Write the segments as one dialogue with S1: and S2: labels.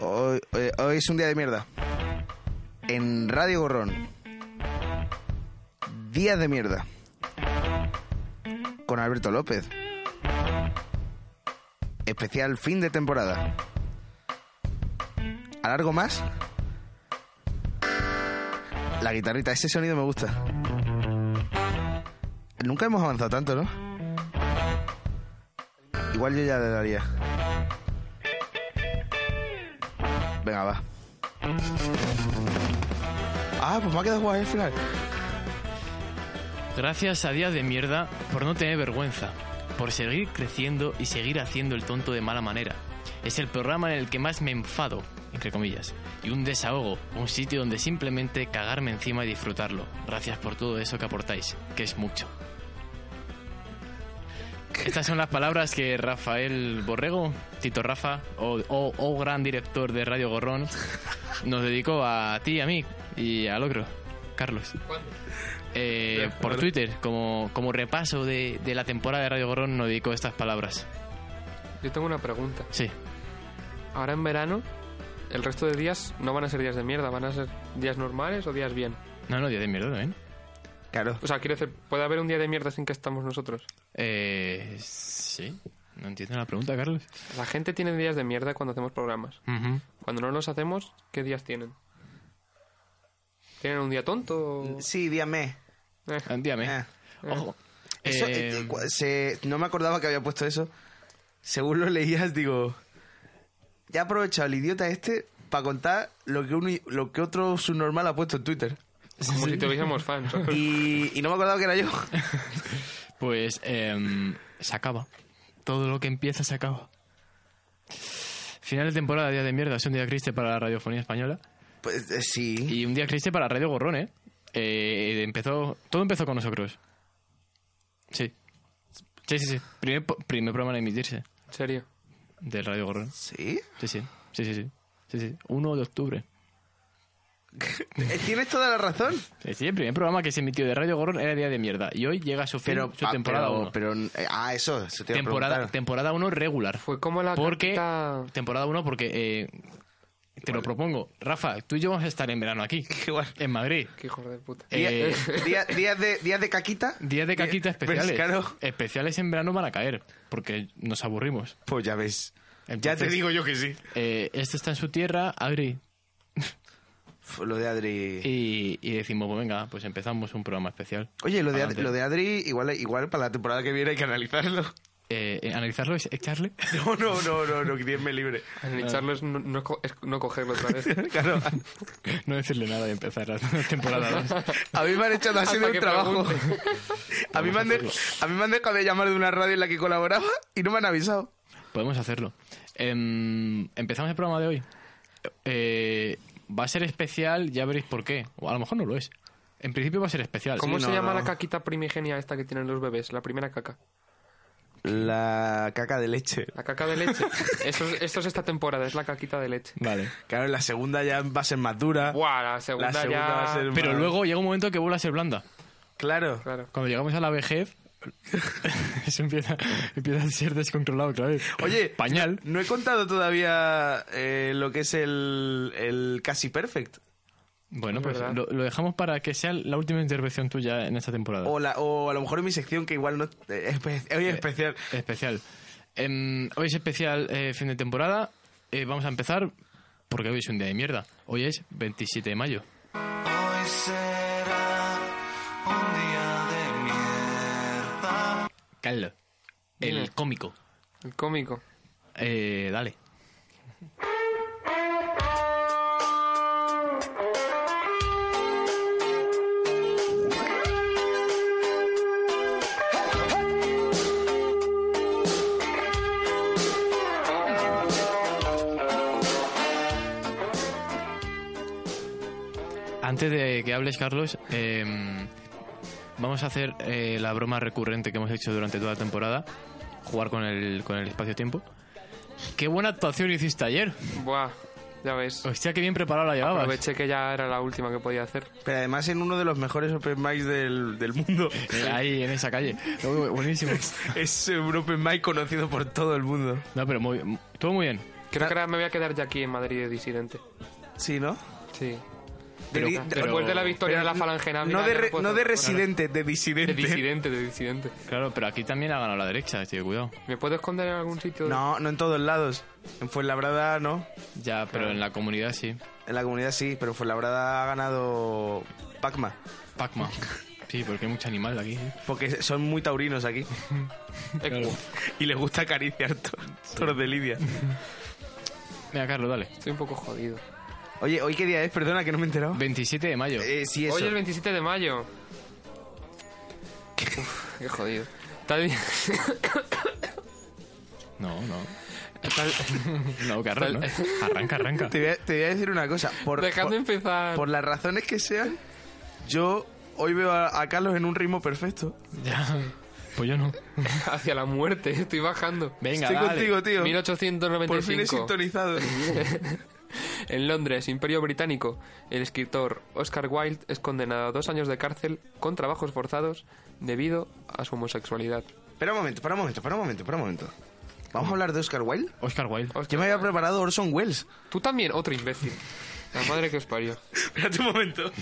S1: Hoy, hoy- hoy es un día de mierda. En Radio Gorrón. Días de mierda. Con Alberto López. Especial fin de temporada. ¿Alargo más? La guitarrita, ese sonido me gusta. Nunca hemos avanzado tanto, ¿no? Igual yo ya le daría. Venga, va. Ah, pues me ha quedado guay el final.
S2: Gracias a Días de Mierda por no tener vergüenza, por seguir creciendo y seguir haciendo el tonto de mala manera. Es el programa en el que más me enfado, entre comillas, y un desahogo, un sitio donde simplemente cagarme encima y disfrutarlo. Gracias por todo eso que aportáis, que es mucho. Estas son las palabras que Rafael Borrego, Tito Rafa, o, o- o gran director de Radio Gorrón, nos dedicó a ti, a mí y al otro, Carlos. Eh, por Twitter, como, como repaso de, de la temporada de Radio Gorrón, nos dedicó estas palabras.
S3: Yo tengo una pregunta.
S2: Sí,
S3: Ahora en verano, el resto de días no van a ser días de mierda, van a ser días normales o días bien.
S2: no, no, día de mierda también.
S1: Claro.
S3: O sea, quiero decir, ¿puede haber un día de mierda sin que estamos nosotros?
S2: Eh, sí, no entiendo la pregunta, Carlos.
S3: La gente tiene días de mierda cuando hacemos programas.
S2: Ujú.
S3: Cuando no los hacemos, ¿qué días tienen? ¿Tienen un día tonto? o-
S1: Sí, dígame.
S3: Eh,
S2: Dígame.
S1: Ah.
S2: Ojo.
S1: Eso,
S2: Eh,
S1: eh, cu- se- no me acordaba que había puesto eso. Según lo leías, digo. Ya he aprovechado el idiota este para contar lo que, uno, y- lo que otro subnormal ha puesto en Twitter.
S3: como si tuviésemos fans.
S1: Y, y no me acordaba que era yo.
S2: Pues em, se acaba. Todo lo que empieza se acaba. Final de temporada, día de mierda. Es un día triste para la radiofonía española.
S1: Pues eh, sí.
S2: Y un día triste para Radio Gorrón, ¿eh? Eh, empezó, todo empezó con nosotros. Sí. Sí, sí, sí. Primer, po- primer programa en emitirse
S3: En serio.
S2: del Radio Gorrón.
S1: ¿Sí?
S2: Sí, sí. Sí, sí, sí. Sí, sí. 1 de octubre.
S1: Eh, Tienes toda la razón.
S2: Sí, sí, el primer programa que se emitió de Radio Gorrón era día de mierda. Y hoy llega su fin,
S1: Pero,
S2: su
S1: ah,
S2: temporada
S1: pero,
S2: 1.
S1: pero, eh, ah, eso. eso te iba a
S2: Temporada,
S1: preguntar.
S2: temporada 1 regular.
S3: Fue como la
S2: Porque-
S3: carta-
S2: Temporada 1 porque... eh, te lo propongo. Rafa, tú y yo vamos a estar en verano aquí.
S1: Igual.
S2: En Madrid.
S3: Qué hijos de puta.
S2: Eh,
S1: Día- día- días de, días de caquita.
S2: Días de caquita
S1: Pero es
S2: especiales.
S1: pues, claro.
S2: Especiales en verano van a caer, porque nos aburrimos.
S1: Pues ya ves. ya
S2: Entonces-
S1: te digo yo que sí.
S2: Eh, este está en su tierra, Agri.
S1: F- Lo de Adri.
S2: Y, y decimos, pues venga, pues empezamos un programa especial.
S1: Oye, lo de, Ad-
S2: Adelante.
S1: lo de Adri, igual, igual para la temporada que viene hay que analizarlo.
S2: Eh, eh, ¿Analizarlo es echarle?
S1: No, no, no, no, no, que Dios me libre.
S3: Analizarlo es no, no co- es no cogerlo otra vez.
S1: Claro,
S2: No decirle nada de empezar la temporada 2.
S1: a mí me han echado así
S3: Hasta
S1: de un
S3: que
S1: trabajo. A mí, me han de-
S2: Vamos
S1: a mí me han dejado de llamar de una radio en la que colaboraba y no me han avisado.
S2: Podemos hacerlo. Em, empezamos el programa de hoy. Eh, va a ser especial, ya veréis por qué. O a lo mejor no lo es. En principio va a ser especial.
S3: ¿Cómo
S1: Sí,
S3: se
S1: no,
S3: llama
S1: no.
S3: la caquita primigenia esta que tienen los bebés? La primera caca.
S1: La caca de leche.
S3: La caca de leche. Eso, es- esto es esta temporada, es la caquita de leche.
S2: Vale.
S1: Claro, la segunda ya va a ser más dura.
S3: Buah, la segunda,
S1: la segunda
S3: ya...
S1: va a ser
S2: Pero
S1: más-
S2: luego llega un momento que vuelve a ser blanda.
S1: Claro.
S3: Claro.
S2: Cuando llegamos a la vejez, eso empieza, empieza a ser descontrolado, claro.
S1: Oye,
S2: Pañal.
S1: No he contado todavía eh, lo que es el, el casi perfect.
S2: Bueno,
S3: Es
S2: pues
S3: verdad.
S2: lo, lo dejamos para que sea la última intervención tuya en esta temporada.
S1: O, la, o a lo mejor en mi sección que igual no... eh, espe- hoy es especial.
S2: Especial. Em, hoy es especial eh, fin de temporada. Eh, vamos a empezar porque hoy es un día de mierda. Hoy es 27 de mayo.
S4: Hoy será un día de mierda.
S2: Carlos. El cómico.
S3: El cómico.
S2: Eh, dale. Antes de que hables, Carlos, em, vamos a hacer eh, la broma recurrente que hemos hecho durante toda la temporada, jugar con el, con el espacio-tiempo. ¡Qué buena actuación hiciste ayer!
S3: Buah, ya ves.
S2: Hostia, qué bien preparado la llevabas.
S3: Aproveché que ya era la última que podía hacer.
S1: Pero además en uno de los mejores open mics del, del mundo.
S2: Eh, Ahí, en esa calle. Buenísimo.
S1: es un open mic conocido por todo el mundo.
S2: No, pero muy, todo muy bien.
S1: Ah.
S3: Creo que ahora me voy a quedar ya aquí en Madrid de disidente.
S1: Sí, ¿no?
S3: Sí.
S1: De-
S3: Después
S1: de-
S3: de la victoria
S1: pero
S3: de la falange nazi,
S1: no, de,
S3: ya
S1: re-
S3: puedo
S1: no de
S3: hacer-
S1: residente, de
S3: De
S1: disidente.
S3: disidente, de disidente.
S2: Claro, pero aquí también ha ganado la derecha, tío, cuidado.
S3: ¿Me puedo esconder en algún sitio?
S1: No, no en todos lados. En Fuenlabrada no.
S2: Ya, pero en la comunidad sí.
S1: En la comunidad sí, pero en Fuenlabrada ha ganado Pacma.
S2: Pac-Man. Sí, porque hay mucho animal aquí. ¿eh?
S1: Porque son muy taurinos aquí.
S3: Ecu.
S1: Y les gusta acariciar to- toros de Lidia.
S2: Venga, Carlos, dale.
S3: Estoy un poco jodido.
S1: Oye, ¿hoy qué día es? Perdona que no me he enterado.
S2: 27 de mayo.
S1: Eh, sí, eso.
S3: Hoy es el 27 de mayo. Uf, qué jodido. Está di-
S2: No, no.
S3: está-
S2: No, Carlos, ¿no? Arranca, arranca.
S1: Te voy, a, te voy a decir una cosa. Por,
S3: Dejadme
S1: por,
S3: empezar.
S1: por las razones que sean, yo hoy veo a, a Carlos en un ritmo perfecto.
S2: Ya. Pues yo no.
S3: Hacia la muerte, estoy bajando.
S2: Venga,
S1: Estoy
S2: dale.
S1: contigo, tío. Por fin he
S3: 1895.
S1: sintonizado.
S3: en Londres, Imperio Británico, el escritor Oscar Wilde es condenado a dos años de cárcel con trabajos forzados debido a su homosexualidad.
S1: Espera un momento, espera un momento, espera un momento, espera un momento. ¿Vamos a hablar de Oscar Wilde?
S2: Oscar Wilde.
S3: Oscar,
S1: Yo me había preparado Orson Welles.
S3: Tú también, otro imbécil. La madre que os parió.
S1: Espérate un momento.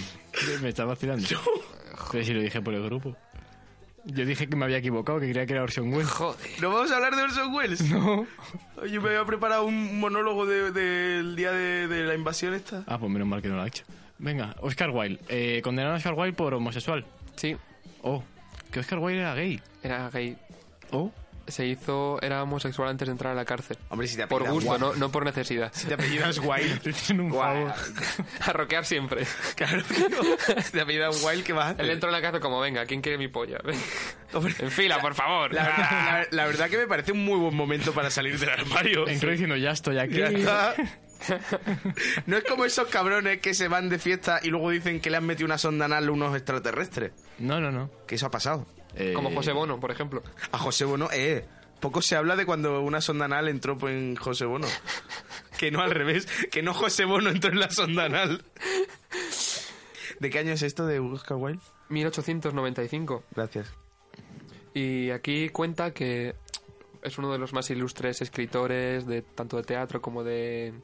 S2: Me está vacilando. Joder, si lo dije por el grupo. Yo dije que me había equivocado, que creía que era Orson Welles.
S3: Joder.
S1: ¿No vamos a hablar de Orson Welles? No. Yo me había preparado un monólogo de- del día de, de la invasión esta.
S2: Ah, pues menos mal que no lo ha hecho. Venga, Oscar Wilde. Eh, condenado a Oscar Wilde por homosexual.
S3: Sí,
S2: Oh, que Oscar Wilde era gay.
S3: era gay.
S2: Oh,
S3: Se hizo, era homosexual antes de entrar a la cárcel.
S1: Hombre, si te
S3: Por
S1: apellidas
S3: gusto,
S1: Wilde-
S3: no, no por necesidad.
S1: Si te apellidas Wilde.
S2: te tienen un
S1: Guau.
S2: favor.
S3: A roquear siempre.
S1: Claro, tío. Si te apellidas Wilde, ¿qué vas a
S3: Él
S1: hacer?
S3: entró en la cárcel como, venga, ¿quién quiere mi polla?
S1: Hombre,
S3: en fila, por favor.
S1: La, la- la verdad que me parece un muy buen momento para salir del armario.
S2: Entró diciendo, ya estoy aquí.
S1: Ya está. No es como esos cabrones que se van de fiesta y luego dicen que le han metido una sonda anal a unos extraterrestres.
S2: No, no, no.
S1: Que eso ha pasado.
S2: Eh,
S3: Como José Bono, por ejemplo.
S1: A José Bono, eh. Poco se habla de cuando una sonda anal entró pues, en José Bono. Que no al revés, que no José Bono entró en la sonda anal. ¿De qué año es esto de Oscar Wilde?
S3: 1895.
S1: Gracias.
S3: Y aquí cuenta que es uno de los más ilustres escritores de tanto de teatro como de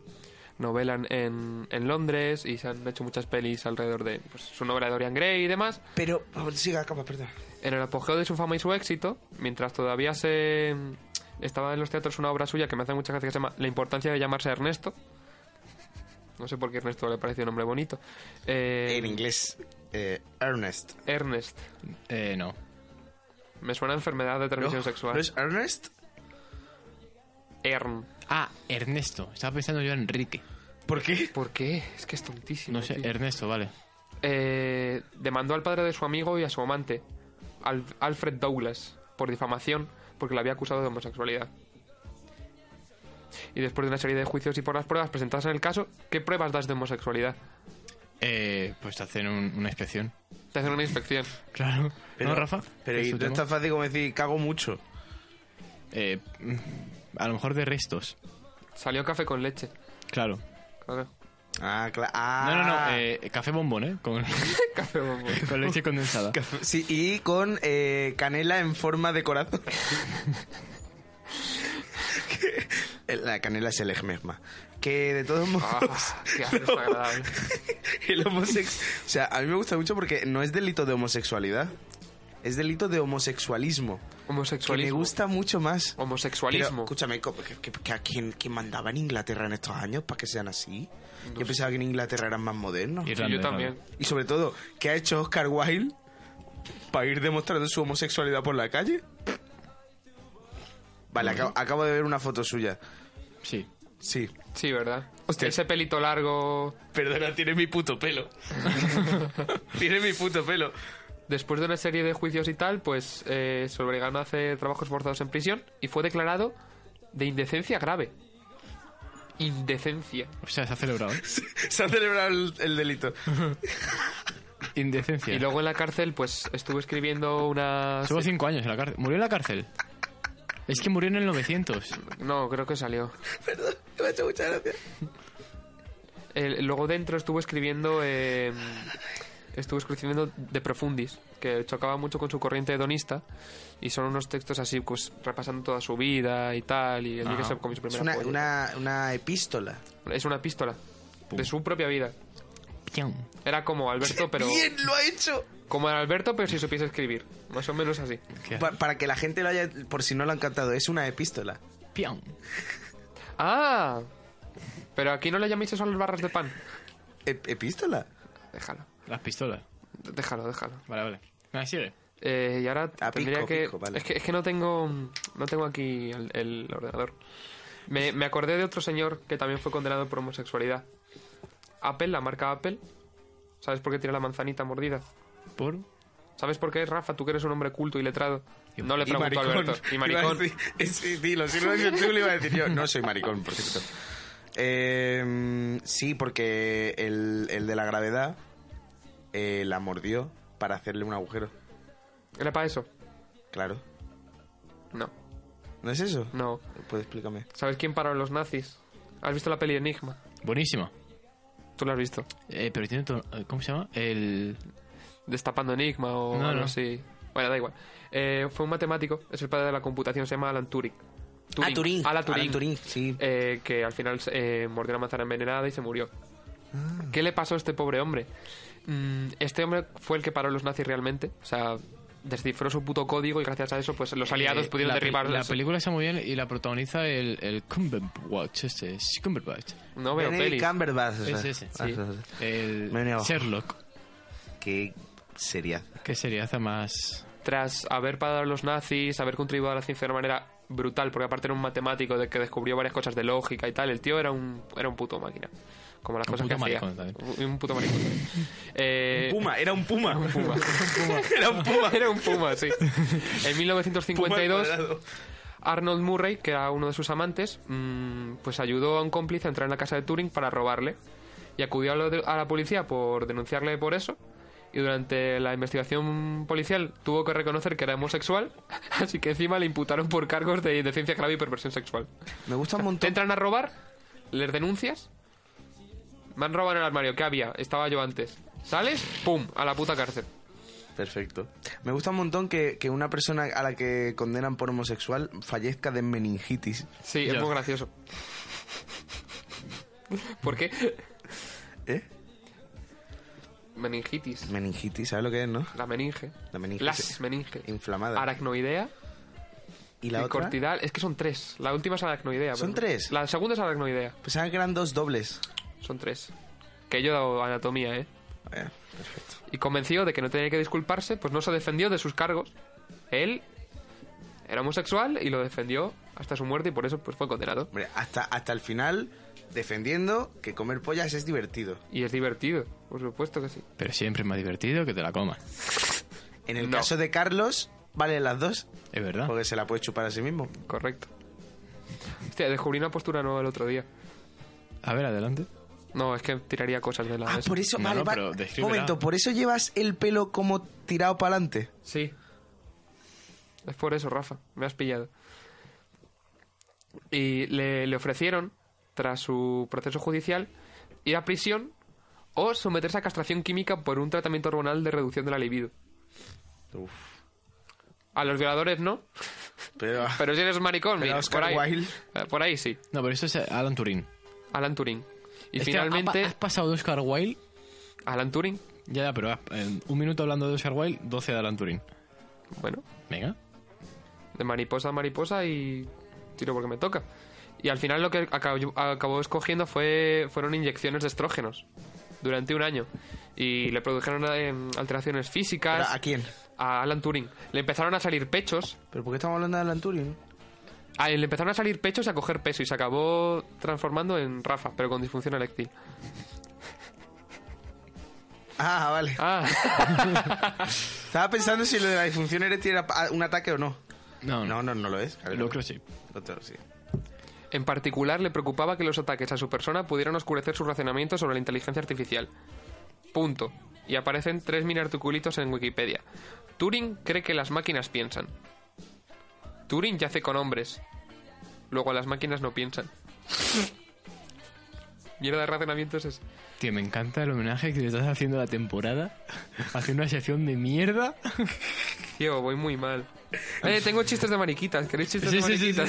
S3: novela en- en, en Londres y se han hecho muchas pelis alrededor de pues, su novela de Dorian Gray y demás.
S1: Pero, siga, acaba, perdón.
S3: En el apogeo de su fama y su éxito, mientras todavía se estaba en los teatros una obra suya que me hace mucha gracia que se llama La importancia de llamarse Ernesto. No sé por qué Ernesto le pareció un nombre bonito. Eh,
S1: En inglés, eh, Ernest.
S3: Ernest.
S2: eh, no.
S3: Me suena a enfermedad de transmisión
S1: ¿No?
S3: sexual.
S1: ¿No es Ernest?
S3: Ern.
S2: Ah, Ernesto. Estaba pensando yo en Enrique.
S1: ¿Por qué?
S3: ¿Por qué? Es que es tontísimo.
S2: No sé,
S3: tío.
S2: Ernesto, vale.
S3: Eh, demandó al padre de su amigo y a su amante, Al- Alfred Douglas, por difamación, porque lo había acusado de homosexualidad. Y después de una serie de juicios y por las pruebas presentadas en el caso, ¿qué pruebas das de homosexualidad?
S2: Eh, pues te hacen un- una inspección.
S3: Te hacen una inspección.
S2: Claro. ¿No, Rafa?
S1: Pero
S2: ¿Es
S1: y
S2: tu
S1: no es
S2: tema?
S1: tan fácil como decir, cago mucho.
S2: Eh, mm, a lo mejor de restos.
S3: Salió café con leche.
S2: Claro.
S3: Claro.
S1: Ah, claro.
S2: No, no,
S1: Ah.
S2: no. eh, café bombón, ¿eh? Con,
S3: Café bombón.
S2: con leche condensada.
S1: Sí, y con eh, canela en forma de corazón. Que- La canela es el ejmesma. Que de todos modos.
S3: Ah, qué asco desagradable.
S1: El homosex... O sea, a mí me gusta mucho porque no es delito de homosexualidad. Es delito de homosexualismo. Que me
S3: Homosexualismo.
S1: gusta mucho más. Pero,
S3: Homosexualismo.
S1: escúchame, co- que, que- que a quién, quién mandaba en Inglaterra en estos años para que sean así? Yo pensaba que en Inglaterra eran más modernos.
S2: Y-
S3: Sí, yo
S2: Irlanda,
S3: también.
S2: Irlanda.
S1: Y sobre todo, ¿qué ha hecho Oscar Wilde para ir demostrando su homosexualidad por la calle? Vale, aca- acabo, de ver una foto suya.
S2: Sí.
S1: Sí.
S3: Sí, ¿verdad?
S1: Hostia.
S3: Ese pelito largo.
S1: Perdona, tiene mi puto pelo. tiene mi puto pelo.
S3: Después de una serie de juicios y tal, pues eh, Sobregano hace trabajos forzados en prisión y fue declarado de indecencia grave. Indecencia.
S2: O sea, se ha celebrado. ¿eh?
S1: Se ha celebrado el, el delito.
S2: Indecencia.
S3: Y luego en la cárcel, pues estuvo escribiendo una...
S2: Estuvo cinco años en la cárcel. Murió en la cárcel. Es que murió en el 900.
S3: No, creo que salió.
S1: Perdón, me ha hecho muchas gracias.
S3: El- luego dentro estuvo escribiendo... eh, estuvo escribiendo De Profundis, que chocaba mucho con su corriente hedonista. Y son unos textos así, pues repasando toda su vida y tal. Y el día que
S2: Ah.
S3: se comió su
S1: Es
S3: primera
S1: una,
S3: polla.
S1: una, una epístola.
S3: Es una epístola de su propia vida.
S2: Piam.
S3: Era como Alberto, pero...
S1: ¡Bien, lo ha hecho!
S3: Como el Alberto, pero si supiese escribir. Más o menos así.
S2: ¿Qué hace?
S1: Pa- para que la gente lo haya, por si no lo han captado, es una epístola.
S2: Piam.
S3: ¡Ah! Pero aquí no le llaméis eso a las barras de pan.
S1: Ep- E, ¿Epístola?
S3: Déjalo,
S2: Las pistolas.
S3: déjalo, déjalo.
S2: Vale, vale. Venga, sigue.
S3: Eh, y ahora
S1: Ah,
S3: tendría
S1: pico,
S3: que...
S1: pico, vale.
S3: es que... Es que no tengo no tengo aquí el, el ordenador. Me, me acordé de otro señor que también fue condenado por homosexualidad. Apple, la marca Apple. ¿Sabes por qué tiene la manzanita mordida?
S2: Por.
S3: ¿Sabes por qué, Rafa? Tú que eres un hombre culto y letrado.
S2: Y-
S3: No le pregunto a Alberto. Y maricón.
S1: Iba a decir- eh, sí, dilo, si no lo dices tú, le iba a decir yo. No soy maricón, por cierto. Eh, sí, porque el, el de la gravedad eh, la mordió para hacerle un agujero.
S3: ¿Era para eso?
S1: Claro.
S3: No,
S1: ¿No es eso?
S3: no.
S1: Pues explícame.
S3: ¿Sabes quién paró a los nazis? ¿Has visto la peli Enigma?
S2: Buenísima.
S3: Tú la has visto.
S2: Eh, pero tiene otro- ¿Cómo se llama? El.
S3: Destapando Enigma o
S2: No,
S3: algo
S2: no.
S3: así. Bueno, da igual. Eh, fue un matemático, es el padre de la computación, se llama Alan Turing.
S1: Ah, Turín.
S3: Alan Turing.
S1: sí.
S3: Eh, que al final eh, mordió una manzana envenenada y se murió. ¿Qué le pasó a este pobre hombre? Mm, este hombre fue el que paró a los nazis realmente. O sea, descifró su puto código y gracias a eso, pues los aliados
S2: Eh,
S3: pudieron
S2: la pe-
S3: derribar
S2: La película está muy bien y la protagoniza el, el Cumberbatch. Este es Cumberbatch.
S3: No veo
S1: Benedict
S3: pelis.
S1: Cumberbatch. o sea.
S2: Es ese,
S1: Ah,
S2: sí.
S1: o sea,
S2: El
S1: Me he negado.
S2: Sherlock.
S1: Qué seriedad.
S2: Que sería hace más.
S3: tras haber parado a los nazis, haber contribuido a la ciencia de una manera brutal, porque aparte era un matemático de que descubrió varias cosas de lógica y tal, el tío era un, era un puto máquina. Como las
S2: Un
S3: cosas
S2: puto
S3: que
S2: maricón
S3: hacía.
S2: también.
S3: Un- Un puto maricón. también. Eh,
S1: Puma, era un puma.
S3: puma.
S1: era un puma.
S3: Era un puma, sí. En
S1: Puma al
S3: 1952,
S1: cuadrado.
S3: Arnold Murray, que era uno de sus amantes, mm, pues ayudó a un cómplice a entrar en la casa de Turing para robarle. Y acudió a, lo de- a la policía por denunciarle por eso. Y durante la investigación policial tuvo que reconocer que era homosexual. Así que encima le imputaron por cargos de indecencia grave y perversión sexual.
S1: Me gusta un
S3: Te
S1: montón.
S3: entran a robar, les denuncias. Me han robado en el armario. ¿Qué había? Estaba yo antes. ¿Sales? ¡Pum! A la puta cárcel.
S1: Perfecto. Me gusta un montón que, que una persona a la que condenan por homosexual fallezca de meningitis.
S3: Sí,
S2: Ya.
S3: es muy gracioso. ¿Por qué?
S1: ¿Eh?
S3: Meningitis.
S1: Meningitis, ¿sabes lo que es, no?
S3: La meninge.
S1: La meningitis.
S3: Las meninges.
S1: Inflamada.
S3: Aracnoidea
S1: ¿Y
S3: y
S1: la otra?
S3: cortidal. Es que son tres. La última es aracnoidea.
S1: ¿Son
S3: pero-
S1: tres?
S3: La segunda es aracnoidea.
S1: Pensaba Pues que eran dos dobles.
S3: Son tres. Que yo he dado anatomía, ¿eh?
S1: Eh, perfecto.
S3: Y convencido de que no tenía que disculparse, pues no se defendió de sus cargos. Él era homosexual y lo defendió hasta su muerte y por eso pues, fue condenado.
S1: Hombre, hasta, hasta el final, defendiendo que comer pollas es divertido.
S3: Y es divertido, por supuesto que sí.
S2: Pero siempre es más divertido que te la comas.
S1: En el
S3: No.
S1: caso de Carlos, vale las dos,
S2: Es verdad.
S1: porque se la puede chupar a sí mismo.
S3: Correcto. Hostia, descubrí una postura nueva el otro día.
S2: A ver, adelante.
S3: No, es que tiraría cosas de la
S1: Ah,
S3: mesa.
S1: por eso,
S2: No,
S1: vale,
S2: no,
S1: vale.
S2: pero descríbela.
S1: Momento, por eso llevas el pelo como tirado para adelante.
S3: Sí. Es por eso, Rafa. Me has pillado. Y le, le ofrecieron, tras su proceso judicial, ir a prisión o someterse a castración química por un tratamiento hormonal de reducción de la libido. A los violadores no,
S1: Pero,
S3: pero si eres maricón,
S1: Pero
S3: mira,
S1: Oscar
S3: por ahí,
S1: Wilde.
S3: eh, por ahí sí.
S2: No, pero eso es Alan Turing.
S3: Alan Turing. Y
S2: Es que ha-
S3: finalmente,
S2: has pasado de Oscar Wilde.
S3: Alan Turing,
S2: Ya, ya, pero has- en un minuto hablando de Oscar Wilde, 12 de Alan Turing.
S3: bueno,
S2: Venga.
S3: de mariposa a mariposa y tiro porque me toca. Y al final lo que acabó, acabó escogiendo fue, fueron inyecciones de estrógenos durante un año. Y le produjeron eh, alteraciones
S1: ¿pero
S3: físicas
S1: ¿A quién?
S3: a Alan Turing. Le empezaron a salir pechos.
S1: ¿Pero por qué estamos hablando de Alan Turing?
S3: Ah, y le empezaron a salir pechos y a coger peso y se acabó transformando en Rafa, pero con disfunción eréctil.
S1: Ah, vale.
S3: Ah,
S1: Estaba pensando si lo de la disfunción eréctil era pa- un ataque o no.
S2: No,
S1: No,
S2: no.
S1: no, no lo es. Claro.
S2: Lo creo sí.
S1: Otro, sí.
S3: en particular le preocupaba que los ataques a su persona pudieran oscurecer su racionamiento sobre la inteligencia artificial. Punto. Y aparecen tres mini articulitos en Wikipedia. Turing cree que las máquinas piensan. Turing yace con hombres. Luego las máquinas no piensan. Mierda de racionamiento es ese.
S2: Tío, me encanta el homenaje que le estás haciendo a la temporada. Haciendo una sección de mierda.
S3: Tío, voy muy mal. Eh, tengo chistes de mariquitas. ¿Queréis chistes de mariquitas?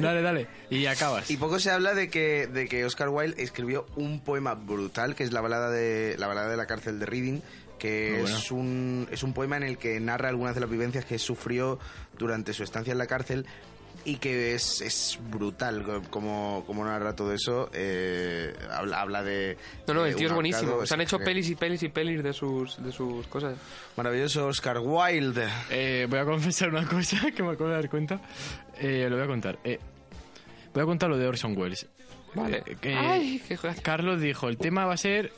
S2: dale, dale. Y acabas.
S1: Y poco se habla de que, de que Oscar Wilde escribió un poema brutal, que es la balada de la, balada de la cárcel de Reading, que
S2: Muy bueno.
S1: es, un, es un poema en el que narra algunas de las vivencias que sufrió durante su estancia en la cárcel y que es, es brutal co- como, como narra todo eso. eh, habla, habla de...
S3: No, no,
S1: de
S3: el tío
S1: Eh, un eh,
S3: es buenísimo.
S1: ahorcado,
S3: Se han
S1: es
S3: hecho
S1: genial.
S3: pelis y pelis y pelis de sus, de sus cosas.
S1: Maravilloso Oscar Wilde.
S2: Eh, voy a confesar una cosa que me acabo de dar cuenta. Eh, lo voy a contar. Eh, voy a contar lo de Orson Welles.
S3: Vale.
S2: Eh, que-
S3: Ay, qué joder.
S2: Carlos dijo, el tema va a ser...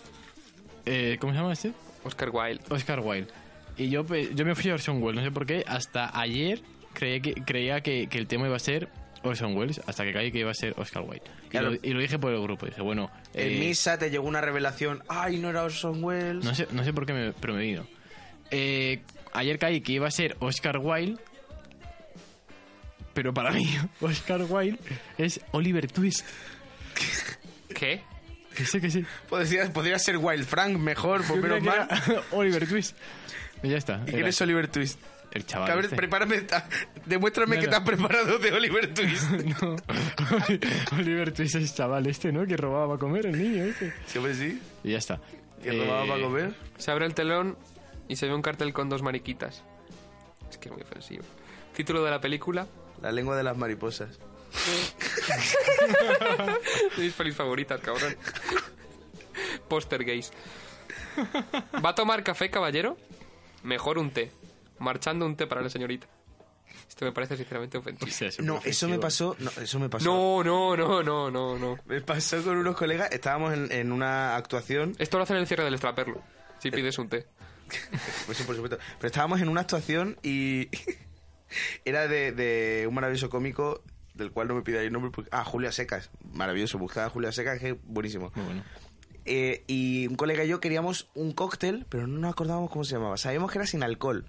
S2: eh, ¿Cómo se llama este?
S3: Oscar Wilde.
S2: Oscar Wilde. Y yo, pe- yo me fui a Orson Welles, no sé por qué. Hasta ayer creía que, creía que, que el tema iba a ser Orson Welles, hasta que caí que iba a ser Oscar Wilde. Y,
S1: Claro.
S2: lo, y lo dije por el grupo. Dije, bueno... eh,
S1: En misa te llegó una revelación. Ay, no era Orson Welles.
S2: No sé, no sé por qué, me, pero me vino. Eh, ayer caí que iba a ser Oscar Wilde, pero para mí Oscar Wilde es Oliver Twist.
S3: ¿Qué?
S2: Que sé que sí.
S1: Podría, podría ser Wild Frank mejor, pues
S2: Yo creía
S1: menos
S2: que
S1: mal.
S2: era Oliver Twist. Y ya está.
S1: ¿Y
S2: era
S1: quién es Oliver Twist?
S2: el chaval.
S1: Cabrón,
S2: este.
S1: prepárame, ta- demuéstrame
S2: No,
S1: que
S2: no.
S1: te has preparado de Oliver Twist.
S2: No. Oliver Twist es el chaval este, ¿no? Que robaba para comer el niño este.
S1: Siempre sí.
S2: Y ya está.
S1: Que robaba
S2: Eh,
S1: para comer.
S3: Se abre el telón y se ve un cartel con dos mariquitas. Es que es muy ofensivo. Título de la película.
S1: La lengua de las mariposas.
S3: De mis pelis favoritas, cabrón. Poster gays. ¿Va a tomar café, caballero? Mejor un té. Marchando un té para la señorita. Esto me parece sinceramente
S2: o
S3: ofensivo.
S2: sea, es
S1: No,
S2: superofensivo.
S1: eso me pasó. No, eso me pasó.
S3: No, no, no, no, no, no.
S1: Me pasó con unos colegas. Estábamos en, en una actuación.
S3: Esto lo hacen en el cierre del extraperlo.
S1: Eh.
S3: Si pides un té.
S1: Pues sí, por supuesto. Pero estábamos en una actuación y. era de, de un maravilloso cómico del cual no me pidáis nombre. Porque... Ah, Julia Secas. Maravilloso. Buscaba a Julia Secas, que es buenísimo.
S2: Muy bueno.
S1: Eh, y un colega y yo queríamos un cóctel, pero no nos acordábamos cómo se llamaba. Sabíamos que era sin alcohol.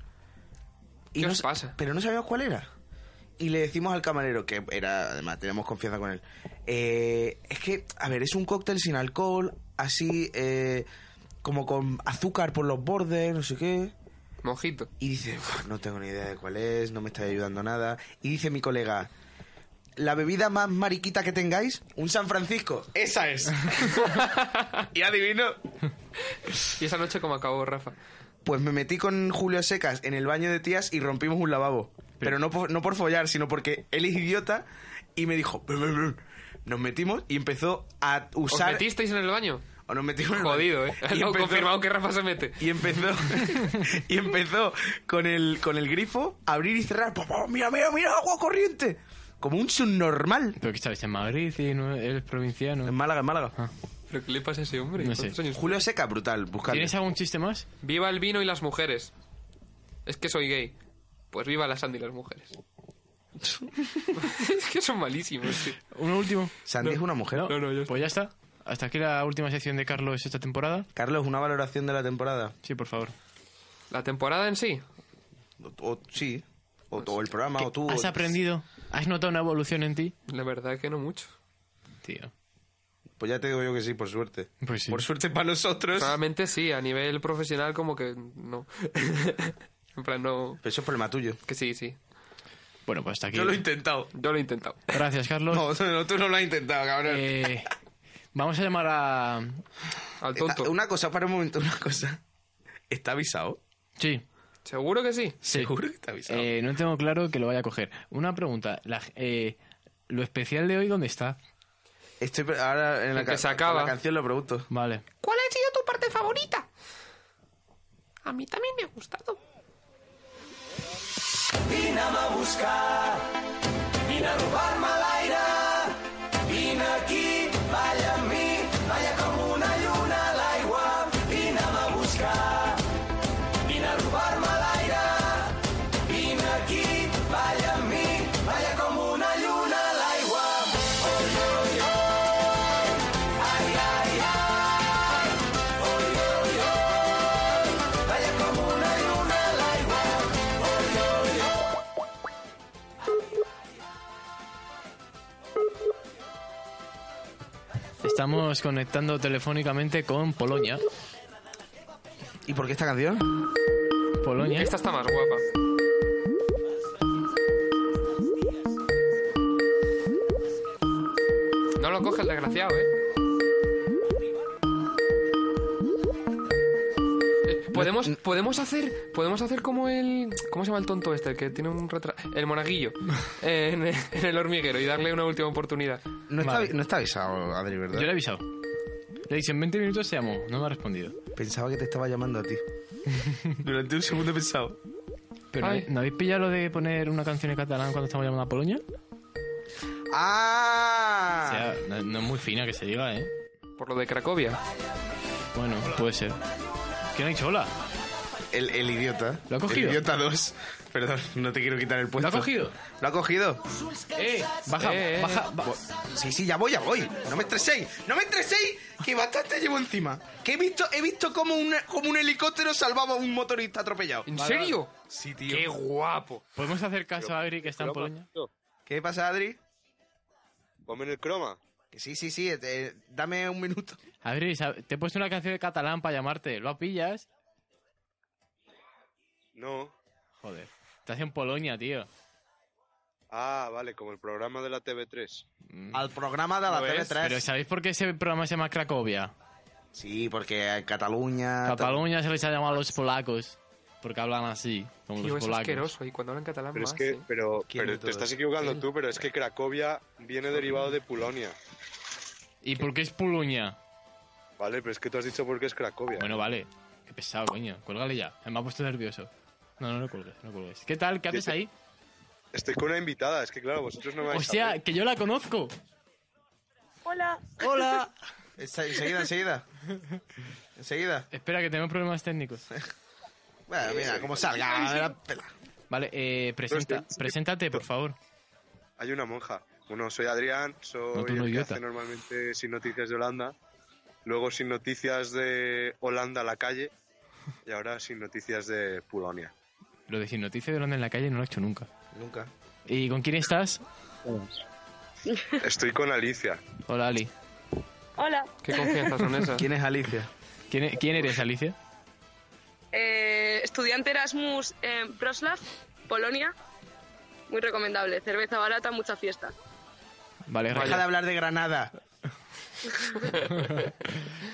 S3: ¿Qué
S1: no
S3: os
S1: sa-
S3: pasa?
S1: Pero no sabíamos cuál era. Y le decimos al camarero, que era, además, teníamos confianza con él. eh, es que, a ver, es un cóctel sin alcohol, así, eh, como con azúcar por los bordes, no sé qué.
S3: Mojito.
S1: Y dice, "Uf, no tengo ni idea de cuál es, no me está ayudando nada. Y dice mi colega, la bebida más mariquita que tengáis, un San Francisco. Esa es. y adivino.
S3: Y esa noche como acabó Rafa.
S1: Pues me metí con Julio Secas en el baño de tías y rompimos un lavabo. Pero no por, no por follar, sino porque él es idiota y me dijo, "Ven, ven, ven". nos metimos y empezó a
S3: ¿Os
S1: usar...
S3: metisteis en el baño?
S1: O nos metimos en el baño.
S3: Jodido, ¿eh?
S1: Y
S3: No,
S1: empezó-
S3: confirmado que Rafa se mete.
S1: Y empezó, y empezó con el, con el grifo a abrir y cerrar. ¡Pum, pum! mira, mira, mira, agua corriente! Como un subnormal.
S2: Pero que sabes, en Madrid y no eres provinciano.
S1: En Málaga, en Málaga.
S2: Ah.
S3: ¿Pero qué le pasa a ese hombre?
S2: No
S3: ¿Cuántos
S2: sé.
S3: años?
S1: Julio Seca, brutal, buscando.
S2: ¿Tienes algún chiste más?
S3: Viva el vino y las mujeres. Es que soy gay. Pues viva la Sandy y las mujeres. es que son malísimos. tío.
S2: ¿Uno último?
S1: Sandy es una mujer.
S2: No,
S3: No, no, ya está.
S2: Pues ya está. Hasta aquí la última sección de Carlos esta temporada.
S1: Carlos, una valoración de la temporada.
S2: Sí, por favor.
S3: La temporada en sí.
S1: O, o- sí. O, o el programa, o tú.
S2: ¿Has
S1: o-
S2: aprendido? ¿Has notado una evolución en ti?
S3: La verdad que no mucho.
S2: Tío.
S1: Pues ya te digo yo que sí, por suerte.
S2: Pues sí. Ah,
S1: Por suerte para nosotros.
S3: Realmente sí, a nivel profesional como que no. en plan, no...
S1: Pero eso es problema tuyo.
S3: Que sí, sí.
S2: Bueno, pues hasta aquí.
S1: Yo lo he intentado.
S3: Yo lo he intentado.
S2: Gracias, Carlos.
S1: No, no, tú no lo has intentado, cabrón.
S2: Eh, vamos a llamar a...
S3: Al
S1: Está-
S3: tonto.
S1: Eh, una cosa, para un momento, una cosa. ¿Está avisado?
S2: Sí.
S3: ¿Seguro que sí?
S2: sí.
S1: Seguro que está avisado.
S2: Eh, no tengo claro que lo vaya a coger. Una pregunta. La- eh, ¿Lo especial de hoy dónde está?
S1: Estoy pre- ahora en la,
S3: El que
S1: ca-
S3: se acaba.
S1: con la canción lo pregunto.
S2: Vale.
S4: ¿Cuál ha sido tu parte favorita? A mí también me ha gustado.
S5: Vine a buscar, vine a robar.
S2: Estamos conectando telefónicamente con Polonia.
S1: ¿Y por qué esta canción?
S2: Polonia.
S3: Esta está más guapa. No lo coge el desgraciado, ¿eh? Eh, Podemos, podemos hacer podemos hacer como el cómo se llama el tonto este el que tiene un retraso el monaguillo eh, en, en el hormiguero y darle una última oportunidad
S1: No está,
S2: Vale.
S1: no está avisado, Adri, ¿verdad?
S2: Yo le he avisado. Le dije, en 20 minutos se llamó. No me ha respondido.
S1: Pensaba que te estaba llamando a ti. Durante un segundo he pensado.
S2: Pero,
S3: Ay.
S2: ¿no habéis pillado lo de poner una canción en catalán cuando estamos llamando a Polonia? O
S1: ¡Ah!
S2: sea, no, no es muy fina que se diga, ¿eh?
S3: por lo de Cracovia
S2: Bueno, puede ser. ¿Quién ha dicho hola?
S1: El, el idiota.
S2: ¿Lo ha cogido?
S1: El idiota 2. Perdón, no te quiero quitar el puesto.
S2: ¿Lo ha cogido?
S1: ¿Lo ha cogido?
S2: ¡Eh! Baja,
S3: Eh, eh.
S2: baja, ba-
S1: Sí, sí, ya voy, ya voy. No me estreséis. No me estreséis, que bastante llevo encima. Que he visto, he visto como, una- como un helicóptero salvaba a un motorista atropellado.
S3: en serio
S1: Sí, tío.
S3: qué guapo
S2: ¿Podemos hacer caso a Agri que está en
S5: Croma,
S2: Polonia?
S5: tío.
S1: ¿Qué pasa, Adri?
S5: Ponme en el croma.
S1: Que sí, sí, sí. eh, eh, dame un minuto.
S2: Agri, ¿sab- te he puesto una canción de catalán para llamarte. ¿Lo pillas?
S5: No.
S2: Joder. Estás en Polonia, tío.
S5: Ah, vale, como el programa de la TV3.
S1: Al programa de la Ah,
S3: ¿Lo ves?
S1: TV3.
S2: Pero ¿sabéis por qué ese programa se llama Cracovia?
S1: Sí, porque en Cataluña...
S2: Cataluña se les ha llamado a los polacos. Porque hablan así, como
S3: Tío,
S2: los
S3: es
S2: polacos.
S3: asqueroso y cuando hablan
S2: Ah,
S3: catalán
S5: Pero es
S3: más ¿eh?
S5: que,
S3: sí.
S5: pero,
S1: ¿Quién
S5: pero
S1: de
S5: te
S1: todos?
S5: estás equivocando tú, pero es que Cracovia viene derivado de Polonia.
S2: ¿Y por qué es Polonia?
S5: Vale, pero es que tú has dicho porque es Cracovia.
S2: Bueno, vale. Qué pesado, coño. Cuélgale ya. Me ha puesto nervioso. No, no lo cuelgues, no cuelgues. ¿Qué tal? ¿Qué haces ahí?
S5: Estoy con una invitada, es que claro, vosotros no me vais a
S2: Hostia,
S5: ver.
S2: que yo la conozco. Hola. Hola.
S1: Está- Enseguida, enseguida. Enseguida.
S2: Espera, que tenemos problemas técnicos.
S1: Bueno, mira, como salga. me la pela.
S2: Vale, eh, presenta,
S5: Hostia.
S2: preséntate, por favor.
S5: Hay una monja. Bueno, soy Adrián, soy
S2: No, tú no,
S5: el que
S2: idiota.
S5: hace normalmente Sin Noticias de Holanda, luego Sin Noticias de Holanda a la calle y ahora Sin Noticias de Polonia.
S2: Lo de sin noticias de Holanda en la calle no lo he hecho nunca.
S1: Nunca.
S2: ¿Y con quién estás?
S5: Estoy con Alicia.
S2: Hola, Ali.
S6: Hola,
S3: qué confianza son esas
S1: ¿Quién es Alicia?
S2: ¿Quién, e- quién eres, Alicia?
S6: eh, estudiante Erasmus en Wrocław, Polonia. Muy recomendable, cerveza barata, mucha fiesta.
S2: Vale,
S1: Deja de
S2: Raquel.
S1: hablar de Granada.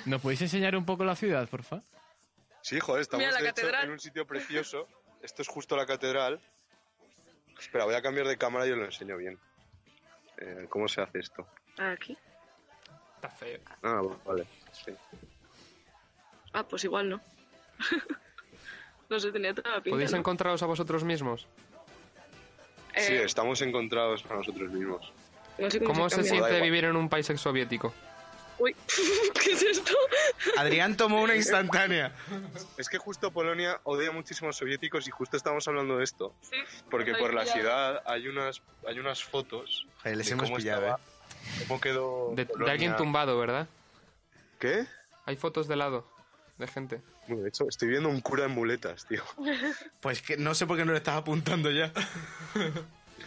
S2: ¿Nos podéis enseñar un poco la ciudad, porfa?
S5: Sí, joder, estamos
S6: Mira la
S5: de hecho,
S6: catedral.
S5: en un sitio precioso. Esto es justo la catedral. Espera, voy a cambiar de cámara y os lo enseño bien. Eh, ¿Cómo se hace esto?
S6: Aquí.
S3: está feo
S5: Ah, va- vale. sí.
S6: Ah, pues igual no. no sé, tenía toda la pinta.
S3: podéis
S6: ¿no?
S3: encontraros a vosotros mismos
S6: Eh,
S5: Sí, estamos encontrados a nosotros mismos.
S6: no sé
S3: cómo se
S6: cambia.
S5: Da
S3: siente
S5: igual.
S3: vivir en un país exsoviético
S6: Uy, ¿qué es esto?
S1: Adrián tomó una instantánea.
S5: Es que justo Polonia odia muchísimo a los soviéticos y justo estamos hablando de esto.
S6: Sí,
S5: Porque
S6: Ay,
S5: por la
S6: mira.
S5: ciudad hay unas, hay unas fotos.
S1: Joder, les
S5: de
S1: hemos
S5: cómo
S1: pillado, eh.
S5: estaba- ¿Cómo quedó?
S3: de, de
S5: Polonia.
S3: alguien tumbado verdad
S5: ¿Qué?
S3: hay fotos de lado de gente
S5: Bueno, de hecho, estoy viendo un cura en muletas, tío.
S1: Pues que no sé por qué no lo estás apuntando ya.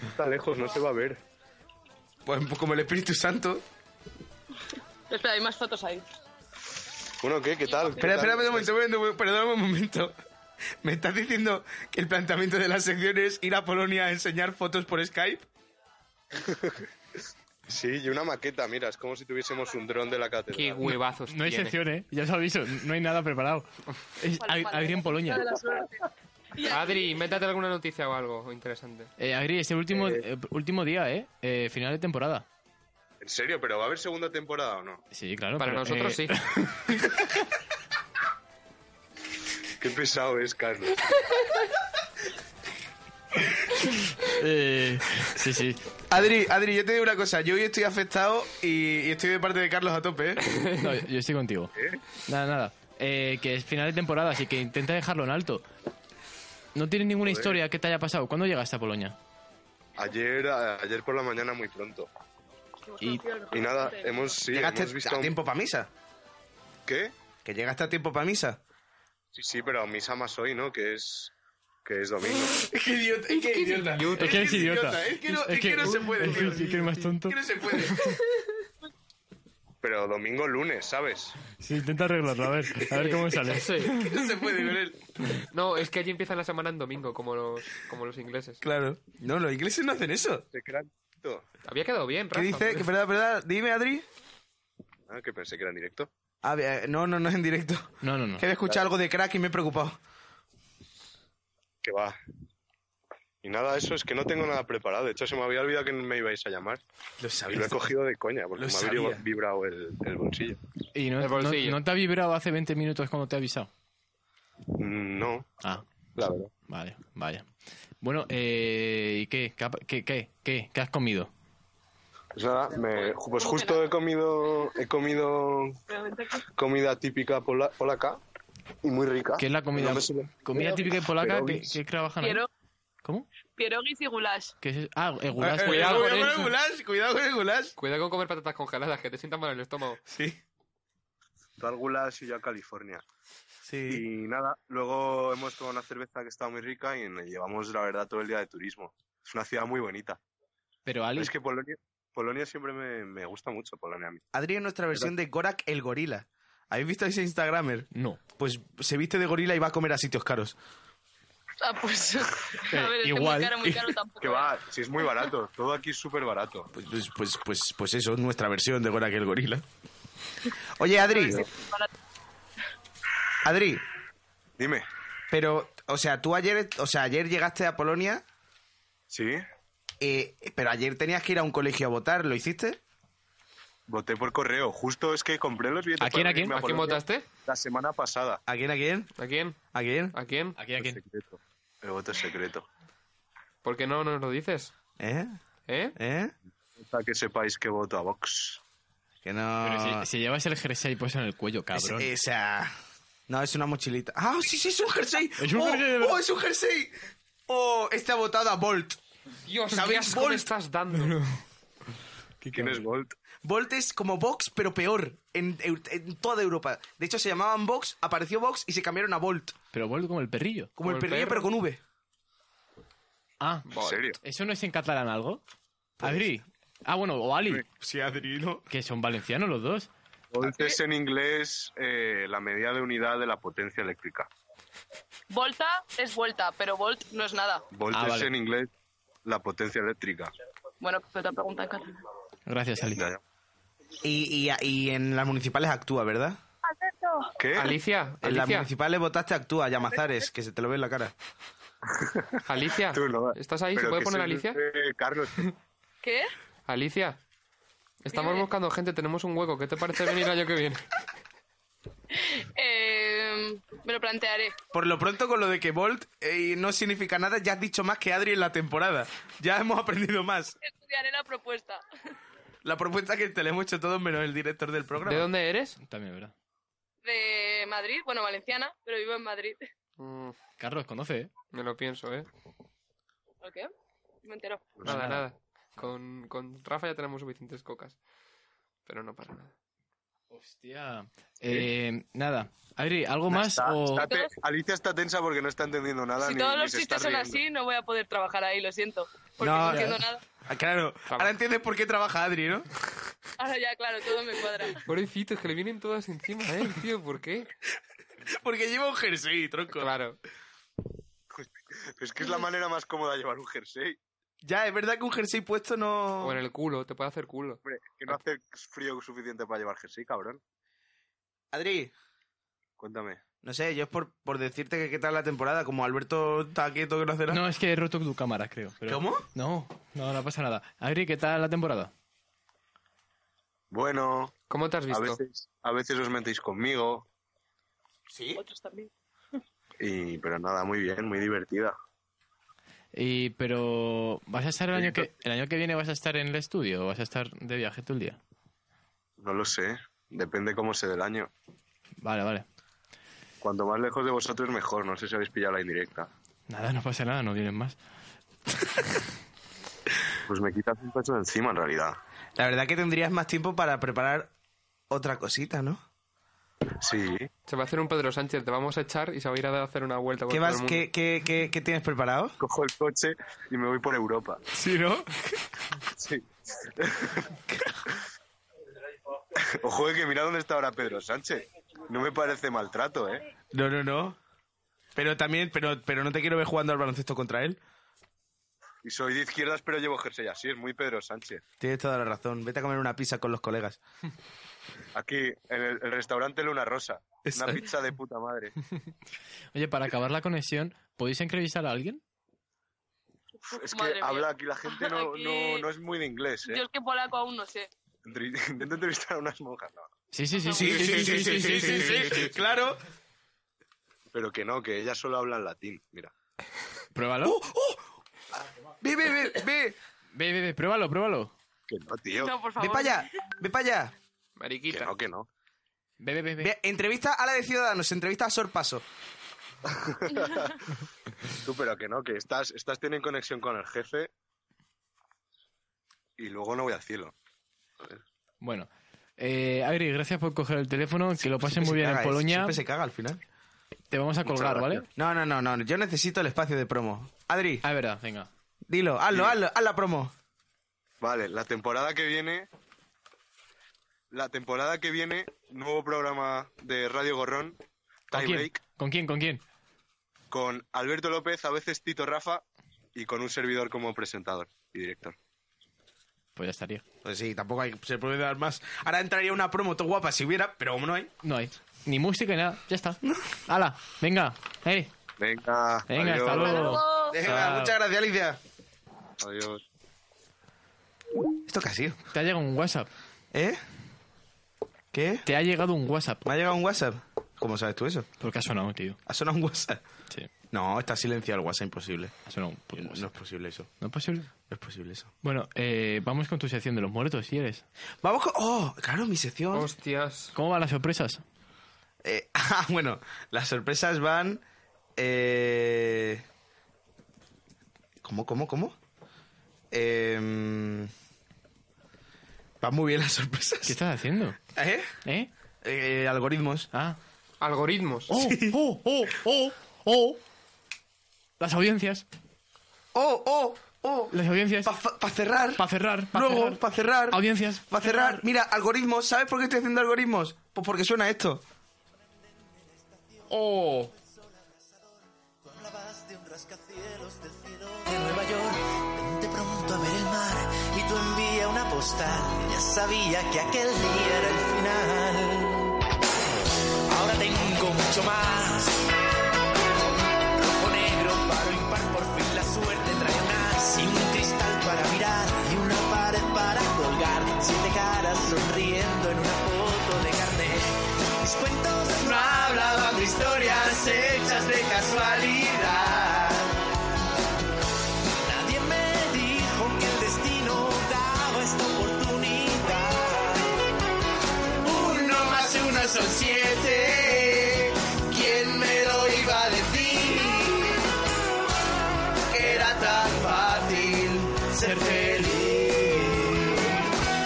S5: Está lejos, no se va a ver.
S1: Pues como el Espíritu Santo.
S6: Espera, hay más fotos ahí.
S5: Bueno, ¿qué? ¿Qué tal?
S1: Espera, espera un momento, un momento, perdóname un momento. ¿Me estás diciendo que el planteamiento de la sección es ir a Polonia a enseñar fotos por Skype?
S5: Sí, y una maqueta, mira, es como si tuviésemos un dron de la
S3: qué
S5: catedral.
S3: huevazos
S2: No hay
S3: tiene.
S2: sección, ¿eh? Ya os aviso, no hay nada preparado. Es Ag- Agri en Polonia.
S6: De la suerte.
S3: Adri métate alguna noticia o algo interesante
S2: Eh, Agri, es el último,
S5: Eh.
S2: eh, último día, ¿eh? ¿eh? Final de temporada.
S5: ¿En serio? ¿Pero va a haber segunda temporada o no?
S2: Sí, claro.
S3: para
S2: pero,
S3: nosotros
S2: eh,
S3: sí
S5: Qué pesado es, Carlos.
S2: eh, sí, sí.
S1: Adri, Adri, yo te digo una cosa. Yo hoy estoy afectado y, y estoy de parte de Carlos a tope, ¿eh?
S2: No, yo estoy contigo. Nada, nada. Eh, que es final de temporada, así que intenta dejarlo en alto. No tienes ninguna historia que te haya pasado. ¿Cuándo llegaste a Polonia?
S5: Ayer, a- ayer por la mañana muy pronto.
S2: Y,
S5: Y nada, hemos, sí,
S1: Llegaste
S5: hemos visto...
S1: a tiempo para misa.
S5: ¿Qué?
S1: Que llegaste a tiempo para misa.
S5: Sí, sí, pero misa más hoy, ¿no? Que es, que es domingo.
S1: Qué idiota, es que idiota.
S2: es que eres idiota.
S1: Es que no, es que no se puede.
S2: Es que,
S1: tío.
S2: es que eres más tonto.
S1: Es que no se puede.
S5: pero domingo, lunes, ¿sabes?
S7: Sí, intenta arreglarlo, a ver, a ver cómo sale.
S1: No se puede ver él.
S3: No, es que allí empiezan la semana en domingo, como los, como los ingleses.
S1: Claro. No, los ingleses no hacen eso.
S5: Se crean directo.
S3: Había quedado bien,
S1: ¿Qué
S3: Rafa.
S1: dice? Que, verdad, verdad. Dime, Adri.
S5: Ah, que pensé que era en directo.
S1: A ver, eh, no, no, no es en directo.
S2: No, no, no.
S1: Que he escuchado algo de crack y me he preocupado.
S5: Que va. Y nada, eso es que no tengo nada preparado. De hecho, se me había olvidado que me ibais a llamar.
S1: Lo
S5: Y lo he cogido de coña, porque
S1: Lo
S5: me había
S1: sabía.
S5: vibrado el, el bolsillo.
S2: Y no,
S3: El
S2: no-
S3: bolsillo.
S2: no te ha vibrado hace 20 minutos cuando te ha avisado.
S5: Mm, No,
S2: Ah,
S5: la verdad.
S2: vale, vaya. Bueno, eh, ¿y qué? ¿Qué, ha- qué, qué, qué? ¿Qué has comido?
S5: Pues nada, me- pues justo he comido, he comido comida típica pola- polaca y muy rica.
S2: ¿Qué es la comida?
S5: No me suele-
S2: comida típica polaca que,
S5: Pierogies.
S2: que trabajan ahí?
S6: Piero,
S2: ¿Cómo?
S6: pierogis y goulash.
S2: ¿Qué es eso? Ah, el
S1: Eh,
S2: goulash.
S1: eh,
S3: cuidado
S1: cuidado
S3: con
S1: con el
S3: eso.
S1: goulash, cuidado con el goulash.
S3: Cuidado con comer patatas congeladas, que te sientan mal en el estómago.
S1: Sí,
S5: Tárgulas y yo a California.
S1: sí.
S5: Y nada, luego hemos tomado una cerveza que estaba muy rica y nos llevamos, la verdad, todo el día de turismo. Es una ciudad muy bonita.
S2: Pero Ali,
S5: Es que Polonia, Polonia siempre me, me gusta mucho, Polonia a mí.
S1: Adri es nuestra versión de Gorak el gorila. ¿Habéis visto a ese Instagramer?
S2: no.
S1: Pues se viste de gorila y va a comer a sitios caros.
S6: Ah, pues. A ver, es que
S2: igual.
S6: muy caro, muy caro tampoco.
S5: Que va, si es muy barato, todo aquí es súper barato.
S1: Pues, pues, pues, pues, pues eso, nuestra versión de Gorak el gorila. Oye, Adri, Adri,
S5: Dime,
S1: pero, o sea, tú ayer, o sea, ayer llegaste a Polonia,
S5: ¿sí?
S1: eh, pero ayer tenías que ir a un colegio a votar, ¿lo hiciste?
S5: Voté por correo. Justo es que compré los billetes
S2: ¿A quién,
S5: para
S2: a quién?
S5: irme
S3: ¿A quién
S5: Polonia
S3: votaste?
S5: La semana pasada.
S1: ¿A quién, a quién?
S3: ¿A quién?
S1: ¿A quién?
S3: ¿A quién?
S2: Aquí, aquí.
S5: Secreto. El voto es secreto.
S3: ¿Por qué no nos lo dices?
S1: ¿Eh?
S3: ¿Eh?
S1: ¿Eh?
S5: Para que sepáis que voto a Vox.
S1: Que no...
S2: Ah. Pero si, si llevas el jersey puesto en el cuello,
S1: Es-
S2: cabrón.
S1: es, ah, no, es una mochilita. ¡Ah, sí, sí, es un jersey!
S2: Es un
S1: oh,
S2: jersey, de verdad.
S1: ¡Oh, es un jersey! ¡Oh, está botada Bolt!
S3: Dios,
S1: ¿Sabéis
S3: ¿qué asco
S1: Bolt?
S3: me estás dando?
S5: ¿Quién es Volt?
S1: Volt es como Vox, pero peor, en, Eu- en toda Europa. De hecho, se llamaban Vox, apareció Vox y se cambiaron a Volt.
S2: Pero vuelvo como el perrillo.
S1: Como,
S3: Como
S1: el
S3: el
S1: perrillo, pero
S3: perro.
S1: con V.
S2: Ah,
S5: ¿En serio? Pues-
S2: ¿eso no es en catalán algo? Adri. Ah, bueno, o Ali,
S1: Sí, Adri, ¿no?
S2: que son valencianos los dos.
S5: Volt es en inglés eh, la medida de unidad de la potencia eléctrica.
S6: ¿eh? Volta es vuelta, pero volt no es nada.
S5: Volt
S2: Ah,
S5: es
S2: vale.
S5: en inglés la potencia eléctrica.
S6: Bueno,
S8: pues,
S6: pero te pregunta en catalán.
S2: Gracias, Ali.
S5: Ya, ya.
S1: Y, y- y en las municipales actúa, ¿verdad?
S5: ¿Qué?
S3: Alicia,
S1: En las
S3: Alicia,
S1: municipales votaste actúa, Llamazares, que se te lo ve en la cara.
S3: Alicia.
S5: Tú no.
S3: ¿Estás ahí? ¿Se
S5: Pero
S3: puede
S5: que
S3: poner
S5: sí,
S3: Alicia?
S5: eh, Carlos,
S6: ¿Qué?
S3: Alicia. Estamos
S6: Dime.
S3: buscando gente, tenemos un hueco. ¿Qué te parece venir el año que viene?
S6: Eh, me lo plantearé.
S1: Por lo pronto, con lo de que Volt eh, no significa nada, ya has dicho más que Adri en la temporada. Ya hemos aprendido más.
S6: Estudiaré la propuesta.
S1: La propuesta que te le hemos hecho todos menos el director del
S3: ¿De
S1: programa.
S3: dónde eres?
S2: También, ¿verdad?
S6: De Madrid, bueno, valenciana, pero vivo en Madrid.
S3: Mm,
S2: Carlos conoce, ¿eh?
S3: me lo pienso, ¿eh?
S6: ¿Por qué? Me entero.
S5: Pues
S3: Nada, nada. Con, con Rafa ya tenemos suficientes cocas. Pero no pasa nada.
S2: Hostia. Eh, nada. Adri, ¿algo más?
S5: está-
S2: o...
S5: está te- Alicia está tensa porque no está entendiendo nada.
S6: si
S5: ni-
S6: todos
S5: ni
S6: los
S5: se está
S6: chistes son
S5: riendo.
S6: así, no voy a poder trabajar ahí, lo siento. Porque
S1: No,
S6: no,
S1: ya.
S6: entiendo nada.
S1: Ah, Claro, ahora entiendes por qué trabaja Adri, ¿no?
S6: Ahora ya, claro, todo me cuadra.
S3: Pobrecito, es que le vienen todas encima, ¿eh? Tío, ¿por qué?
S1: Porque lleva un jersey, tronco.
S3: Claro.
S5: Es que es la manera más cómoda de llevar un jersey.
S1: Ya, es verdad que un jersey puesto no...
S3: O en el culo, te puede hacer culo.
S5: Hombre, que
S2: Ah.
S5: no hace frío suficiente para llevar jersey, cabrón.
S1: Adri,
S5: Cuéntame.
S1: no sé, yo es por, por decirte que qué tal la temporada, como Alberto está quieto que no hace nada.
S2: No, es que he roto tu cámara, creo. pero-
S1: ¿Cómo?
S2: No, no, no pasa nada. Adri, ¿qué tal la temporada?
S5: Bueno,
S3: ¿Cómo te has
S5: a
S3: visto?
S5: veces, a veces os metéis conmigo.
S1: ¿Sí?
S6: Otros también.
S5: Y, pero nada, muy bien, muy divertida.
S2: Y, pero, ¿vas a estar el año que el año que viene vas a estar en el estudio o vas a estar de viaje todo el día?
S5: No lo sé. Depende cómo se dé el año.
S2: Vale, vale.
S5: Cuanto más lejos de vosotros, mejor. No sé si habéis pillado la indirecta.
S2: Nada, no pasa nada, no vienen más.
S5: Pues me quitas un peso de encima, en realidad.
S1: La verdad que tendrías más tiempo para preparar otra cosita, ¿no?
S5: Sí.
S3: Se va a hacer un Pedro Sánchez, te vamos a echar y se va a ir a hacer una vuelta por
S1: ¿Qué,
S3: todo el
S1: vas,
S3: mundo.
S1: qué, qué, qué, qué tienes preparado?
S5: Cojo el coche y me voy por Europa.
S1: Sí, ¿no?
S5: Sí. Ojo, de que mira dónde está ahora Pedro Sánchez. No me parece maltrato, ¿eh?
S1: No, no, no. Pero también, pero, pero no te quiero ver jugando al baloncesto contra él.
S5: Y soy de izquierdas, pero llevo jersey así. Es muy Pedro Sánchez.
S1: Tienes toda la razón. Vete a comer una pizza con los colegas.
S5: Aquí, en el, el restaurante Luna Rosa.
S1: Exacto.
S5: Una pizza de puta madre.
S2: Oye, para acabar la conexión, ¿podéis entrevistar a alguien?
S5: Es que
S6: Madre mía.
S5: habla ¿eh? aquí la gente no,
S6: Aquí-
S5: no, no es muy de inglés,
S6: Yo
S5: ¿eh?
S6: es que polaco aún no sé.
S5: Intento entrevistar a unas monjas, no.
S2: Sí, sí, sí,
S1: Sí, sí, sí, sí, sí, sí, sí. Claro.
S5: Pero que no, que ellas solo hablan latín, mira.
S2: Pruébalo.
S1: Ve, ve, ve, ve.
S2: Ve, ve, ve, pruébalo, pruébalo.
S5: Que no, tío.
S6: No, por
S1: Ve
S6: favor.
S1: para allá. Ve para allá.
S5: que
S3: Mariquita.
S5: no, que no.
S2: Ve, ve, ve, ve.
S1: Ve, entrevista a la de Ciudadanos. Entrevista a Sorpaso.
S5: Tú, pero que no, que estas, estas tienen conexión con el jefe y luego no voy al cielo.
S2: Bueno. Eh, Agri, gracias por coger el teléfono. Que lo pasen Pues muy
S1: Se
S2: bien en
S1: caga,
S2: Polonia.
S1: Siempre se caga al final.
S2: Te vamos a colgar, ¿vale?
S1: No, no, no, no. Yo necesito el espacio de promo. Adri,
S2: Ah, es verdad, venga.
S1: dilo, hazlo, hazlo, haz la promo.
S5: Vale, la temporada que viene. La temporada que viene, nuevo programa de Radio Gorrón,
S2: ¿Con
S5: Time
S2: quién?
S5: Break,
S2: ¿Con quién? ¿Con quién?
S5: con Alberto López, a veces Tito Rafa y con un servidor como presentador y director.
S2: Pues ya estaría.
S1: Pues sí, tampoco hay, se puede dar más. Ahora entraría una promo todo guapa si hubiera, pero como no hay.
S2: No hay. Ni música ni nada. Ya está. ¡Hala! Venga. Agri.
S5: Venga,
S2: Venga,
S5: adiós,
S2: hasta
S6: Hasta
S2: luego.
S6: luego.
S1: Venga,
S2: Ah.
S1: muchas gracias, Alicia.
S5: adiós.
S1: ¿Esto qué ha sido?
S2: Te ha llegado un WhatsApp.
S1: ¿Eh? ¿Qué?
S2: Te ha llegado un WhatsApp.
S1: ¿Me ha llegado un WhatsApp? ¿Cómo sabes tú eso?
S2: Porque ha sonado, tío.
S1: ¿Ha sonado un WhatsApp?
S2: Sí.
S1: No, está silenciado el WhatsApp, imposible.
S2: Ha sonado un puto
S1: Pues No
S2: WhatsApp.
S1: es posible eso.
S2: ¿No es posible?
S1: No es posible eso.
S2: Bueno, eh, vamos con tu sección de los muertos, si eres.
S1: Vamos con. ¡Oh! Claro, mi sección.
S3: Hostias.
S2: ¿Cómo van las sorpresas?
S1: Eh, ah, bueno, las sorpresas van. eh, ¿Cómo, cómo, cómo? Em, van muy bien las sorpresas.
S2: ¿Qué estás haciendo?
S1: ¿Eh?
S2: ¿Eh?
S1: Eh, algoritmos.
S2: Ah.
S3: Algoritmos.
S2: ¡Oh! ¡Oh! ¡Oh! ¡Oh! ¡Oh! Las audiencias.
S1: ¡Oh, oh, oh!
S2: Las audiencias.
S1: Para cerrar.
S2: Para cerrar. pa'
S1: Luego,
S2: cerrar.
S1: para cerrar.
S2: Audiencias.
S1: Para cerrar. Mira, algoritmos. ¿Sabes por qué estoy haciendo algoritmos? Pues porque suena esto.
S2: ¡Oh!
S8: Hablabas de un rascacielos del cielo de Nueva York. Vente pronto a ver el mar y tú envía una postal. Ya sabía que aquel día era el final. Ahora tengo mucho más. Rojo, negro, paro impar. Por fin la suerte trae unas y un cristal para mirar y una pared para colgar. Siete caras sonriendo en una foto de carnet. Mis cuentos no hablaban de historias hechas de casualidad. Nadie me dijo que el destino daba esta oportunidad. Uno más uno son siete. ¿Quién me lo iba a decir? Era tan fácil ser feliz.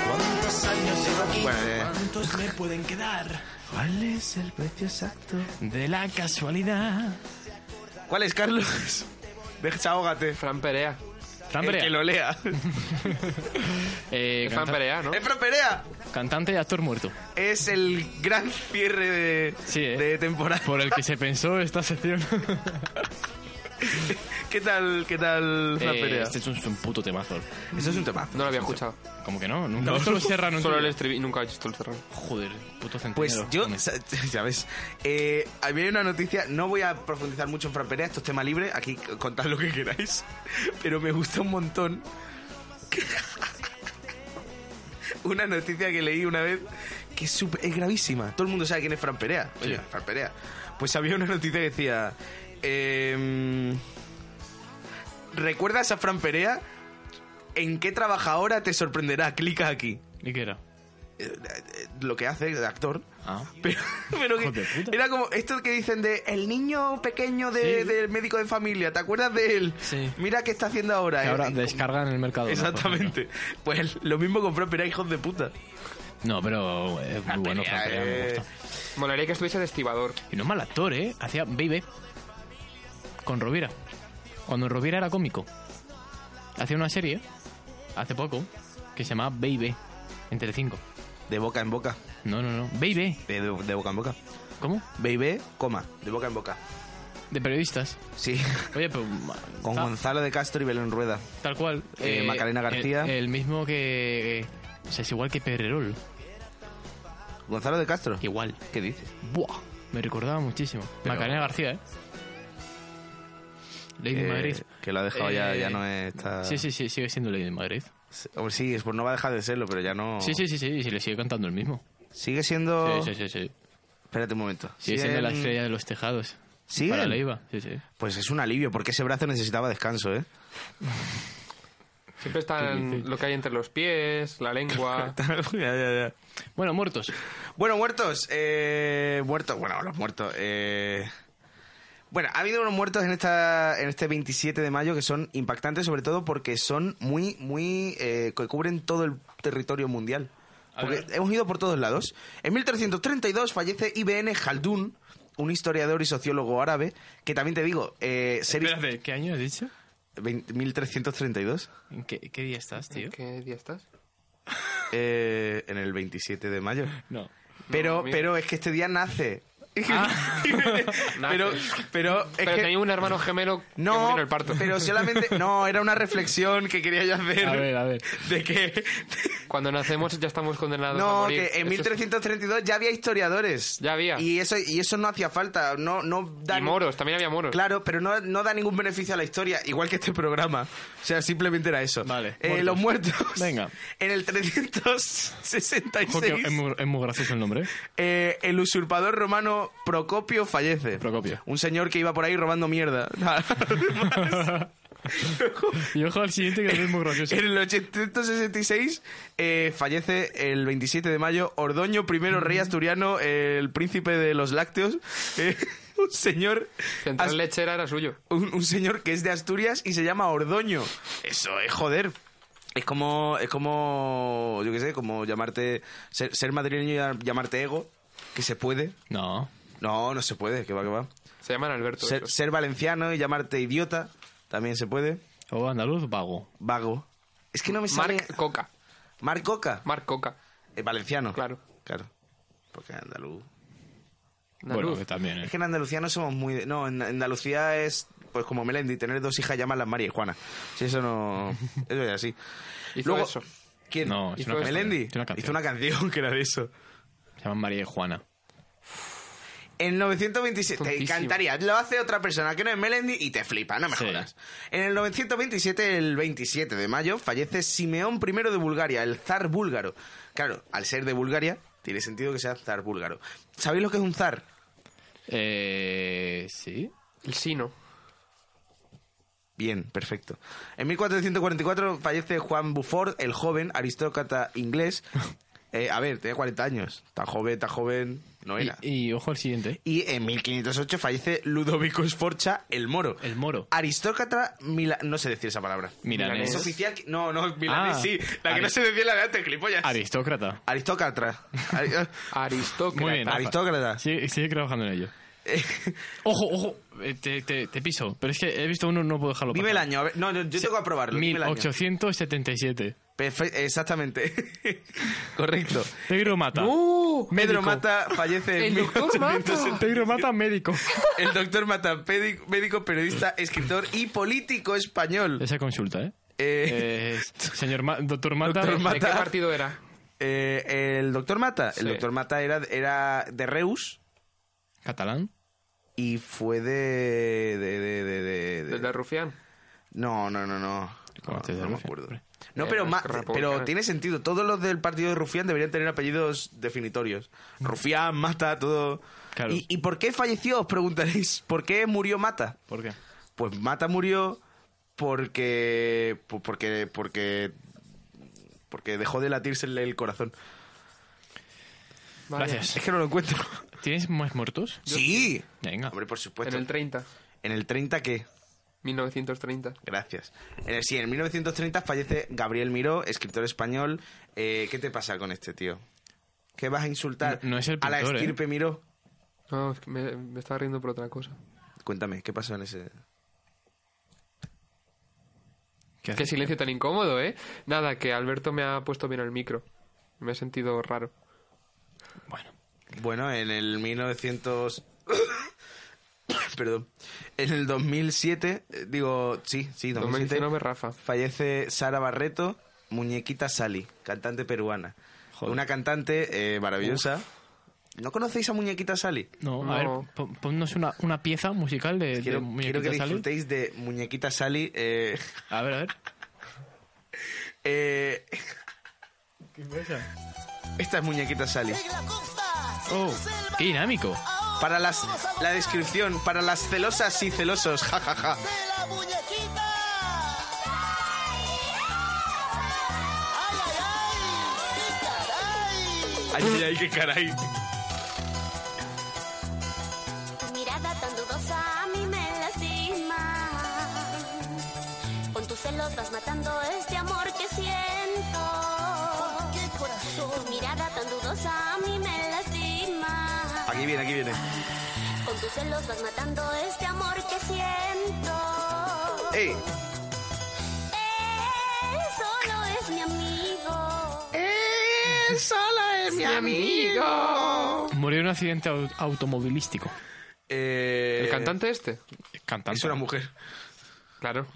S8: ¿Cuántos años llevo aquí? ¿Cuántos me pueden quedar?
S1: ¿Cuál es el precio exacto?
S2: De la casualidad.
S1: ¿Cuál es, Carlos? Desahógate.
S3: Fran Perea.
S2: Fran
S1: El
S2: Perea.
S1: que lo lea.
S2: Eh,
S3: Es Fran
S2: canta-
S3: Perea, ¿no?
S1: ¡Es Fran Perea!
S2: Cantante y actor muerto.
S1: Es el gran cierre de,
S2: Sí, ¿eh?
S1: de temporada.
S2: Por el que se pensó esta sección.
S1: ¿Qué tal, qué tal Fran
S2: Eh,
S1: Perea?
S2: este es un, es un puto temazo.
S1: Eso es un tema.
S3: No lo había escuchado.
S2: ¿Cómo que no? Nunca. Esto lo cerran un
S3: Solo el
S2: tío.
S3: estribillo. Nunca he visto el cerrado.
S2: Joder, puto centinela.
S1: Pues yo,
S2: Come.
S1: sa- ya ves, eh, había una noticia, no voy a profundizar mucho en Fran Perea, esto es tema libre, aquí c- contad lo que queráis, pero me gusta un montón una noticia que leí una vez que es, súper- es gravísima. Todo el mundo sabe quién es Fran Perea. Oye,
S2: Sí.
S1: Fran Perea. Pues había una noticia que decía... em, ¿Recuerdas a Fran Perea? ¿En qué trabaja ahora? Te sorprenderá. Clica aquí.
S2: ¿Y qué era?
S1: Eh, eh, Lo que hace de actor.
S2: Ah.
S1: Pero, pero que-
S2: Hijo de puta.
S1: era como esto que dicen de el niño pequeño de-
S2: Sí.
S1: del médico de familia, ¿te acuerdas de él?
S2: Sí.
S1: Mira qué está haciendo ahora.
S2: Que
S1: eh.
S2: ahora
S1: Eh,
S2: descargan en el mercado.
S1: Exactamente. Pues lo mismo con Fran Perea, hijos de puta.
S2: No, pero es
S1: Ah,
S2: muy bueno. Fran Perea, me
S1: eh.
S2: gusta.
S3: Molaría que estuviese de estibador.
S2: Y no es mal actor, ¿eh? Hacía Baby con Rovira. Cuando Rovira era cómico. Hacía una serie, hace poco, que se llamaba Baby en Telecinco.
S1: De boca en boca.
S2: No, no, no. Baby.
S1: De, de boca en boca.
S2: ¿Cómo?
S1: Baby, coma, de boca en boca.
S2: De periodistas.
S1: Sí.
S2: Oye, pero...
S1: Con
S2: tal,
S1: Gonzalo de Castro y Belén Rueda.
S2: tal cual.
S1: eh, Macarena García.
S2: El, el mismo que... eh, o sea, es igual que Perrerol.
S1: ¿Gonzalo de Castro?
S2: Igual.
S1: ¿Qué dices?
S2: Buah. Me recordaba muchísimo. Macarena García, ¿eh? Lady
S1: Eh, ah.
S2: Madrid.
S1: Que lo ha dejado ya,
S2: Eh,
S1: ya no está...
S2: Sí, sí, sí. Sigue siendo Lady Madrid.
S1: Hombre, sí, es por no va a dejar de serlo, pero ya no...
S2: Sí, sí, sí, sí. Y se le sigue cantando el mismo.
S1: Sigue siendo...
S2: Sí, sí, sí, sí.
S1: Espérate un momento.
S2: Sigue siendo la
S1: Oh. Siguen-
S2: estrella de los tejados.
S1: ¿Siguen?
S2: Para Leiva. Sí, sí.
S1: Pues es un alivio, porque ese brazo necesitaba descanso, ¿eh?
S3: Siempre están lo que hay entre los pies, la lengua.
S1: ya, ya, ya.
S2: Bueno, muertos.
S1: Bueno, muertos. Eh, muertos. Bueno, los muertos. eh. Bueno, ha habido unos muertos en, esta, en este 27 de mayo que son impactantes, sobre todo porque son muy, muy. eh, que cubren todo el territorio mundial. Porque hemos ido por todos lados. En 1332 fallece Ibn Khaldun, un historiador y sociólogo árabe, que también te digo, eh, ser-
S2: Espérate, ¿qué año has dicho?
S1: 20- 1332,
S2: ¿En qué, qué día estás, tío?
S3: ¿Qué día estás?
S1: eh, en el 27 de mayo.
S2: No.
S1: Pero,
S3: mira.
S1: pero es que este día nace. Ah. pero, pero, es
S3: Pero
S1: que-
S3: tenía un hermano gemelo que
S1: no,
S3: murió en el parto.
S1: pero solamente, no, era una reflexión que quería yo hacer
S2: A ver, a ver.
S1: de que,
S3: Cuando nacemos ya estamos condenados a
S1: no,
S3: morir.
S1: que en
S3: Eso es-
S1: 1332 ya había historiadores,
S3: Ya había.
S1: y eso, y eso no hacía falta, no, no da,
S3: Y moros, también había moros.
S1: claro, pero no, no da ningún beneficio a la historia, igual que este programa, o sea, simplemente era eso.
S2: Vale,
S1: Eh, los muertos.
S2: Venga.
S1: En el 366.
S2: Ojo que es, muy, es muy gracioso el nombre. ¿eh?
S1: Eh, el usurpador romano Procopio fallece.
S2: Procopio.
S1: Un señor que iba por ahí robando mierda.
S2: Y ojo al siguiente que también es muy gracioso.
S1: en el 866 eh, fallece el 27 de mayo Ordoño I, rey asturiano, eh, el príncipe de los lácteos. Eh, un señor...
S3: Central
S1: as-
S3: Lechera era suyo.
S1: un, un señor que es de Asturias y se llama Ordoño. Eso es joder. Es como, es como, yo qué sé, como llamarte, ser, ser madrileño y llam- llamarte ego, que se puede.
S2: No.
S1: No, no se puede, que va, que va.
S3: Se llaman Alberto.
S1: Ser,
S3: esos.
S1: ser valenciano y llamarte idiota también se puede.
S2: O andaluz, vago.
S1: Vago. Es que no me sale.
S3: Marc Coca.
S1: Marc Coca.
S3: Marc Coca.
S1: Eh, valenciano.
S3: Claro.
S1: Claro. Porque en andaluz.
S2: Bueno,
S3: Andaluz.
S2: que también, ¿eh?
S1: Es que en Andalucía no somos muy. de- No, en en Andalucía es. Pues como Melendi, tener dos hijas llamarlas María y Juana. Si eso no. Eso es así.
S3: Hizo eso.
S1: ¿Quién?
S2: No, es una canción.
S1: Melendi.
S2: Es una canción.
S1: Hizo una canción que era de eso.
S2: Se llaman María y Juana.
S1: En 927, te
S3: Tontísimo.
S1: encantaría. Lo hace otra persona que no es Melendi y te flipa, no me
S2: Sí.
S1: jodas. En el 927, el 27 de mayo, fallece Simeón I de Bulgaria, el zar búlgaro. Claro, al ser de Bulgaria, tiene sentido que sea zar búlgaro. ¿Sabéis lo que es un zar?
S2: Eh. Sí.
S3: El Sino.
S1: Bien, perfecto. En 1444 fallece Juan Buford, el joven aristócrata inglés. Eh, a ver, tenía 40 años. Tan joven, tan joven, no
S2: Y,
S1: era.
S2: y ojo al siguiente. ¿eh?
S1: Y en 1508 fallece Ludovico Sforza, el moro.
S2: El moro.
S1: Aristócrata mila... No sé decir esa palabra.
S2: Milanés.
S1: Es oficial... que- No, no, milanés
S2: Ah.
S1: sí. La que no
S2: Ari-
S1: se decía en la edad te gilipollas.
S2: Aristócrata.
S1: Aristócrata. Ari- eh,
S3: Aristócrata.
S2: Muy bien.
S1: Aristócrata. Eh,
S2: Sigue, sigue trabajando en ello. Ojo, ojo. eh, Te, te- te piso. Pero es que he visto uno, no puedo dejarlo
S1: Dime el
S2: pasar.
S1: año. a ver, No, no, yo tengo que aprobarlo. Dime el año.
S2: 1877.
S1: Perfe- Exactamente. Correcto.
S2: Pedro Mata.
S3: ¡Uh!
S1: Pedro
S2: Médico.
S1: Mata fallece en
S3: El doctor Mata.
S1: 1870.
S2: Pedro Mata, médico.
S1: El doctor Mata, pedi- médico, periodista, escritor y político español.
S2: Esa consulta, ¿eh?
S1: Eh,
S2: Eh, señor Ma- doctor Mata.
S1: Doctor
S3: ¿De qué
S1: Mata.
S3: partido era?
S1: eh, el doctor Mata. El
S3: Sí.
S1: doctor Mata era, era de Reus
S2: Catalán.
S1: y fue de. de, de, de, de- de-
S3: ¿Del de Rufián?
S1: No, no, no, no.
S2: ¿Cómo
S1: No,
S2: te
S1: no me
S2: llamas,
S1: acuerdo.
S2: hombre?
S1: No,
S3: Eh,
S1: pero,
S3: los
S1: ma-
S3: republicanos.
S1: pero tiene sentido. Todos los del partido de Rufián deberían tener apellidos definitorios. Rufián, Mata, todo.
S2: Claro.
S1: ¿Y, ¿Y por qué falleció? Os preguntaréis. ¿Por qué murió Mata?
S2: ¿Por qué?
S1: Pues Mata murió porque. po- porque. porque. porque dejó de latirse el- el corazón.
S3: Vaya.
S2: Gracias.
S1: Es que no lo encuentro.
S2: ¿Tienes más muertos?
S1: ¡Sí!
S2: Venga.
S1: Hombre, por
S3: En
S1: supuesto.
S3: el 30.
S1: 30 qué?
S3: 1930.
S1: Gracias. Eh, sí, en 1930 fallece Gabriel Miró, escritor español. Eh, ¿Qué te pasa con este tío? ¿Qué vas a insultar
S2: No- no es el
S1: a la
S2: pintor, ¿eh?
S1: estirpe Miró?
S3: No, es que me, me estaba riendo por otra cosa.
S1: Cuéntame, ¿qué pasó en ese...?
S2: ¿Qué
S3: Qué
S2: haces?
S3: silencio tan incómodo, ¿eh? Nada, que Alberto me ha puesto bien el micro. Me he sentido raro.
S2: Bueno.
S1: Bueno, en el 1900... Perdón. En el 2007, eh, digo, sí, sí, 2007,
S3: 2019, Rafa.
S1: fallece Sara Barreto, muñequita Sally, cantante peruana. Una cantante eh, maravillosa. ¿No conocéis a muñequita Sally?
S2: No, a
S3: No.
S2: ver, pon- ponnos una, una pieza musical de, de
S1: Quiero, quiero que
S2: Muñequita Sally.
S1: disfrutéis de muñequita Sally. eh,
S2: A ver, a ver.
S1: eh, esta es muñequita Sally.
S2: Oh, qué dinámico.
S1: Para las, la descripción, para las celosas y celosos, jajaja.
S9: la muñequita! ¡Ay, ay, ay! ¡Caray!
S1: Ay, ay, ay, qué caray.
S10: Tu mirada tan dudosa a mí me lastima. Con tus celos vas matando este amor que siento.
S9: ¡Qué corazón!
S10: Tu mirada tan dudosa a mí me lastima.
S1: Aquí viene, aquí viene.
S10: Con tus celos vas matando este amor que siento.
S1: ¡Ey!
S10: Él solo es mi amigo.
S2: Murió en un accidente au- automovilístico.
S1: Eh,
S3: ¿El cantante este?
S2: Cantante.
S1: Es una mujer.
S3: Claro.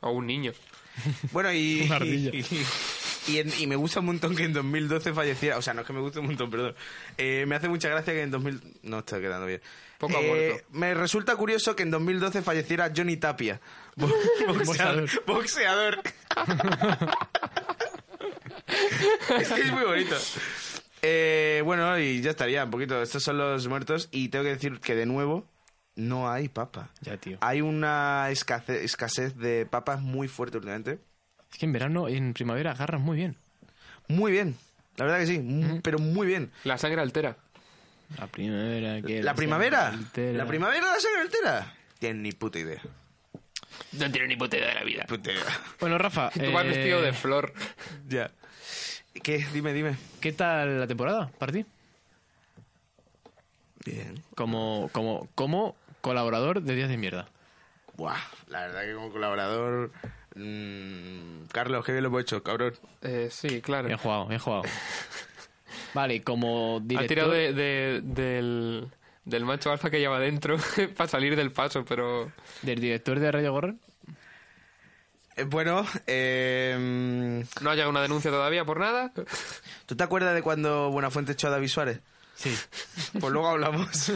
S3: O un niño.
S1: Bueno, y.
S2: Una ardilla.
S1: Y, y en- y me gusta un montón que en 2012 falleciera. O sea, no es que me guste un montón, perdón. Eh, me hace mucha gracia que en 2000. No, está quedando bien. Eh,
S3: Poco ha muerto.
S1: Me resulta curioso que en 2012 falleciera Johnny Tapia. bo- boxeador. boxeador. es que es muy bonito. Eh, bueno, y ya estaría un poquito. Estos son los muertos. Y tengo que decir que de nuevo, no hay papa.
S2: Ya, tío.
S1: Hay una escasez, escasez de papas muy fuerte últimamente.
S2: Es que en verano, en primavera, agarras muy bien.
S1: Muy bien. La verdad que sí, mu- pero muy bien.
S3: La sangre altera.
S2: La primavera. que
S1: ¿La primavera?
S2: soltera.
S1: ¿La primavera de la sangre altera? Tienen ni puta idea.
S3: No tiene ni puta idea de la vida.
S1: Puta idea.
S2: Bueno, Rafa.
S3: Tú vas
S2: eh,
S3: vestido de flor.
S1: ya. ¿Qué? Dime, dime.
S2: ¿Qué tal la temporada para ti?
S1: Bien.
S2: Como, como, como colaborador de Días de Mierda.
S1: Buah, la verdad que como colaborador... mm, Carlos, qué bien lo hemos hecho, cabrón.
S3: Eh, sí, claro.
S2: He jugado, he jugado. Vale, como director...
S3: Ha tirado de- de- del, del macho alfa que lleva dentro para salir del paso, pero
S2: del director de Radio Gorron.
S1: Eh, bueno, eh,
S3: no ha llegado una denuncia todavía por nada.
S1: ¿tú te acuerdas de cuando Buenafuente echó a David Suárez?
S2: Sí.
S1: Pues luego hablamos.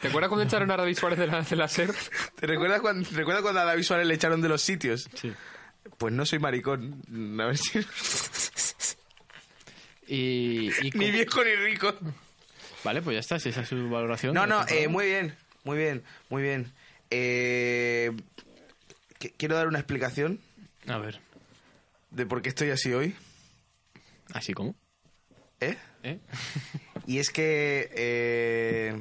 S3: ¿Te acuerdas cuando echaron a David Suárez de la, de la E SER?
S1: ¿Te recuerdas cuando, ¿te recuerdas cuando a David Suárez le echaron de los sitios?
S2: Sí.
S1: Pues no soy maricón. A ver si...
S2: Y, y
S1: ni
S2: co-
S1: viejo ni rico.
S2: Vale, pues ya está, si esa es su valoración.
S1: No,
S2: de la
S1: no,
S2: temporada.
S1: eh, muy bien, muy bien, muy bien. Eh, qu- quiero dar una explicación
S2: A ver,
S1: de por qué estoy así hoy,
S2: ¿así como?
S1: ¿eh?
S2: ¿Eh?
S1: Y es que eh,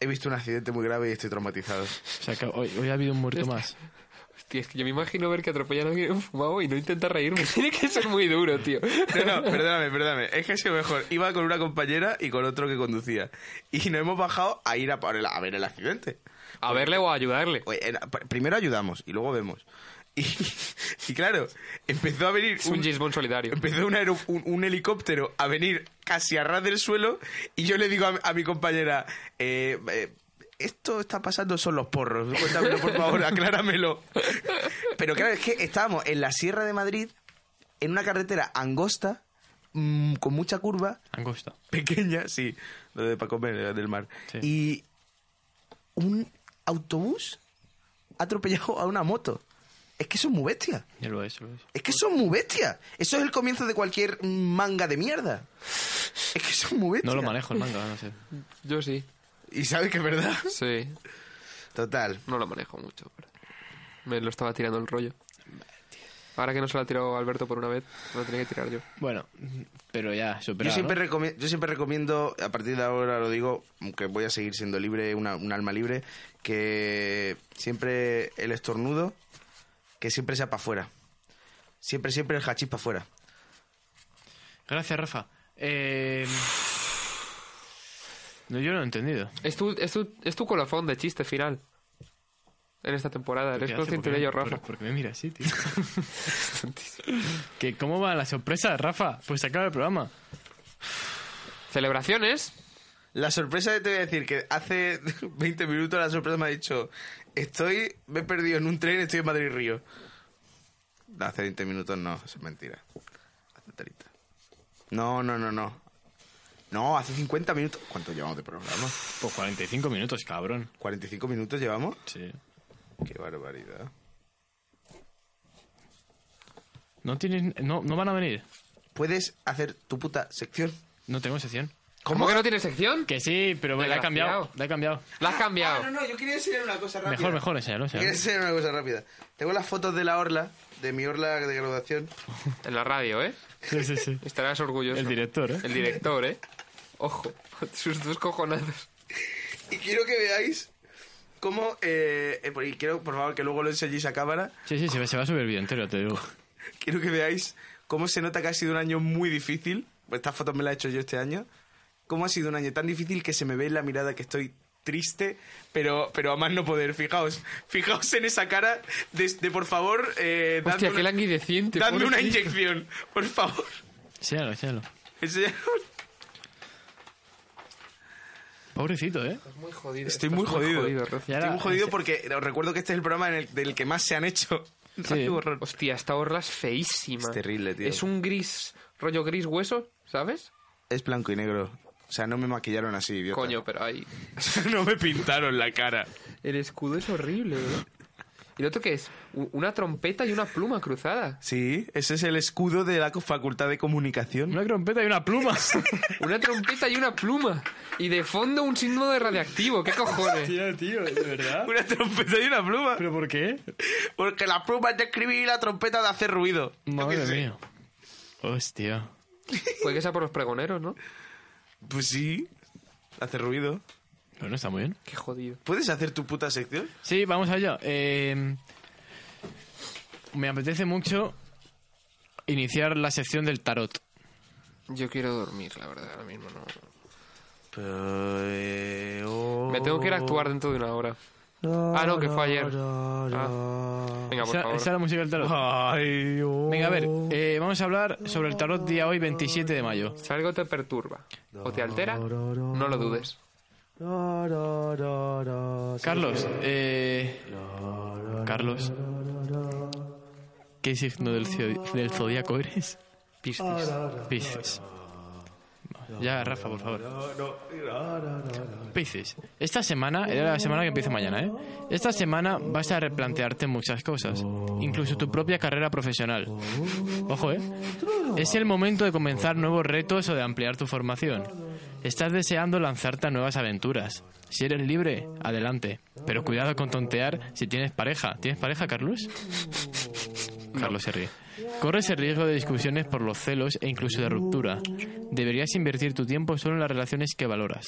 S1: he visto un accidente muy grave y estoy traumatizado.
S2: O sea, que hoy, hoy ha habido un muerto
S1: Este-
S2: más.
S3: Tío, es que yo me imagino ver que atropellan a alguien fumado y no intenta reírme. Tiene que ser muy duro, tío.
S1: No, no, perdóname, perdóname. Es que ha sido mejor. Iba con una compañera y con otro que conducía. Y nos hemos bajado a ir a, por el- a ver el accidente.
S3: A verle o a ayudarle.
S1: Oye, era- pr- primero ayudamos y luego vemos. Y, y claro, empezó a venir
S3: Es un Gisbon solidario.
S1: Empezó un, aero- un- un helicóptero a venir casi a ras del suelo y yo le digo a, a mi compañera, eh, eh, esto está pasando son los porros, cuéntamelo por favor, acláramelo. Pero claro, es que estábamos en la Sierra de Madrid, en una carretera angosta, mm, con mucha curva,
S2: Angosta.
S1: pequeña, sí, lo de para comer era del mar.
S2: Sí.
S1: Y un autobús ha atropellado a una moto. Es que eso es muy bestia.
S2: Ya lo es, lo es.
S1: Es que son muy bestias. Eso es el comienzo de cualquier manga de mierda. Es que son muy bestias.
S2: No lo manejo el manga, no sé.
S3: Yo sí.
S1: Y sabes que es verdad.
S3: Sí.
S1: Total.
S3: No lo manejo mucho. pero Me lo estaba tirando el rollo. Ahora que no se lo ha tirado Alberto por una vez, me lo tenía que tirar yo.
S2: Bueno, pero ya, superado,
S1: Yo siempre,
S2: ¿no?
S1: recomie- yo siempre recomiendo, a partir de ahora lo digo, que voy a seguir siendo libre, una- un alma libre, que siempre el estornudo, que siempre sea para afuera. Siempre, siempre el hachís para afuera.
S2: Gracias, Rafa. Eh... No, yo no lo he entendido.
S3: Es tu, es tu, es tu colofón de chiste final. En esta temporada.
S2: ¿Qué
S3: Eres
S2: hace?
S3: consciente
S2: ¿Por
S3: de
S2: qué-
S3: ello,
S2: por-
S3: Rafa.
S2: ¿Por qué me miras así, tío? ¿Que ¿Cómo va la sorpresa, Rafa? Pues se acaba el programa.
S3: Celebraciones.
S1: La sorpresa te voy a decir que hace 20 minutos la sorpresa me ha dicho, estoy, me he perdido en un tren, estoy en Madrid Río. No, hace 20 minutos no, eso es mentira. Hace 30. No, no, no, no. No, hace 50 minutos. ¿Cuánto llevamos de programa?
S2: Pues 45 minutos, cabrón.
S1: ¿45 minutos llevamos?
S2: Sí.
S1: Qué barbaridad.
S2: No tienen, no, no van a venir.
S1: ¿Puedes hacer tu puta sección?
S2: No tengo sección.
S3: ¿Cómo que no tiene sección?
S2: Que sí, pero me la he cambiado. La he cambiado.
S3: La has cambiado.
S1: Ah, no, no, yo quería enseñar una cosa rápida.
S2: Mejor, mejor, enséñalo,
S1: Yo Quería
S2: enséñalo.
S1: enseñar una cosa rápida. Tengo las fotos de la orla, de mi orla de graduación.
S3: En la radio, ¿eh?
S2: Sí, sí, sí.
S3: Estarás orgulloso.
S2: El director, ¿eh?
S3: El director, ¿eh? Ojo, sus dos cojonazos.
S1: Y quiero que veáis cómo... eh, eh, y quiero, por favor, que luego lo enseñéis a cámara.
S2: Sí, sí, se va, se va a subir el vídeo entero, te digo.
S1: Quiero que veáis cómo se nota que ha sido un año muy difícil. Estas fotos me las he hecho yo este año. Cómo ha sido un año tan difícil que se me ve en la mirada que estoy triste, pero, pero a más no poder. Fijaos, fijaos en esa cara de, de, por favor, eh, dadme
S3: Hostia, qué
S1: una-
S3: languideciente.
S1: dadme una
S3: pobrecito.
S1: inyección. Por favor.
S2: Enséñalo, enséñalo.
S1: Enseñad-
S2: Pobrecito, ¿eh?
S3: Estás muy jodido.
S1: Estoy
S3: estás
S1: muy jodido.
S3: Roz.
S2: Y ahora-
S1: Estoy muy jodido porque os recuerdo que este es el programa en el- del que más se han hecho.
S2: Sí.
S1: Horror.
S3: Hostia, esta orla es feísima.
S1: Es terrible, tío.
S3: Es un gris, rollo gris hueso, ¿sabes?
S1: Es blanco y negro. O sea, no me maquillaron así, idiota.
S3: Coño, pero ahí.
S1: no me pintaron la cara.
S3: El escudo es horrible, ¿eh? ¿Y lo otro qué es? U- Una trompeta y una pluma cruzada.
S1: Sí, ese es el escudo de la Facultad de Comunicación.
S2: Una trompeta y una pluma.
S3: Una trompeta y una pluma. Y de fondo un signo de radiactivo. ¿Qué cojones?
S2: tío, tío, ¿de verdad?
S1: Una trompeta y una pluma.
S2: ¿Pero por qué?
S1: Porque la pluma es de escribir y la trompeta de hacer ruido. Yo qué
S2: Madre
S1: sé.
S2: mía. Hostia.
S3: Puede que sea por los pregoneros, ¿no?
S1: Pues sí, hace ruido.
S2: Pero no está muy bien.
S3: Qué jodido.
S1: ¿Puedes hacer tu puta sección?
S2: Sí, vamos allá. Eh, me apetece mucho iniciar la sección del tarot.
S3: Ah, Yo quiero dormir, la verdad, ahora mismo no. Me
S1: Me
S3: tengo que ir a actuar dentro de una hora. Ah, no, que fue ayer. Ah. Venga, por
S2: Esa, esa
S3: favor.
S2: es la música del tarot. Venga, a ver, eh, vamos a hablar sobre el tarot día hoy, 27 de mayo.
S3: Si algo te perturba o te altera, no lo dudes.
S2: Carlos, eh... Carlos. ¿Qué signo del, cio- del zodiaco eres?
S3: Piscis.
S2: Piscis. Ya, Rafa, por favor. Piscis, esta semana, era la semana que empieza mañana, ¿eh? Esta semana vas a replantearte muchas cosas, incluso tu propia carrera profesional. Ojo, ¿eh? Es el momento de comenzar nuevos retos o de ampliar tu formación. Estás deseando lanzarte a nuevas aventuras. Si eres libre, adelante. Pero cuidado con tontear si tienes pareja. ¿Tienes pareja, Carlos? Carlos se ríe. Corres el riesgo de discusiones por los celos e incluso de ruptura. Deberías invertir tu tiempo solo en las relaciones que valoras.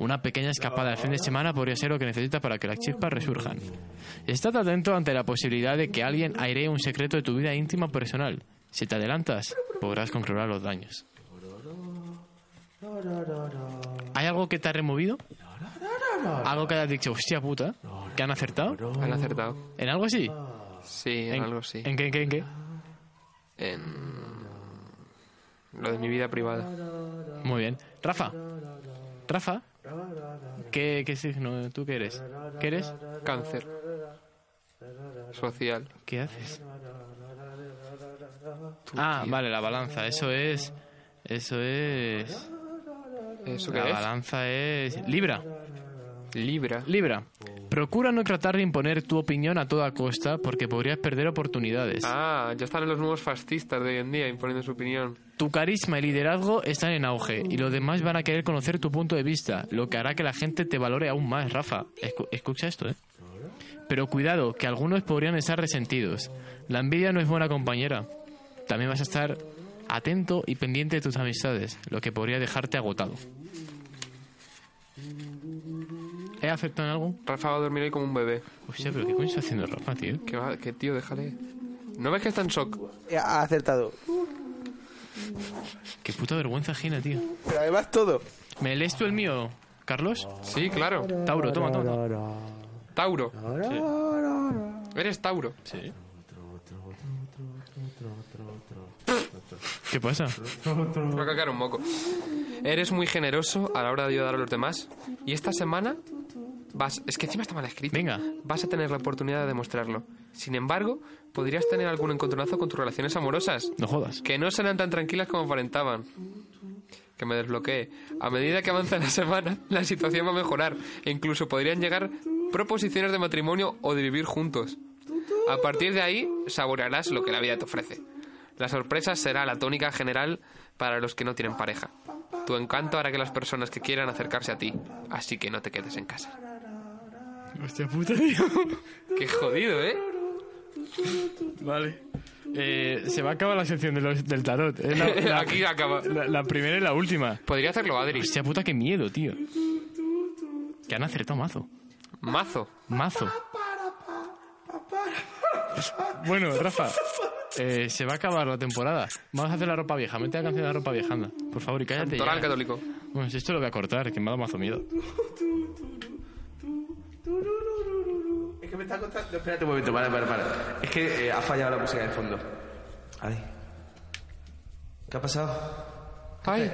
S2: Una pequeña escapada al fin de semana podría ser lo que necesitas para que las chispas resurjan. Estate atento ante la posibilidad de que alguien airee un secreto de tu vida íntima o personal. Si te adelantas, podrás controlar los daños. ¿Hay algo que te ha removido? ¿Algo que te has dicho, hostia puta? ¿Que han acertado?
S3: Han acertado.
S2: ¿En algo así?
S3: Sí, en, algo sí.
S2: ¿En qué, en qué, en qué?
S3: En... Lo de mi vida privada.
S2: Muy bien. Rafa. Rafa. ¿Qué, qué signo? ¿Tú qué eres? ¿Qué eres?
S3: Cáncer. Social.
S2: ¿Qué haces? Ah, vale, la balanza. Eso es... Eso es...
S3: ¿Eso qué
S2: La
S3: es?
S2: balanza es... Libra.
S3: Libra.
S2: Libra. Procura no tratar de imponer tu opinión a toda costa porque podrías perder oportunidades.
S3: Ah, ya están los nuevos fascistas de hoy en día imponiendo su opinión.
S2: Tu carisma y liderazgo están en auge y los demás van a querer conocer tu punto de vista, lo que hará que la gente te valore aún más, Rafa. Escu- escucha esto, ¿eh? Pero cuidado, que algunos podrían estar resentidos. La envidia no es buena compañera. También vas a estar atento y pendiente de tus amistades, lo que podría dejarte agotado. ¿He afectado en algo?
S3: Rafa va a dormir hoy como un bebé.
S2: Hostia, pero ¿qué coño está haciendo Rafa, tío?
S3: Que va, que tío, déjale. ¿No ves que está en shock?
S1: Eh, Ha acertado.
S2: Qué puta vergüenza ajena, tío.
S1: Pero además todo.
S2: ¿Me lees tú el mío, Carlos?
S3: Sí, claro.
S2: Tauro, toma, toma. toma.
S3: Tauro. Eres Tauro.
S2: ¿Qué pasa?
S3: Me va a cagar un moco. Eres muy generoso a la hora de ayudar a los demás. Y esta semana vas... Es que encima está mal escrito.
S2: Venga.
S3: Vas a tener la oportunidad de demostrarlo. Sin embargo, podrías tener algún encontronazo con tus relaciones amorosas.
S2: No jodas.
S3: Que no serán tan tranquilas como aparentaban. Que me desbloquee. A medida que avanza la semana, la situación va a mejorar. E incluso podrían llegar proposiciones de matrimonio o de vivir juntos. A partir de ahí, saborearás lo que la vida te ofrece. La sorpresa será la tónica general para los que no tienen pareja. Tu encanto hará que las personas que quieran acercarse a ti, así que no te quedes en casa.
S7: Hostia puta, tío.
S3: Qué jodido, ¿eh?
S7: Vale. Eh, se va a acabar la sección de los- del tarot.
S2: ¿eh?
S7: Es la- la-
S3: Aquí acaba.
S7: la- la primera y la última.
S3: Podría hacerlo Adri.
S2: Hostia puta, qué miedo, tío. Que han acertado mazo.
S3: Mazo.
S2: Mazo.
S7: Bueno, Rafa.
S2: Eh, se va a acabar la temporada. Vamos a hacer la ropa vieja. Mete la canción de la ropa vieja, anda. Por favor, y cállate.
S3: Toral
S2: ya.
S3: católico.
S2: Bueno, si esto lo voy a cortar, que me ha dado mazo miedo.
S1: Es que me está costando. Espérate un momento, para, para, para. Es que eh, ha fallado la música de fondo. Ay. ¿Qué ha pasado?
S3: Ay,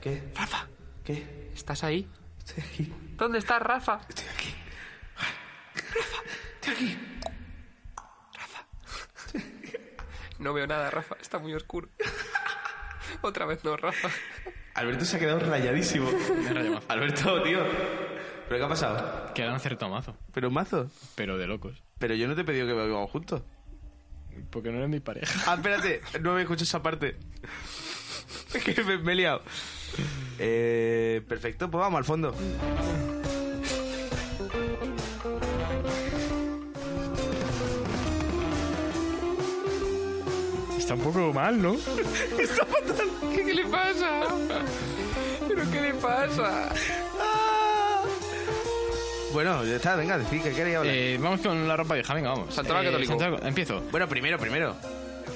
S1: ¿Qué?
S3: Rafa,
S1: ¿Qué?
S3: ¿estás ahí?
S1: Estoy aquí.
S3: ¿Dónde está Rafa?
S1: Estoy aquí. Rafa, estoy aquí.
S3: No veo nada, Rafa. Está muy oscuro. Otra vez no, Rafa.
S1: Alberto se ha quedado rayadísimo.
S2: Me raya mazo.
S1: Alberto, tío. ¿Pero qué ha pasado?
S2: Que han acertado mazo.
S1: ¿Pero mazo?
S2: Pero de locos.
S1: Pero yo no te he pedido que vivamos juntos.
S2: Porque no eres mi pareja.
S1: Ah, espérate, no me escuchado esa parte. Es que me, me he liado. Eh, perfecto, pues vamos al fondo.
S7: Está un poco mal, ¿no?
S3: ¿Qué, le pasa? ¿Pero qué le pasa?
S1: Bueno, ya está, venga, decid que queréis hablar.
S2: Eh, vamos con la ropa vieja, venga, vamos.
S3: Santoral
S2: Eh,
S3: católico.
S2: Santoral- empiezo.
S1: Bueno, primero, primero.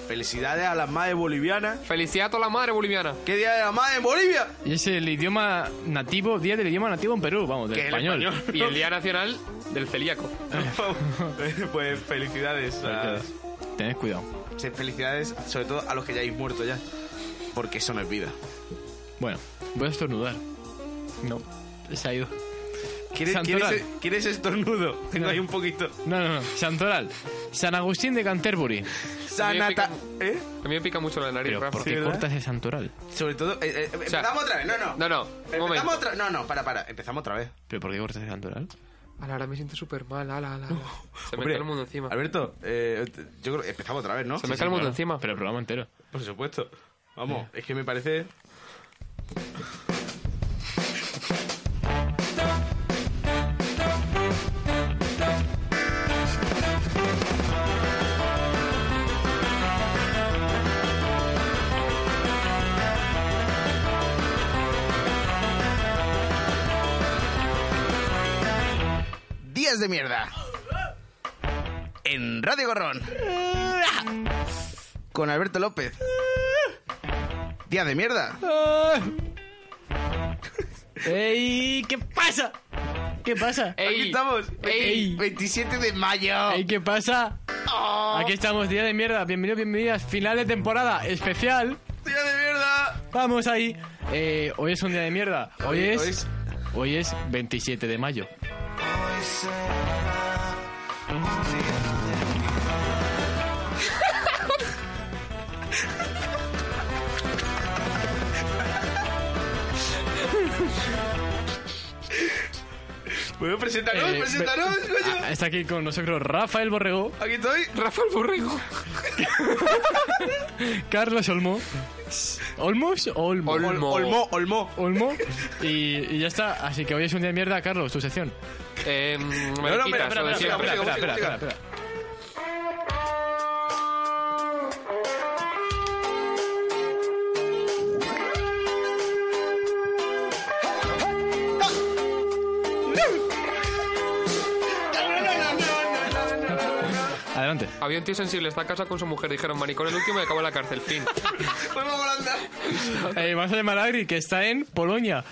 S1: Felicidades a las madres bolivianas.
S3: Felicidad a toda la madre boliviana.
S1: ¿Qué día de la madre en Bolivia?
S2: Y es el idioma nativo, día del idioma nativo en Perú, vamos, del
S1: Que el
S2: español.
S1: español.
S3: Y el Día Nacional del Celíaco.
S1: pues felicidades. a-
S2: Tened cuidado.
S1: sí, felicidades, sobre todo a los que ya hayáis muerto ya. Porque eso no es vida.
S2: Bueno, voy a estornudar. No, se ha ido.
S1: ¿Quieres,
S2: Santoral.
S1: quieres- quieres estornudo? Tengo ahí un poquito.
S2: No, no, no, Santoral. San Agustín de Canterbury.
S1: Sanata. ¿Eh?
S3: A mí me pica mucho la nariz,
S2: Pero,
S3: Rafa.
S2: ¿por qué
S1: ¿verdad?
S2: cortas el Santoral?
S1: Sobre todo. eh, eh, empezamos otra vez, no, no.
S3: No, no, un
S1: Empezamos
S3: momento.
S1: otra No, no, para, para. Empezamos otra vez.
S2: ¿Pero por qué cortas el Santoral?
S3: Ala, ahora me siento súper mal, ala, ala. ala. Se me
S1: Hombre,
S3: cae el mundo encima.
S1: Alberto, eh, yo creo que empezamos otra vez, ¿no?
S3: Se me cae el mundo encima.
S2: Pero el programa entero.
S1: Por supuesto. Vamos, es que me parece. Días de mierda. En Radio Gorrón. Con Alberto López. Día de mierda.
S2: ¡Ey! ¿Qué pasa? ¿Qué pasa?
S1: Aquí
S3: ¡Ey!
S1: estamos.
S3: ¡Ey!
S1: 27 de mayo.
S2: Eh, ¡Ey, qué pasa! Aquí estamos, día de mierda. Bienvenidos, bienvenidas. Final de temporada especial.
S1: Día de mierda.
S2: Vamos ahí. Eh, hoy es un día de mierda. Hoy,
S1: Hoy-
S2: es,
S1: hoy es-
S2: Hoy es 27 de mayo.
S1: Bueno, preséntanos,
S2: Eh,
S1: preséntanos,
S2: ve-
S1: pues, coño.
S2: Ah, Está aquí con nosotros Rafael Borrego,
S1: Aquí estoy.
S3: Rafael Borrego.
S2: Carlos Olmo. ¿Olmos o Olmo?
S3: Olmo.
S1: Olmo, Olmo.
S2: Olmo. Y, y ya está. Así que hoy es un día de mierda, Carlos, tu sección.
S3: Eh,
S1: espera,
S3: mariquitas,
S1: espera,
S3: lo de
S1: espera,
S3: siempre.
S1: música, música,
S2: Adelante.
S3: Había un tío sensible, está casado con su mujer. Dijeron, maricón el último y acabó en la cárcel. Fin.
S1: Vamos a Holanda.
S2: Eh, vamos a llamar a Agri, que está en Polonia.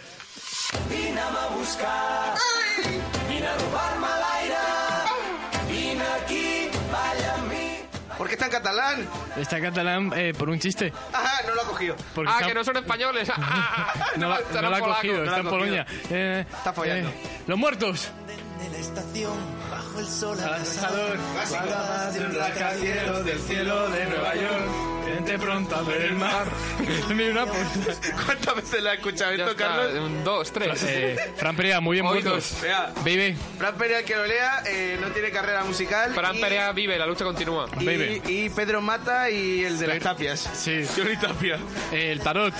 S1: ¿Por qué está en catalán?
S2: Está en catalán eh, por un chiste.
S1: Ah, no lo ha cogido.
S2: Porque
S3: ah,
S2: está-
S3: que no son españoles. Ah, ah,
S2: No, la,
S3: serán
S2: no la ha
S3: polacos.
S2: cogido,
S3: No la
S2: está
S3: ha
S2: en
S3: cogido.
S2: Polonia. Eh,
S1: Está follando.
S2: eh, ¡Los muertos!
S9: De la estación, bajo el sol abrasador.
S2: Abrasador. del cielo de Nueva York. Vente pronto a ver el mar. Mira una pues.
S1: ¿Cuántas veces la he escuchado
S3: Ya
S1: esto,
S3: está,
S1: Carlos?
S3: Un, dos, tres.
S2: Eh, Fran Perea, muy bien
S3: Oídos.
S2: muertos.
S1: Vea,
S2: Baby,
S1: Fran Perea, el que lo lea, eh, no tiene carrera musical.
S3: Fran
S1: y-
S3: Perea vive, la lucha continúa.
S1: Y,
S2: Baby.
S1: y Pedro Mata y el de las tapias.
S2: sí.
S1: Johnny Tapia.
S2: Eh, el tarot.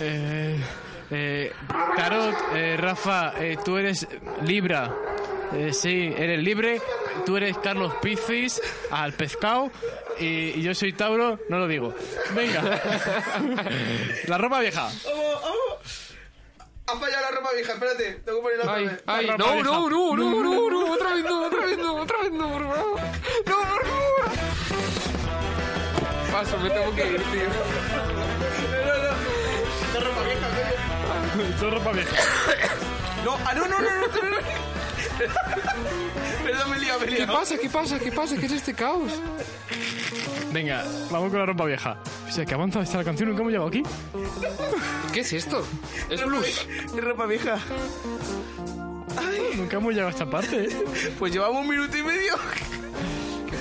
S2: Eh, eh, tarot, eh, Rafa, eh, tú eres Libra. Eh, sí, eres libre. Tú eres Carlos Pizis, al pescado. Y, y yo soy Tauro, no lo digo. Venga. La ropa vieja.
S1: ¡Vamos, vamos! Ha fallado la ropa vieja, espérate. Tengo que poner la
S3: Ay,
S1: otra vez.
S3: ay,
S2: Otra
S3: no,
S2: pareja.
S3: no, no, no, no, no, otra vez no, otra vez no, otra vez no, por favor. No, por favor. Paso, me tengo que ir, tío.
S2: Tu ropa vieja.
S1: No, ah, no, no, no, no. no, no. Perdón, me he liado, me he
S3: ¿Qué
S1: liado.
S3: pasa, qué pasa, qué pasa? ¿Qué es este caos?
S2: Venga, vamos con la ropa vieja. O sea, que avanza esta la canción, nunca hemos llegado aquí.
S3: ¿Qué es esto? Es blues.
S1: ¿Qué ropa vieja?
S2: Nunca hemos llegado a esta parte. ¿eh?
S1: Pues llevamos un minuto y medio.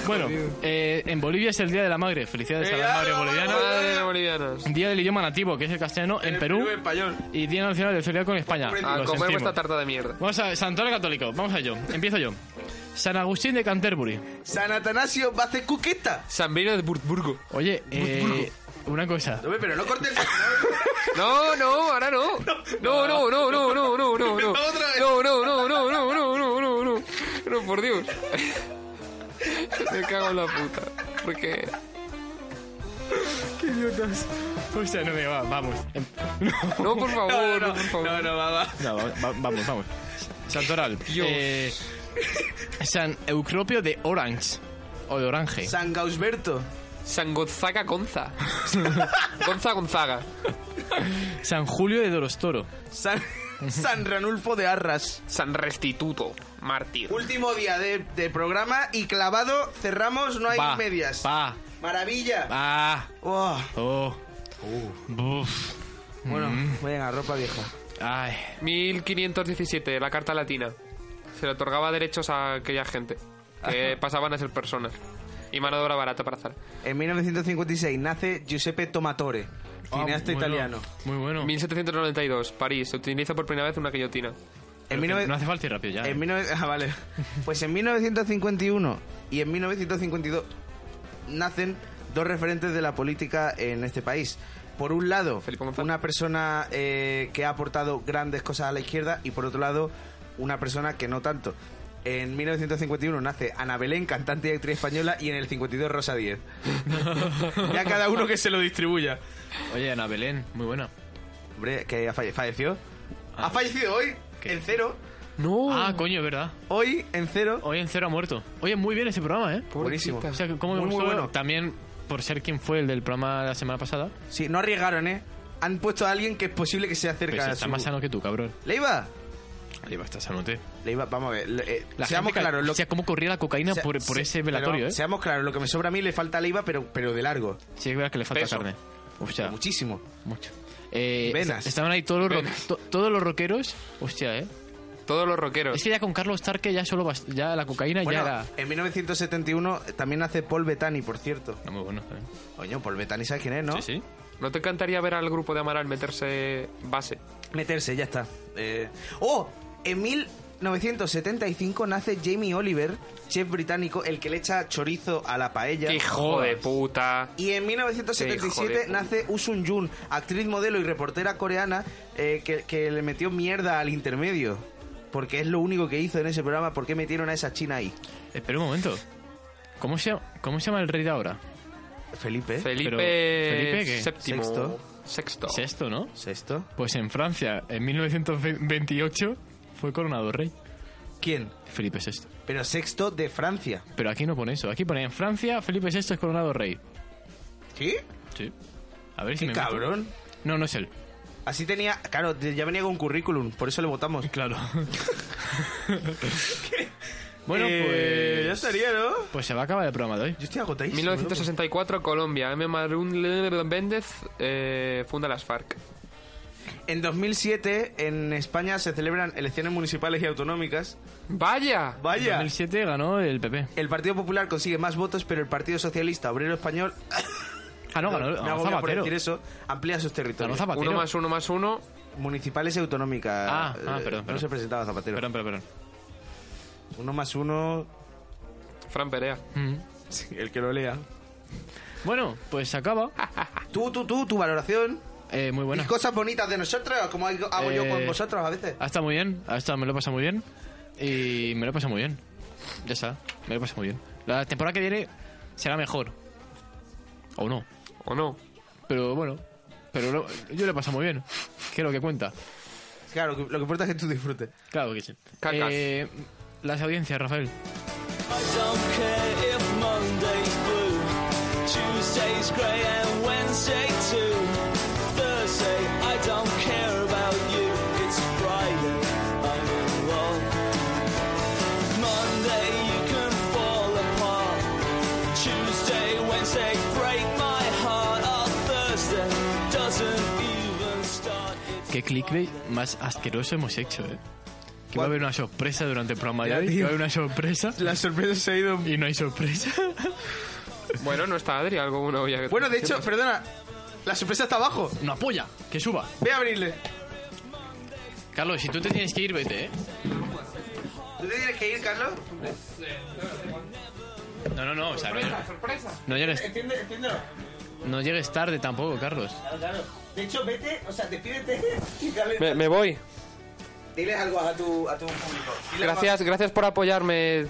S2: Bueno, eh, en Bolivia es el Día de la Madre. Felicidades a la Madre boliviana.
S3: Madre de bolivianos.
S2: Día del idioma nativo, que es el castellano, en Perú.
S1: español.
S2: Y Día Nacional de Solidaridad con España.
S3: A
S1: ah,
S2: Lo
S3: comer
S2: sentimos.
S3: esta tarta de mierda.
S2: Vamos a Santuario Católico. Vamos a yo. Empiezo yo. San Agustín de Canterbury.
S1: San Atanasio va a hacer cuqueta.
S3: San Vino de Burburgo.
S2: Oye, eh, una cosa.
S1: No, pero no cortes. No,
S3: No, no, ahora no. No, no, no, no, no, no, no, no.
S1: Otra vez.
S3: No, no, no, no, no, no, no, no, no. No, por Dios. Me cago en la puta. Porque.
S2: O sea, no me va, vamos. Em-
S3: No, por favor, no,
S1: no,
S3: por favor.
S1: no, no, va, va.
S2: No, va- va- vamos, vamos. Santoral.
S3: Dios.
S2: Eh, San Eucropio de Orange. O de Orange.
S1: San Gausberto.
S3: San Gonzaga Gonza. Gonza Gonzaga.
S2: San Julio de Dorostoro.
S1: San, San Ranulfo de Arras.
S3: San Restituto. Mártir.
S1: Último día de, de programa y clavado, cerramos, no hay
S2: Pa,
S1: medias.
S2: Pa.
S1: Maravilla.
S2: Pa.
S1: Oh.
S2: Oh.
S1: Uh.
S2: Buf.
S1: Bueno,
S2: Mm-hmm.
S1: venga, ropa vieja.
S2: Ay.
S3: 1517, la Carta Latina. Se le otorgaba derechos a aquella gente que pasaban a ser personas. Y mano de obra barata para hacer.
S1: En 1956 nace Giuseppe Tomatore, cineasta
S2: Ah, bueno,
S1: italiano.
S2: Muy bueno.
S3: 1792, París. Se utiliza por primera vez una guillotina.
S1: En
S2: Pero que
S1: 19
S2: No hace falta ir rápido ya. eh.
S1: En 19 ah, vale. Pues en 1951 y en 1952 nacen dos referentes de la política en este país. Por un lado,
S3: Felipe González.
S1: una persona eh, que ha aportado grandes cosas a la izquierda y por otro lado, una persona que no tanto. En 1951 nace Ana Belén, cantante y actriz española, y en el 52 Rosa 10. ya cada uno que se lo distribuya.
S2: Oye, Ana Belén, muy buena.
S1: Hombre, que ha falle- falleció. Ha fallecido hoy,
S2: ¿Qué?
S1: en cero.
S3: No.
S2: Ah, coño, es verdad.
S1: Hoy, en cero.
S2: Hoy en Cero ha muerto. Oye, muy bien ese programa, ¿eh?
S1: Buenísimo.
S2: O sea, ¿cómo me
S1: Muy, muy
S2: gustó?
S1: bueno.
S2: También por ser quien fue el del programa de la semana pasada.
S1: Sí, no arriesgaron, ¿eh? Han puesto a alguien que es posible que se acerque
S2: Pues
S1: a
S2: está
S1: su-
S2: más sano que tú, cabrón.
S1: ¿Leiva?
S2: Ahí va, está sanote.
S1: Leiva, vamos a ver. le- eh,
S2: La
S1: seamos
S2: gente ca-
S1: claros. Lo...
S2: O sea, cómo corría la cocaína
S1: sea-
S2: por, por
S1: se-
S2: ese
S1: pero,
S2: velatorio, ¿eh?
S1: Seamos claros, lo que me sobra a mí le falta a Leiva, pero, pero de largo.
S2: sí, es verdad que le falta
S3: Peso.
S2: carne. Hostia,
S1: Muchísimo.
S2: mucho. Eh,
S1: Venas.
S2: est- Estaban ahí todos los, ro- to- todos los rockeros. Hostia, ¿eh?
S3: Todos los rockeros.
S2: Es que ya con Carlos Tarque ya solo bast- ya la cocaína
S1: Bueno,
S2: ya era...
S1: en 1971 también hace Paul Bettany, por cierto.
S2: No, muy bueno. también.
S1: Coño, Paul Bettany, ¿sabes quién es, no?
S2: Sí, sí.
S3: ¿No te encantaría ver al grupo de Amaral meterse base?
S1: Meterse, ya está. Eh, ¡Oh! En 1975 nace Jamie Oliver, chef británico, el que le echa chorizo a la paella.
S3: ¡Qué hijo
S2: pues
S3: de puta!
S1: Y en
S3: Qué hijo de
S1: 1977
S3: puta.
S1: nace Usun Jun, actriz, modelo y reportera coreana eh, que, que le metió mierda al intermedio. Porque es lo único que hizo en ese programa. ¿Por qué metieron a esa china ahí?
S2: Espera un momento. ¿Cómo se, ¿Cómo se llama el rey de ahora?
S1: Felipe.
S3: Felipe,
S2: Pero, ¿Felipe qué?
S3: séptimo.
S1: Sexto.
S3: Sexto.
S2: Sexto, ¿no?
S1: ¿Sexto?
S2: Pues en Francia, en 1928, fue coronado rey.
S1: ¿Quién?
S2: Felipe VI.
S1: Pero sexto de Francia.
S2: Pero aquí no pone eso. Aquí pone en Francia, Felipe VI es coronado rey.
S1: ¿Sí?
S2: Sí. A ver si
S1: ¡Qué
S2: me meto.
S1: cabrón!
S2: No, no es él.
S1: Así tenía... Claro, de- ya venía con currículum. Por eso le votamos.
S2: Claro. Bueno,
S1: Eh,
S2: pues.
S1: ya estaría, ¿no?
S2: Pues se va a acabar el programa de hoy.
S1: Yo estoy agotadísimo.
S3: 1964, Colombia. M. Marún Béndez eh, funda las FARC.
S1: En 2007, en España se celebran elecciones municipales y autonómicas.
S3: ¡Vaya!
S2: En
S1: ¡Vaya!
S2: 2007 ganó el PP.
S1: El Partido Popular consigue más votos, pero el Partido Socialista Obrero Español.
S2: Ah, no, ganó,
S1: Me
S2: ganó
S1: agobia por
S2: Zapatero.
S1: decir eso. Amplía sus
S2: Ganó
S1: territorios.
S2: Zapatero.
S3: Uno más uno más uno.
S1: Municipales y autonómicas.
S2: Ah, ah,
S1: Eh,
S2: perdón,
S1: No
S2: perdón.
S1: se presentaba Zapatero.
S2: Perdón, perdón,
S1: Uno más uno.
S3: Fran Perea.
S2: perdón. Mm.
S1: sí, El que lo lea.
S2: Bueno, pues se acaba.
S1: Ah. Tú, tú, tú, tu valoración.
S2: Eh, muy buena.
S1: Mis cosas bonitas de nosotros, como hago hago yo con
S2: Eh,
S1: vosotros a veces.
S2: Ha estado muy bien, ha estado, me lo he pasado muy bien. Y me lo he pasado muy bien. Ya está, me lo he pasado muy bien. La temporada que viene será mejor. O no.
S3: ¿O no?
S2: Pero bueno, pero lo- yo lo he pasado muy bien. Que es lo que cuenta.
S1: Claro, lo que lo que importa es que tú disfrutes.
S2: Claro que sí.
S3: Cacas.
S2: Eh, las audiencias, Rafael.
S9: I don't care if Monday's blue, Tuesday's grey and Wednesday too. Thursday, I don't care about you. It's Friday, I'm in love. Monday, you can fall apart. Tuesday, Wednesday, break my heart. Our Thursday doesn't even start. It's
S2: Qué clickbait más asqueroso hemos hecho, eh. Que va
S1: ¿Cuál?
S2: a haber una sorpresa durante el programa de
S1: Ya,
S2: hoy.
S1: tío.
S2: Que va a haber una sorpresa
S1: La sorpresa se ha ido.
S2: y no hay sorpresa.
S3: Bueno, no está Adri, algo uno ya que-
S1: Bueno, de
S3: ¿Qué
S1: hecho,
S3: pasa?
S1: perdona. La sorpresa está abajo.
S2: ¡Una polla! ¡Que suba!
S1: Ve a abrirle.
S2: Carlos, si tú te tienes que ir, vete, eh.
S1: ¿Tú te tienes que ir, Carlos?
S2: No, no, no, o sea, no, no llegues,
S11: Entiende, entiendo.
S2: no llegues tarde tampoco, Carlos.
S11: Claro, claro. De hecho, vete, o sea, despídete y dale,
S3: Me, me voy.
S11: diles algo a tu, a tu público. Dile
S3: Gracias, gracias por apoyarme,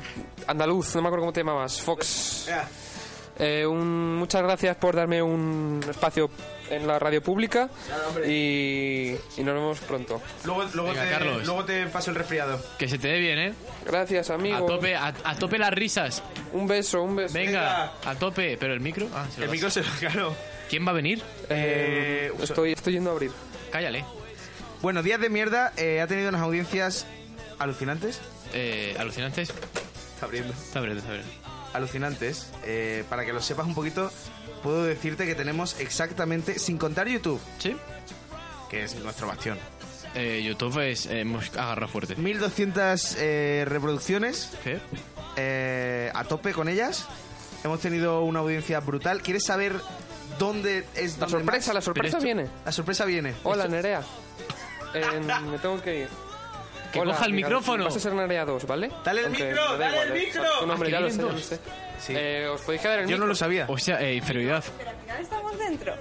S3: Andaluz. No me acuerdo cómo te llamabas. Fox.
S1: Mira,
S3: Eh, un- muchas gracias por darme un espacio en la radio pública. Y, y nos vemos pronto.
S1: luego, luego,
S2: Venga,
S1: te,
S2: Carlos.
S1: luego te paso el resfriado.
S2: Que se te dé bien, eh.
S3: Gracias,
S2: A
S3: amigo.
S2: tope, a, a tope las risas.
S3: Un beso, un beso.
S2: Venga, a tope. Pero el micro. Ah, se lo
S1: El
S2: das.
S1: micro se lo claro.
S2: ¿Quién va a venir?
S3: Eh,
S1: Eh,
S3: estoy, estoy yendo a abrir.
S2: Cállale.
S1: Bueno, Días de Mierda eh, ha tenido unas audiencias alucinantes.
S2: Eh, alucinantes.
S1: Está abriendo.
S2: Está bien, está bien.
S1: Alucinantes. Eh, para que lo sepas un poquito, puedo decirte que tenemos exactamente, sin contar YouTube,
S2: Sí.
S1: que es nuestro bastión,
S2: Eh, YouTube es. eh, hemos agarrado fuerte.
S1: 1200 eh, reproducciones
S2: ¿Qué?
S1: eh, a tope con ellas. Hemos tenido una audiencia brutal. ¿Quieres saber dónde es
S3: La
S1: dónde
S3: sorpresa,
S1: más?
S3: la sorpresa
S2: esto-
S3: viene.
S1: La sorpresa viene.
S3: Hola, Nerea. Eh, me tengo que ir.
S2: Que coja el
S3: mira,
S2: micrófono.
S3: Vas a ser Nerea 2, ¿vale?
S1: Dale el micro,
S3: me da
S1: dale el
S3: eh.
S1: micro.
S3: Tu nombre,
S2: Ah,
S3: ya
S2: que
S3: lo
S2: vienen
S3: sé, ya lo
S2: dos.
S3: sé.
S1: Sí.
S3: Eh, ¿Os podéis quedar en el
S1: Yo no
S3: micro?
S1: lo sabía.
S2: O sea, eh, inferioridad.
S10: Pero al final estamos dentro.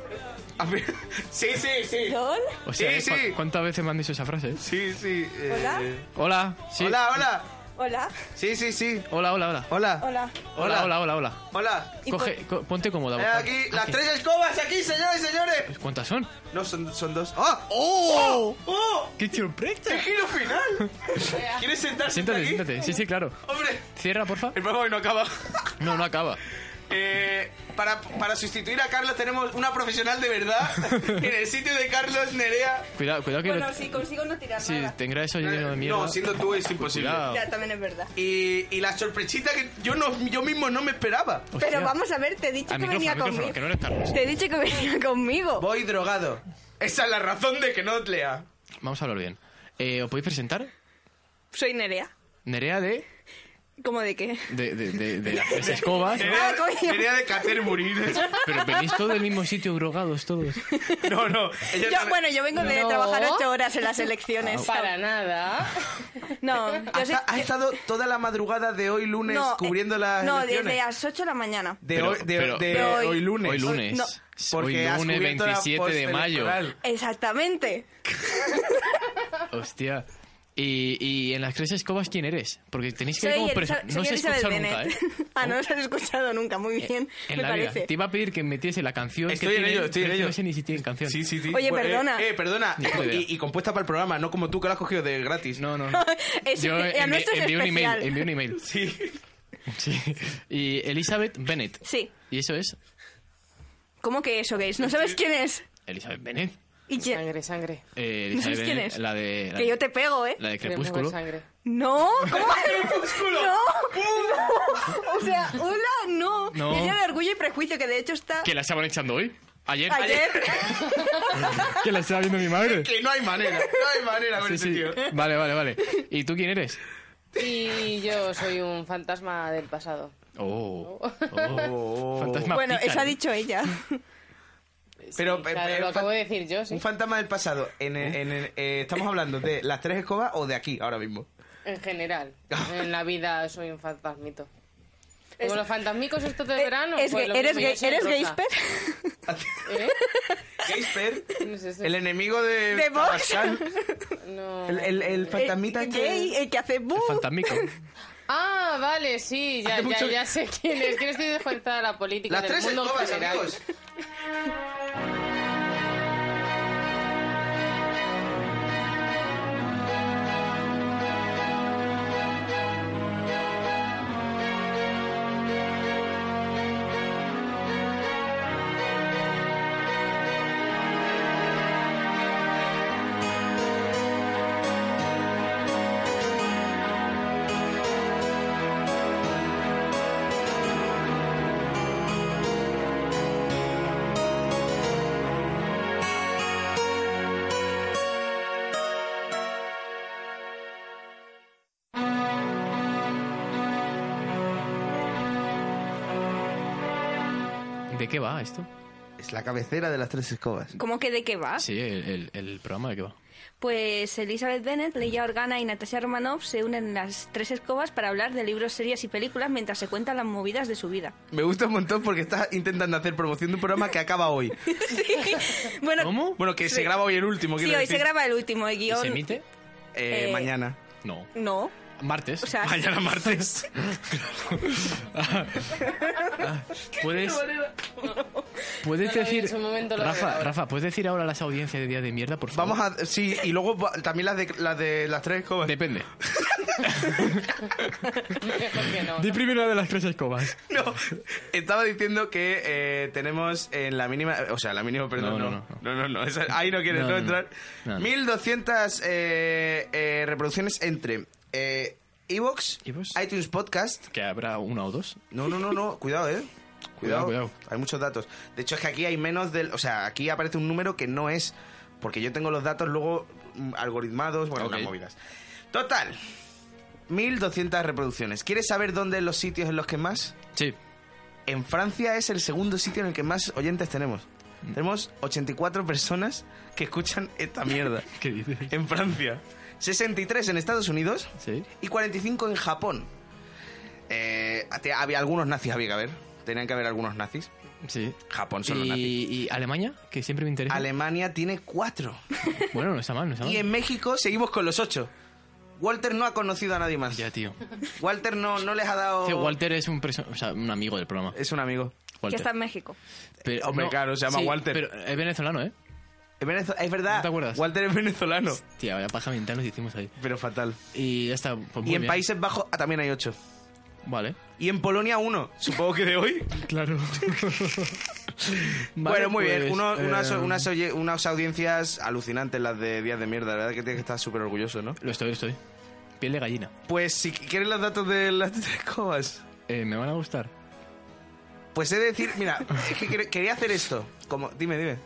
S1: sí, sí, sí.
S10: ¿Lol?
S2: O sea,
S1: Sí,
S2: eh, ¿cu-
S1: sí.
S2: ¿cuántas veces me han dicho esa frase?
S1: Sí, sí. eh,
S10: Hola.
S2: Hola, sí.
S1: Hola, hola.
S10: Hola.
S1: Sí, sí, sí.
S2: Hola, hola, hola.
S1: Hola.
S10: Hola.
S2: Hola, hola, hola, hola.
S1: Hola.
S10: Y
S2: Coge, co- ponte cómoda.
S1: Eh,
S2: por favor.
S1: aquí, las
S2: Aquí.
S1: tres escobas aquí, señores y señores.
S2: ¿Cuántas son?
S1: No, son, son dos. ¡Ah! ¡Oh! ¡Oh!
S2: ¡Qué sorpresa!
S1: ¡Qué giro final! ¿Quieres sentarse
S2: Siéntate,
S1: aquí?
S2: siéntate. Sí, sí, claro.
S1: ¡Hombre!
S2: Cierra, porfa.
S1: El programa hoy no acaba.
S2: No, no acaba.
S1: Eh, para, para sustituir a Carlos tenemos una profesional de verdad en el sitio de Carlos Nerea. Eh,
S2: Cuidado, cuidado que...
S10: Bueno,
S2: lo-
S10: si consigo no tirar
S2: Si
S10: nada.
S2: tendrá eso lleno de mierda.
S1: No, siendo tú es imposible.
S2: Cuidado.
S10: Ya, también es verdad.
S1: Y, y la sorpresita que yo, no, yo mismo no me esperaba.
S2: Hostia.
S10: Pero vamos a ver, te he dicho
S2: Al
S10: que
S2: micrófono,
S10: venía
S2: al micrófono,
S10: conmigo.
S2: que no eres Carlos.
S10: Te he dicho que venía conmigo.
S1: Voy drogado. Esa es la razón de que no lea.
S2: Vamos a hablar bien. Eh, ¿Os podéis presentar?
S10: Soy Nerea.
S2: Nerea de...
S10: ¿Cómo de qué?
S2: De, de, de, de las tres escobas. ¿no?
S1: Nerea,
S10: Ah, coño.
S1: Nerea de Caterbury.
S2: Pero venís todos del mismo sitio, drogados todos.
S1: No, no. ella
S10: Yo,
S1: no-
S10: bueno, yo vengo de
S8: No.
S10: trabajar ocho horas en las elecciones.
S8: Para nada.
S10: No, yo soy-
S1: Ha, ha estado toda la madrugada de hoy lunes
S10: no, eh,
S1: cubriendo las
S10: No, desde
S1: elecciones.
S10: las 8 de la mañana.
S1: De,
S2: Pero-
S1: hoy, de,
S2: pero-
S1: de
S10: pero hoy-
S1: hoy lunes.
S2: Hoy lunes.
S10: No.
S2: Hoy
S1: Porque has
S2: lunes
S1: cubierto la
S2: 27 de mayo.
S1: postelectoral.
S10: Exactamente.
S2: Hostia. Y, y en las tres escobas, ¿quién eres? Porque tenéis que ir
S10: Soy,
S2: como
S10: Elisa-
S2: presa-
S10: soy
S2: No se
S10: Elizabeth
S2: escucha
S10: Bennet.
S2: nunca, ¿eh?
S10: ah, no nos has escuchado nunca. Muy
S2: Eh,
S10: bien,
S2: en
S10: me
S2: la vida.
S10: parece.
S2: Te iba a pedir que metiese la canción
S1: Estoy
S2: que
S1: en
S2: tiene,
S1: ello, estoy en
S2: pero es que
S1: ello.
S2: No sé ni si tiene canción.
S1: Sí, sí, sí.
S10: Oye,
S1: Bueno, eh,
S10: perdona.
S1: Eh, perdona.
S2: Ni puta idea.
S1: Y, y compuesta para el programa, no como tú que la has cogido de gratis.
S2: No, no.
S10: Es-
S2: Yo
S10: eh, a
S2: envié,
S10: nuestro es
S2: envié un email,
S10: especial.
S2: envié un email.
S1: Sí.
S2: Sí. Y Elizabeth Bennett.
S10: Sí.
S2: ¿Y eso es?
S10: ¿Cómo que eso, gays? ¿No sabes quién es?
S2: Elizabeth Bennett.
S8: ¿Y quién?
S12: Sangre, sangre.
S2: Eh,
S8: ¿No sabes
S2: Elizabeth
S8: quién
S2: Bennet,
S8: es?
S2: La de. la
S8: Que
S2: de-
S8: yo te pego, ¿eh?
S2: La de Crepúsculo.
S8: No, ¿cómo?
S12: ¡Crepúsculo!
S8: No, no. O sea, hola, no.
S2: No.
S8: El día de orgullo y prejuicio, que de hecho está
S2: ¿Que la estaban echando hoy? ¿Ayer?
S8: ayer.
S2: ¿Que la estaba viendo mi madre?
S1: Que no hay manera, no hay manera con
S2: Sí,
S1: este
S2: sí.
S1: tío.
S2: Vale, vale, vale. ¿Y tú quién eres?
S12: Y yo soy un fantasma del pasado.
S2: Oh. oh. Fantasma
S8: bueno,
S2: pícaro.
S8: eso ha dicho ella.
S1: Pero, eh,
S12: claro,
S1: eh,
S12: lo
S1: fa-
S12: acabo de decir yo, sí.
S1: Un fantasma del pasado. En el- en el- eh, ¿Estamos hablando de las tres escobas o de aquí ahora mismo?
S12: En general. En la vida soy un fantasmito. Como los fantasmicos estos del verano.
S8: Eh, es
S12: pues
S8: gay-
S12: lo
S8: ¿Eres,
S12: mismo,
S8: gay-
S12: yo soy
S8: eres
S12: rosa. ¿Eh?
S8: gaysper?
S1: Gaysper,
S12: No es eso.
S1: el enemigo de.
S8: ¿De Vox?
S1: Tarzán.
S12: No.
S1: El, el, el fantasmita
S8: Eh,
S1: que.
S8: gay, el que hace bu.
S2: Fantasmico.
S12: Ah, vale, sí, ya,
S1: Hace
S12: ya,
S1: mucho-
S12: ya sé quién es. ¿Quién estoy desconectada de la política
S1: Las
S12: del
S1: tres
S12: mundo en
S1: escobas,
S12: general?
S1: amigos.
S2: ¿De qué va esto?
S1: Es la cabecera de las tres escobas.
S8: ¿Cómo que de qué va?
S2: Sí, el, el- el programa de qué va.
S8: Pues Elizabeth Bennet, Leia Organa y Natasha Romanoff se unen en las tres escobas para hablar de libros, series y películas mientras se cuentan las movidas de su vida.
S1: Me gusta un montón porque estás intentando hacer promoción de un programa que acaba hoy.
S8: Bueno,
S1: Bueno, que
S8: Sí.
S1: se graba hoy el último,
S8: sí,
S1: quiero
S8: hoy
S1: decir.
S8: se graba el último el guión.
S1: Eh,
S8: Eh,
S1: mañana.
S2: No.
S8: No.
S2: Martes.
S8: O sea-
S2: Mañana martes. Ah, Puedes. Puedes
S12: No lo vi,
S2: decir.
S12: en su momento lo veo
S2: Rafa,
S12: ahora.
S2: Rafa, ¿puedes decir ahora las audiencias de día de mierda, por favor?
S1: Vamos a. Sí, y luego va- también las de las, de, las tres escobas.
S2: Depende.
S12: Mejor que no.
S2: Di primero la de las tres escobas.
S1: No, estaba diciendo que eh, tenemos en la mínima. O sea, la mínima, perdón. No, no, no. esa- ahí no quieres
S2: No,
S1: no,
S2: no, no.
S1: entrar.
S2: No, no.
S1: 1200 eh, eh, reproducciones entre eh, Evox, iTunes Podcast.
S2: Que habrá una o dos.
S1: No, no, no, no. Cuidado, eh. Cuidado,
S2: Cuidado, cuidado.
S1: Hay muchos datos. De hecho, es que aquí hay menos del. O sea, aquí aparece un número que no es. Porque yo tengo los datos luego mm, algoritmados, bueno,
S2: Ok.
S1: unas movidas. Total. 1200 reproducciones. ¿Quieres saber dónde los sitios en los que más?
S2: Sí.
S1: En Francia es el segundo sitio en el que más oyentes tenemos.
S2: Mm.
S1: Tenemos 84 personas que escuchan esta mierda.
S2: ¿Qué dices?
S1: En Francia. 63 en Estados Unidos.
S2: Sí.
S1: Y 45 en Japón. Eh, te- había algunos nazis, había que haber. Tenían que haber algunos nazis.
S2: Sí.
S1: Japón son los
S2: ¿Y,
S1: nazis.
S2: y Alemania? Que siempre me interesa.
S1: Alemania tiene cuatro.
S2: Bueno, no está mal, no está mal.
S1: Y en México seguimos con los ocho. Walter no ha conocido a nadie más.
S2: Ya, tío.
S1: Walter no, no les ha dado...
S2: Sí, Walter es un, perso- o sea, un amigo del programa.
S1: Es un amigo.
S8: Que
S2: Walter.
S8: está en México.
S2: Pero-
S1: Hombre, claro, se llama Walter.
S2: Pero es venezolano, ¿eh?
S1: Es, venezo- es verdad.
S2: ¿No te acuerdas?
S1: Walter es venezolano.
S2: Tía, vaya paja mental nos hicimos ahí.
S1: Pero fatal.
S2: Y ya está. pues, muy
S1: Y en
S2: bien.
S1: Países Bajos ah, también hay ocho.
S2: Vale.
S1: Y en Polonia uno. Supongo que de hoy.
S2: Claro.
S1: bueno, muy bien. Uno- unas,
S2: eh,
S1: unas oye- unas audiencias alucinantes las de Días de Mierda. La verdad que tienes que estar súper orgulloso, ¿no?
S2: Lo estoy, lo estoy. Piel de gallina.
S1: Pues si quieres los datos de las tres cobas.
S2: Eh, me van a gustar.
S1: Pues he de decir, mira, es que quer- quería hacer esto. Como, dime, dime.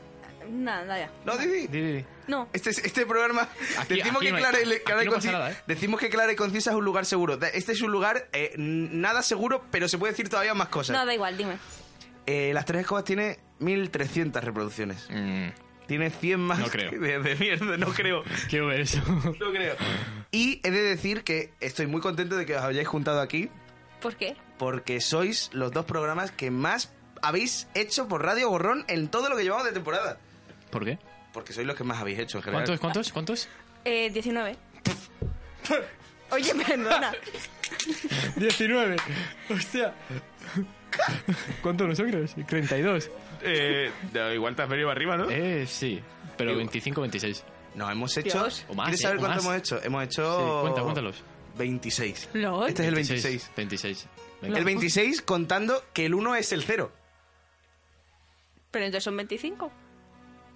S8: Nada, nada ya.
S1: No, Didi.
S8: No.
S1: Este, es- este programa.
S2: Aquí-
S1: decimos,
S2: aquí
S1: que
S2: no hay-
S1: clara, y-
S2: aquí
S1: Clara y
S2: no pasa
S1: Conci-
S2: nada, ¿eh?
S1: decimos que Clara y Concisa es un lugar seguro. Da- Este es un lugar eh, n- nada seguro, pero se puede decir todavía más cosas.
S8: No, da igual, dime.
S1: Eh, las tres escobas tiene 1300 reproducciones.
S2: Mm.
S1: Tiene 100 más.
S2: No creo.
S1: que De, de mierda, no creo.
S2: Quiero ver eso.
S1: No creo. Y he de decir que estoy muy contento de que os hayáis juntado aquí
S8: ¿Por qué?
S1: porque sois los dos programas que más habéis hecho por Radio Gorrón en todo lo que llevamos de temporada.
S2: ¿Por qué?
S1: Porque sois los que más habéis hecho en general.
S2: ¿Cuántos, cuántos, cuántos?
S8: Eh, 19. Oye, perdona.
S7: 19. Hostia. ¿Cuántos nosotros? 32.
S1: Eh, da igual te has venido arriba, ¿no?
S2: Eh, sí. Pero 25, 26.
S1: No, hemos hecho.
S2: Dios. O más,
S1: ¿Quieres
S2: eh,
S1: saber
S2: o
S1: cuánto
S2: más.
S1: hemos hecho? Hemos hecho.
S2: Sí, cuenta, cuéntalos.
S1: 26. Este es el 26.
S2: 26.
S1: El 26 contando que el 1 es el 0.
S8: Pero entonces son 25.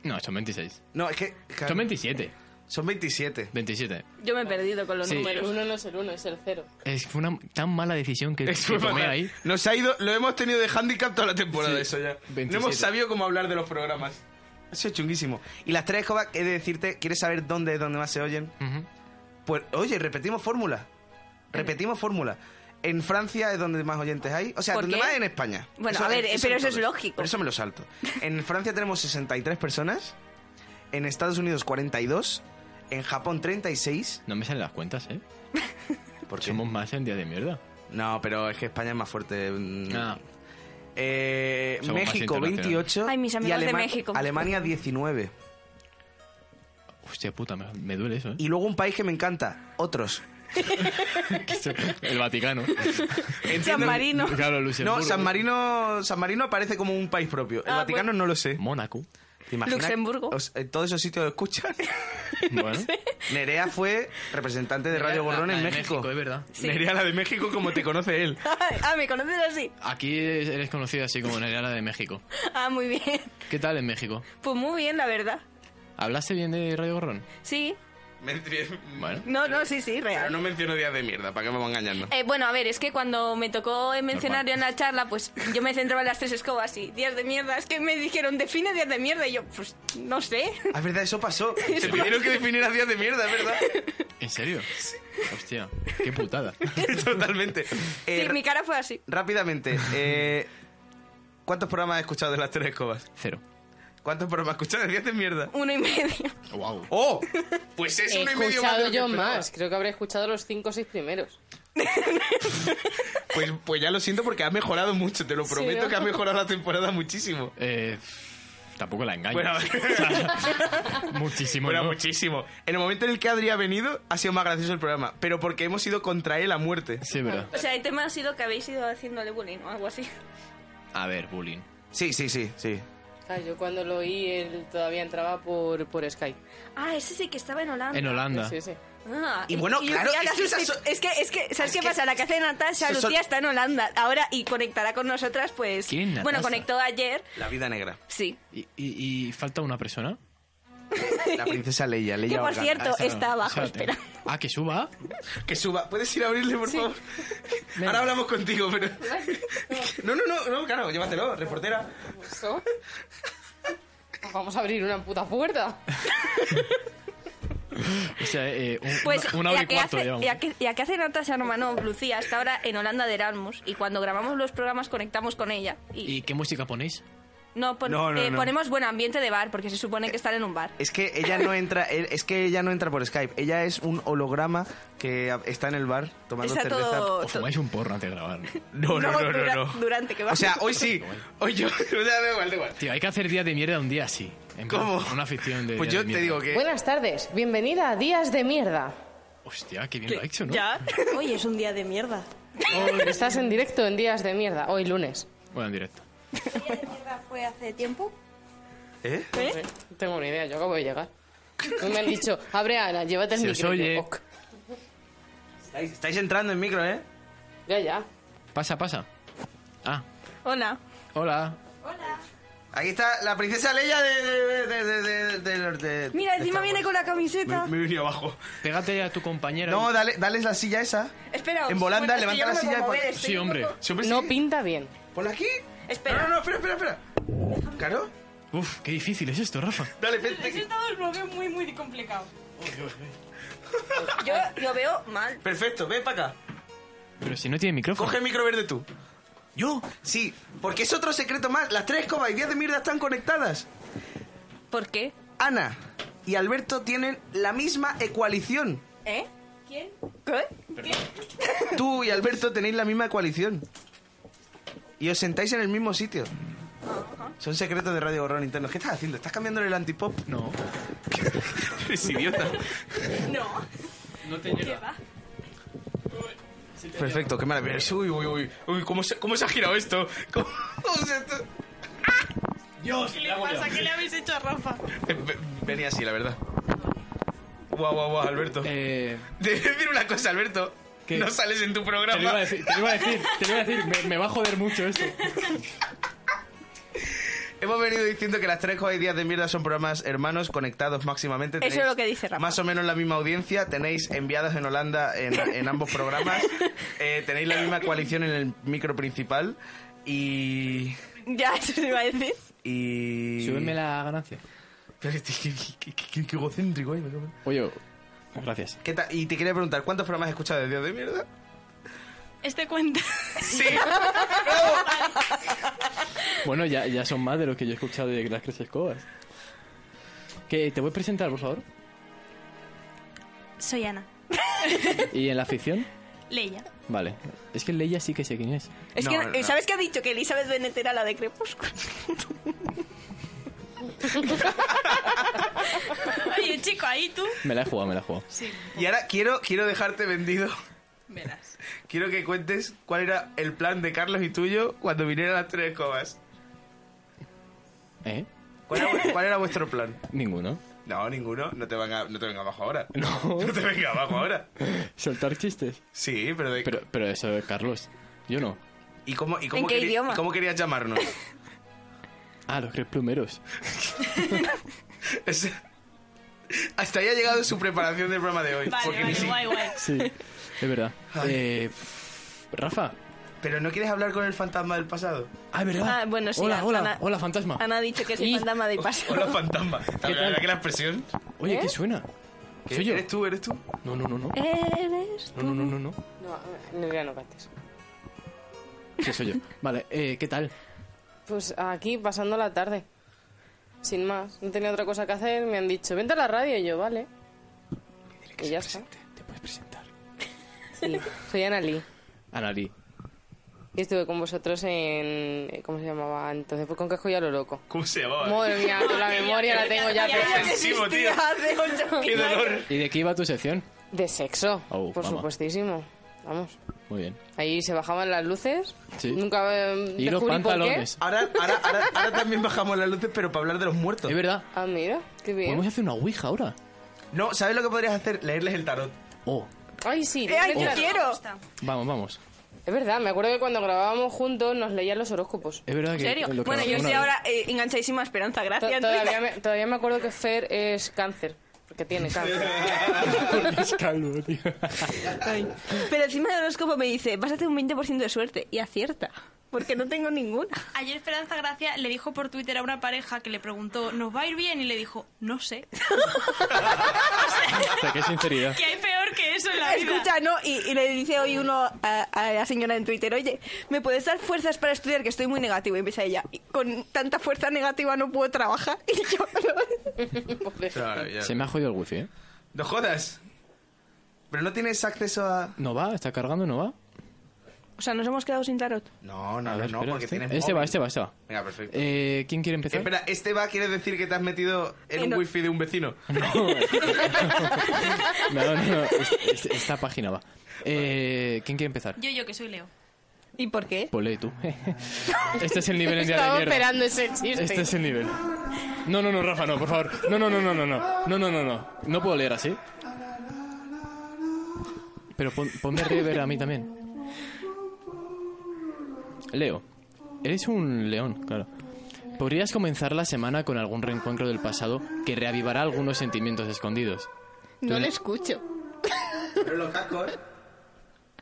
S2: No, son 26.
S1: No, es que...
S2: Son 27.
S1: Son 27.
S2: 27.
S8: Yo me he perdido con los
S2: Sí.
S12: El
S8: números.
S12: uno no es el uno, es el cero.
S2: Es, fue una tan mala decisión que,
S1: Es
S2: que tomé
S1: fatal.
S2: ahí.
S1: Nos ha ido, lo hemos tenido de handicap toda la temporada eso ya. No
S2: 27.
S1: hemos sabido cómo hablar de los programas. Ha sido chunguísimo. Y las tres escobas, he de decirte, ¿quieres saber dónde es donde más se oyen? Pues, oye, repetimos fórmula. Repetimos fórmula. En Francia es donde más oyentes hay. O sea,
S8: ¿Por
S1: donde
S8: qué?
S1: más hay en España.
S8: Bueno, a ver, eh, pero
S1: en
S8: eso es
S1: todos.
S8: lógico.
S1: Pero eso me lo salto. En Francia tenemos 63 personas. En Estados Unidos 42. En Japón 36.
S2: No me salen las cuentas, ¿eh?
S1: Porque
S2: Somos más en día de mierda.
S1: No, pero es que España es más fuerte. mm.
S2: Ah.
S1: Eh,
S2: Somos más
S1: México
S2: internacionales.
S1: 28
S8: Ay, mis
S1: y
S8: amigos de
S1: Alema-
S8: México.
S1: Alemania 19.
S2: Hostia puta, me, me duele eso, ¿eh?
S1: Y luego un país que me encanta, otros.
S2: El Vaticano.
S1: Entiendo-
S8: Marino.
S2: Claro, Luxemburgo.
S1: No, San Marino, San Marino aparece como un país propio. El
S8: Ah,
S1: Vaticano
S8: bueno.
S1: no lo sé.
S2: Mónaco.
S1: ¿Te imaginas?
S8: Luxemburgo.
S1: Os- eh, todos esos sitios lo escuchan.
S2: Bueno.
S1: Nerea fue representante de
S2: Nerea,
S1: Radio
S2: la-
S1: Gorrón
S2: la
S1: en
S2: de
S1: México.
S2: México, es verdad.
S8: Sí.
S1: Nerea la de México como te conoce él.
S8: ah, ¿me conoces así?
S2: Aquí es- eres conocido así como Nerea la de México.
S8: Ah, muy bien.
S2: ¿Qué tal en México?
S8: Pues muy bien, la verdad.
S2: ¿Hablaste bien de Radio Gorrón?
S8: Sí.
S2: Bueno.
S8: No, no, sí, sí,
S1: Pero
S8: real.
S1: no menciono días de mierda, ¿para qué me van engañando?
S8: Eh, bueno, a ver, es que cuando me tocó eh, mencionarlo en
S2: Normal.
S8: la charla, pues yo me centraba en las tres escobas y días de mierda. Es que me dijeron, define días de mierda. Y yo, pues, no sé.
S1: Ah, es verdad, eso pasó. Te pidieron que definieras días de mierda, es verdad.
S2: ¿En serio? Hostia, qué putada.
S1: Totalmente. Eh,
S8: Sí, mi cara fue así.
S1: Rápidamente, eh, ¿cuántos programas has escuchado de las tres escobas?
S2: Cero.
S1: ¿Cuántos programas has escuchado de días de mierda?
S8: Uno y medio.
S2: Wow.
S1: ¡Oh! Pues es
S12: He
S1: uno y medio más. de
S12: escuchado
S1: lo que
S12: yo
S1: esperaba.
S12: más. Creo que habré escuchado los cinco o seis primeros.
S1: Pues, pues ya lo siento porque ha mejorado mucho, te lo
S12: Sí,
S1: prometo
S12: ¿no?
S1: que ha mejorado la temporada muchísimo.
S2: Eh, tampoco la engaño.
S1: Bueno,
S2: muchísimo.
S1: bueno,
S2: ¿no?
S1: muchísimo. En el momento en el que Adri ha venido, ha sido más gracioso el programa, pero porque hemos ido contra él a muerte.
S2: Sí, verdad.
S8: O sea, el tema ha sido que habéis ido haciéndole bullying o algo así.
S2: A ver, bullying.
S1: Sí, sí, sí, sí.
S12: Ah, yo cuando lo oí, él todavía entraba por, por Skype.
S8: Ah, ese sí que estaba en Holanda.
S2: En Holanda.
S12: Sí, sí.
S8: Ah,
S1: Y bueno, claro,
S8: ahora
S1: es que
S8: sí,
S1: esas
S8: sí.
S1: son-
S8: es que, es que, ¿sabes
S1: es
S8: qué
S1: que-
S8: pasa? La que hace Natasha,
S1: Esas son-
S8: Lucía está en Holanda ahora y conectará con nosotras, pues...
S2: ¿Quién, Natasha?
S8: Bueno, conectó ayer,
S1: La vida negra.
S8: sí.
S2: ¿Y, y, y falta una persona?
S1: La princesa Leia, Leia
S8: Que por
S1: Organa.
S8: cierto,
S2: Ah, esa no.
S8: está abajo,
S2: Espérate.
S8: espera.
S2: Ah, que suba.
S1: Que suba. ¿Puedes ir a abrirle, por favor? Ahora hablamos contigo, pero... No, no, no, no, claro, llévatelo, reportera.
S12: ¿Eso? Pues Vamos a abrir una puta puerta.
S2: O sea, eh, un,
S8: Pues
S2: una, una hora
S8: la
S2: y
S8: que
S2: cuarto
S8: hace,
S2: llevamos.
S8: la que, la que hace Natasha Romanov, Lucía, está ahora en Holanda de Erasmus y cuando grabamos los programas conectamos con ella. Y,
S2: ¿Y qué música ponéis?
S8: no, pon-
S1: No, no,
S8: eh,
S1: no. Eh,
S8: ponemos buen ambiente de bar porque se supone que están en un bar.
S1: Es que ella no entra, el- es que ella no entra por Skype. Ella es un holograma que a- está en el bar tomando
S8: Está
S1: cerveza. eh,
S8: todo...
S2: ¿O fumáis un porro antes de grabar?
S1: No, no, no, no,
S8: dura-
S1: no.
S8: Durante que va.
S1: O sea, hoy sí, hoy yo. O sea, da igual, da igual.
S2: Tío, hay que hacer día de mierda un día así. En plan,
S1: ¿Cómo?
S2: Una afición de
S1: Pues yo
S2: día de
S1: te
S2: mierda.
S1: digo que.
S12: Buenas tardes, bienvenida a Días de Mierda.
S2: Hostia, qué bien lo ha hecho, ¿no?
S8: Ya.
S13: Hoy es un día de mierda.
S12: Estás en directo en Días de Mierda, hoy lunes.
S2: Bueno, en directo.
S13: ¿Día de mierda fue hace tiempo?
S1: ¿Eh?
S12: No sé, no tengo ni idea, yo acabo de llegar. No me han dicho, abre Ana, llévate el
S2: Se os
S12: micro. y yo,
S2: oye.
S12: "Ok".
S1: Estáis, estáis entrando en micro, ¿eh?
S12: Ya, ya.
S2: Pasa, pasa. Ah,
S8: Hola.
S2: hola.
S1: Aquí está la princesa Leia de. de. de. de. de- de- de- de-
S8: Mira, encima viene con la camiseta.
S1: Me, me he venido abajo.
S2: Pégate a tu compañera.
S1: No, dale, dale la silla esa.
S8: Espera,
S1: En volanda,
S8: es que
S1: levanta
S8: yo
S1: la
S8: no me
S1: silla y
S8: puedo
S1: pon-
S8: mover, estoy
S2: Sí,
S8: un
S2: hombre.
S8: poco-
S1: Siempre
S12: No
S1: Pues sí.
S12: pinta bien.
S1: Ponla aquí. No,
S8: Espera.
S1: no, no, espera, espera, espera. ¿Claro?
S2: Uf, qué difícil es esto, Rafa.
S1: Dale, vente aquí.
S13: lo veo muy, muy complicado.
S8: Yo lo veo mal.
S1: Perfecto, ven para acá.
S2: Pero si no tiene micrófono.
S1: Coge el micro verde tú.
S2: ¿Yo?
S1: Sí, porque es otro secreto más. Las tres escobas y días de mierda están conectadas.
S8: ¿Por qué?
S1: Ana y Alberto tienen la misma ecualición.
S8: ¿Eh? ¿Quién? ¿Qué?
S1: Tú y Alberto tenéis la misma coalición. Y os sentáis en el mismo sitio. Son secretos de Radio Gorrón Interno. ¿Qué estás haciendo? ¿Estás cambiándole el antipop?
S2: No.
S1: Eres idiota.
S8: No.
S2: No te llega.
S1: Perfecto, qué maravilla. Uy, uy, uy. Uy, ¿cómo se, cómo se ha girado esto? ¿Cómo se ha esto?
S2: Dios, ¿qué le pasa?
S13: ¿Qué le habéis hecho a Rafa?
S1: Eh, ve- Venía así, la verdad. Guau, guau, guau, Alberto.
S7: Eh,
S1: Debes decir una cosa, Alberto.
S7: ¿Qué?
S1: No sales en tu
S7: te lo iba a
S1: programa.
S7: decir, te lo iba a decir, te lo iba a decir, me, me va a joder mucho esto.
S1: Hemos venido diciendo que las tres comedias de mierda son programas hermanos conectados máximamente.
S8: Eso es lo que dice Rafa.
S1: Más o menos la misma audiencia. Tenéis enviadas en Holanda en, en ambos programas. Eh, tenéis la misma coalición en el micro principal. Y.
S8: Ya, eso se iba a decir.
S1: Y.
S2: Súbeme la ganancia.
S1: Pero este, qué, qué- qué- qué- qué egocéntrico, eh, me cago en-
S2: Oye, gracias.
S1: ¿Qué tal? Y te quería preguntar, ¿cuántos programas has escuchado de Dios de mierda?
S13: Este cuenta.
S1: Sí.
S2: Bueno, ya, ya son más de los que yo he escuchado de las Creces Escobas. ¿Qué, ¿Te voy a presentar, por favor?
S8: Soy Ana.
S2: ¿Y en la afición?
S8: Leia.
S2: Vale. Es que Leia sí que sé quién es.
S8: Es que, eh, ¿sabes qué ha dicho? Que Elizabeth Bennet era la de Crepúsculo.
S13: Oye, chico, ahí tú.
S2: Me la he jugado, me la he jugado.
S13: Sí.
S1: Y ahora quiero, quiero dejarte vendido.
S13: Verás.
S1: Quiero que cuentes cuál era el plan de Carlos y tuyo cuando vinieran las tres escobas.
S2: ¿Eh?
S1: ¿Cuál era, cuál era vuestro plan?
S2: Ninguno.
S1: No, ninguno. No te, venga, no te venga abajo ahora. No. No te venga abajo ahora.
S2: ¿Soltar chistes?
S1: Sí, pero de...
S2: Pero, pero eso es Carlos. Yo no.
S1: ¿Y cómo, y cómo
S8: ¿En qué
S1: queri-
S8: idioma?
S1: y cómo querías llamarnos?
S2: Ah, los tres plumeros.
S1: Es- Hasta ahí ha llegado su preparación del programa de hoy.
S13: Vale,
S1: porque ni
S13: vale,
S1: si-
S13: guay, guay.
S2: Sí, es verdad.
S1: Ay.
S2: Eh, Rafa.
S1: ¿Pero no quieres hablar con el fantasma del pasado?
S2: Ah, es verdad.
S8: Ah, bueno, sí.
S2: Hola,
S8: Ana-
S2: hola, Ah,
S8: Ana-
S2: hola, fantasma.
S8: Ana ha dicho que es el fantasma de paso.
S1: Hola, fantasma. ¿Te
S2: tal?
S1: verdad que la expresión?
S2: Oye,
S8: ¿Eh?
S2: ¿qué suena?
S1: ¿Qué?
S2: ¿Soy yo?
S1: ¿Eres tú? ¿Eres tú?
S2: No, no, no, no.
S8: Eres
S2: No, no, no, no, no.
S12: No, eh, no, ya no cantes.
S2: Sí, soy yo. Vale, eh, ¿qué tal?
S12: Pues aquí, pasando la tarde. Sin más. No tenía otra cosa que hacer. Me han dicho, vente a la radio. Y yo, vale. Y ya está.
S2: Te puedes presentar.
S12: Sí, soy Ana Lee.
S2: Analí.
S12: Y estuve con vosotros en... ¿Cómo se llamaba? Entonces fue con Quejo y a lo loco.
S1: ¿Cómo se llamaba?
S12: Madre mía, tú la memoria la tengo ya.
S1: Qué ofensivo, tío. Qué dolor.
S2: ¿Y de qué iba tu sección?
S12: De sexo,
S2: Oh,
S12: por
S2: vamos.
S12: supuestísimo. Vamos.
S2: Muy bien.
S12: Ahí se bajaban las luces.
S2: Sí.
S12: Nunca eh,
S2: Y los
S12: descubrí por qué.
S2: pantalones.
S1: Ahora, ahora, ahora, ahora también bajamos las luces, pero para hablar de los muertos.
S2: Es verdad.
S12: Ah, mira, qué bien.
S2: Podemos hacer una ouija ahora.
S1: No, ¿sabes lo que podrías hacer? Leerles el tarot.
S2: Oh,
S12: Ay, sí.
S8: Eh, ay,
S12: tengo
S8: yo
S12: que-
S8: quiero.
S2: vamos, vamos.
S12: Es verdad, me acuerdo que cuando grabábamos juntos nos leían los horóscopos.
S2: Es verdad
S8: ¿En
S2: que.
S8: serio?
S2: lo que
S8: Bueno, yo
S2: una
S8: estoy
S2: vez-
S8: ahora eh, enganchadísima a Esperanza,
S12: To-
S8: gracias.
S12: todavía, me, todavía me acuerdo que Fer es cáncer, porque tiene cáncer.
S2: Es calvo, tío.
S8: Pero encima del horóscopo me dice, vas a hacer un 20% de suerte. Y acierta, porque no tengo ninguna.
S13: Ayer Esperanza Gracia le dijo por Twitter a una pareja que le preguntó, ¿nos va a ir bien? Y le dijo, no sé.
S2: O sea, qué sinceridad.
S13: Que hay peor que eso en la vida.
S8: Escucha, ¿no? Y, y le dice hoy uno a, a la señora en Twitter, oye, ¿me puedes dar fuerzas para estudiar? Que estoy muy negativo. Y empieza ella, "Y con tanta fuerza negativa no puedo trabajar. Y yo,
S1: Claro, ya.
S2: Se me ha jodido el wifi, ¿eh?
S1: No jodas. Pero no tienes acceso a...
S2: ¿No va? ¿Está cargando? ¿No va?
S8: O sea, nos hemos quedado sin tarot.
S1: No, no,
S2: A
S1: no,
S2: ver,
S1: no,
S2: espera,
S1: porque
S2: este-
S1: tienes
S2: este
S1: móvil.
S2: va, este va, este va.
S1: Venga, perfecto.
S2: Eh, ¿Quién quiere empezar?
S1: Espera, este va, ¿quieres decir que te has metido en
S8: Eh,
S1: un
S8: no.
S1: wifi de un vecino?
S2: No, no, no. es- es- esta página va. Eh, ¿Quién quiere empezar?
S13: Yo, yo, que soy Leo.
S8: ¿Y por qué?
S2: Ponle tú. Este es el nivel en día
S12: Estaba
S2: de mierda.
S12: esperando ese chiste.
S2: Este es el nivel. No, no, no, Rafa, no, por favor. No, no, no, no, no, no. No, no, no, no. No puedo leer así. Pero pon- ponme rever a mí también. Leo, eres un león, claro. Podrías comenzar la semana con algún reencuentro del pasado que reavivará algunos sentimientos escondidos.
S8: No le escucho.
S1: Pero los cascos...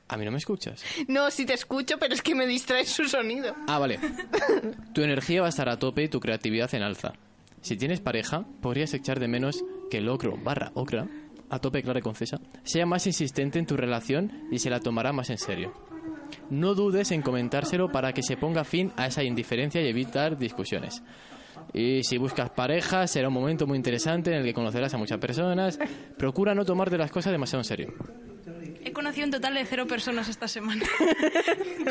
S2: ¿A mí no me escuchas?
S8: No, sí te escucho, pero es que me distrae su sonido.
S2: Ah, vale. Tu energía va a estar a tope y tu creatividad en alza. Si tienes pareja, podrías echar de menos que el ocro barra ocra, a tope clara y concesa, sea más insistente en tu relación y se la tomará más en serio. No dudes en comentárselo para que se ponga fin a esa indiferencia y evitar discusiones. Y si buscas pareja, será un momento muy interesante en el que conocerás a muchas personas. Procura no tomarte las cosas demasiado en serio.
S13: He conocido un total de cero personas esta semana.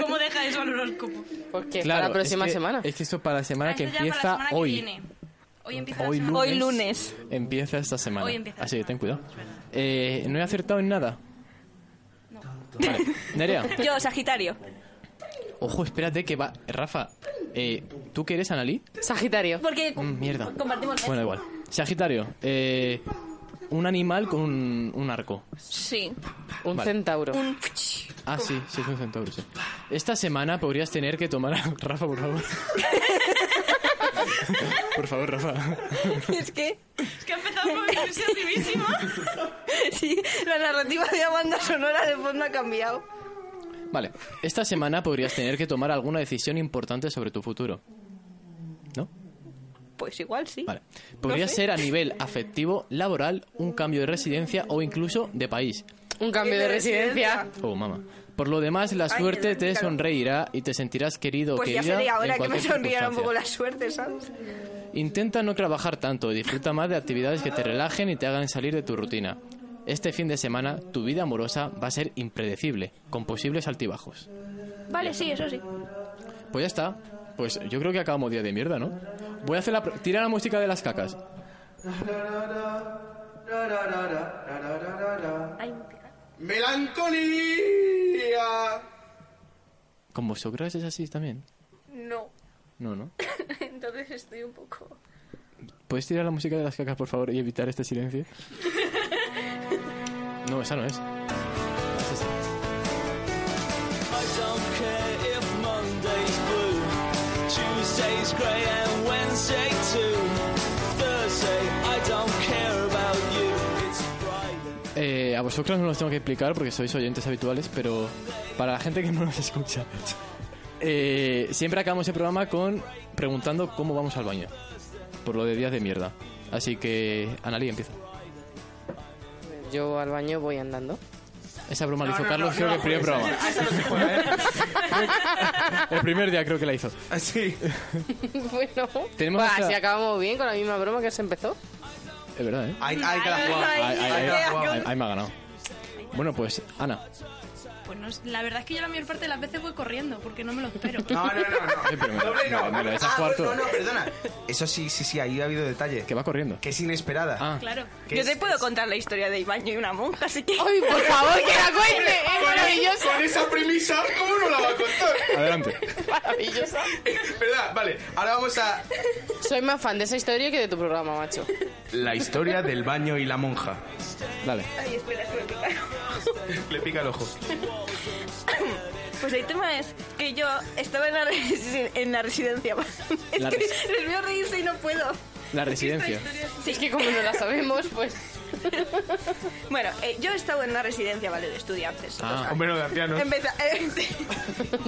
S13: ¿Cómo deja eso al horóscopo?
S12: Porque Pues para la próxima
S2: es que-
S12: semana.
S2: Es que esto para la semana
S13: Ah,
S2: que
S13: esto ya para la
S2: empieza
S13: semana que
S2: hoy.
S13: viene. Hoy empieza
S2: Hoy
S13: la semana.
S2: lunes. Hoy lunes. Empieza esta semana.
S13: Hoy empieza
S2: Así que ten cuidado. Eh, no he acertado en nada. Vale. Nerea,
S8: Yo, Sagitario.
S2: ojo, espérate que va. Rafa, eh, ¿tú qué eres, Analí?
S12: Sagitario.
S8: Porque
S2: Mm, mierda.
S8: compartimos...
S2: Bueno, igual. Sagitario, eh, un animal con un, un arco.
S8: Sí.
S12: Un
S2: Vale.
S12: centauro.
S2: Ah, sí, sí, es un centauro, sí. Esta semana podrías tener que tomar. Rafa, por favor.
S7: Por favor, Rafa.
S8: Es que...
S13: Es que ha empezado con una ilusión vivísima.
S8: Sí, la narrativa de la banda sonora de fondo ha cambiado.
S2: Vale, esta semana podrías tener que tomar alguna decisión importante sobre tu futuro.
S8: Pues igual sí.
S2: Vale. Podría
S8: No sé.
S2: ser a nivel afectivo, laboral, un cambio de residencia o incluso de país.
S12: Un cambio de residencia.
S2: Oh, mamá. Por lo demás, la
S8: Ay,
S2: suerte te
S8: claro.
S2: sonreirá y te sentirás querido o
S8: Pues ya
S2: querida
S8: sería ahora
S2: en
S8: que me
S2: cualquier
S8: sonriera un
S2: circunstancia.
S8: poco la suerte, ¿sabes?
S2: Intenta no trabajar tanto, disfruta más de actividades que te relajen y te hagan salir de tu rutina. Este fin de semana, tu vida amorosa va a ser impredecible, con posibles altibajos.
S8: Vale, sí, eso sí.
S2: Pues ya está. Pues yo creo que acabamos día de mierda, ¿no? Voy a hacer la... pro- Tira la música de las cacas.
S11: ¡Melancolía!
S2: ¿Con vosotras es así también?
S6: No,
S2: No, ¿no?
S6: entonces estoy un poco...
S2: ¿Puedes tirar la música de las cacas, por favor, y evitar este silencio? No, esa no es. Es esa.
S9: I don't care if Monday's blue, Tuesday's grey and Wednesday too. Thursday, I don't care about you. It's Friday.
S2: Eh, a vosotras no los tengo que explicar porque sois oyentes habituales, pero para la gente que no nos escucha, eh, siempre acabamos el programa con preguntando cómo vamos al baño. Por lo de días de mierda. Así que, Analí, empieza.
S12: Yo al baño voy andando.
S2: Esa broma la
S12: No,
S2: hizo
S12: no,
S2: Carlos,
S12: no,
S2: creo
S12: no,
S2: que el primer
S12: pues,
S2: programa.
S12: a esa no se
S2: el primer día creo que la hizo.
S1: Así. pues, ¿eh?
S12: bueno,
S2: Tenemos
S12: va,
S2: hasta-
S12: si acabamos bien con la misma broma que se empezó.
S2: Es verdad, ¿eh?
S1: Ahí- ahí te la has jugado.
S2: Ahí- ahí-
S1: Ahí
S2: ahí-
S1: te la has jugado.
S2: ahí- ahí me ha ganado. Bueno, pues, Ana.
S13: Pues no, la verdad es que yo la mayor parte de las veces voy corriendo porque no me lo espero.
S1: No, no, no, no.
S2: Eh, pero me-
S1: Doble no.
S2: me- me lo vais a
S1: Ah,
S2: jugar
S1: pues
S2: todo.
S1: No, no, perdona. Eso sí, sí, sí, ahí ha habido detalle. Que
S2: va corriendo. Ah,
S1: Que es inesperada.
S8: Claro.
S1: ¿Qué
S8: Yo
S1: es?
S8: te puedo contar la historia del baño y una monja, así que...
S12: ¡Ay, por favor, que la cuente!
S8: ¡Es maravillosa!
S1: Con esa premisa, ¿cómo no la va a contar?
S2: Adelante.
S12: Maravillosa.
S1: ¿Verdad? Vale, ahora vamos a...
S12: Soy más fan de esa historia que de tu programa, macho.
S1: La historia del baño y la monja.
S2: Dale.
S8: Ay, espera, espera, espera.
S1: Le pica el ojo.
S8: Pues el tema es que yo estaba en la, resi- en la residencia. Es
S2: La
S8: que
S2: res-
S8: les veo reírse y no puedo.
S2: La residencia.
S8: Sí.
S12: Es que como no la sabemos, pues...
S8: Bueno, eh, yo estaba en una residencia, ¿vale? De estudiantes.
S1: Ah, hombre, no de ancianos.
S8: Empeza- eh,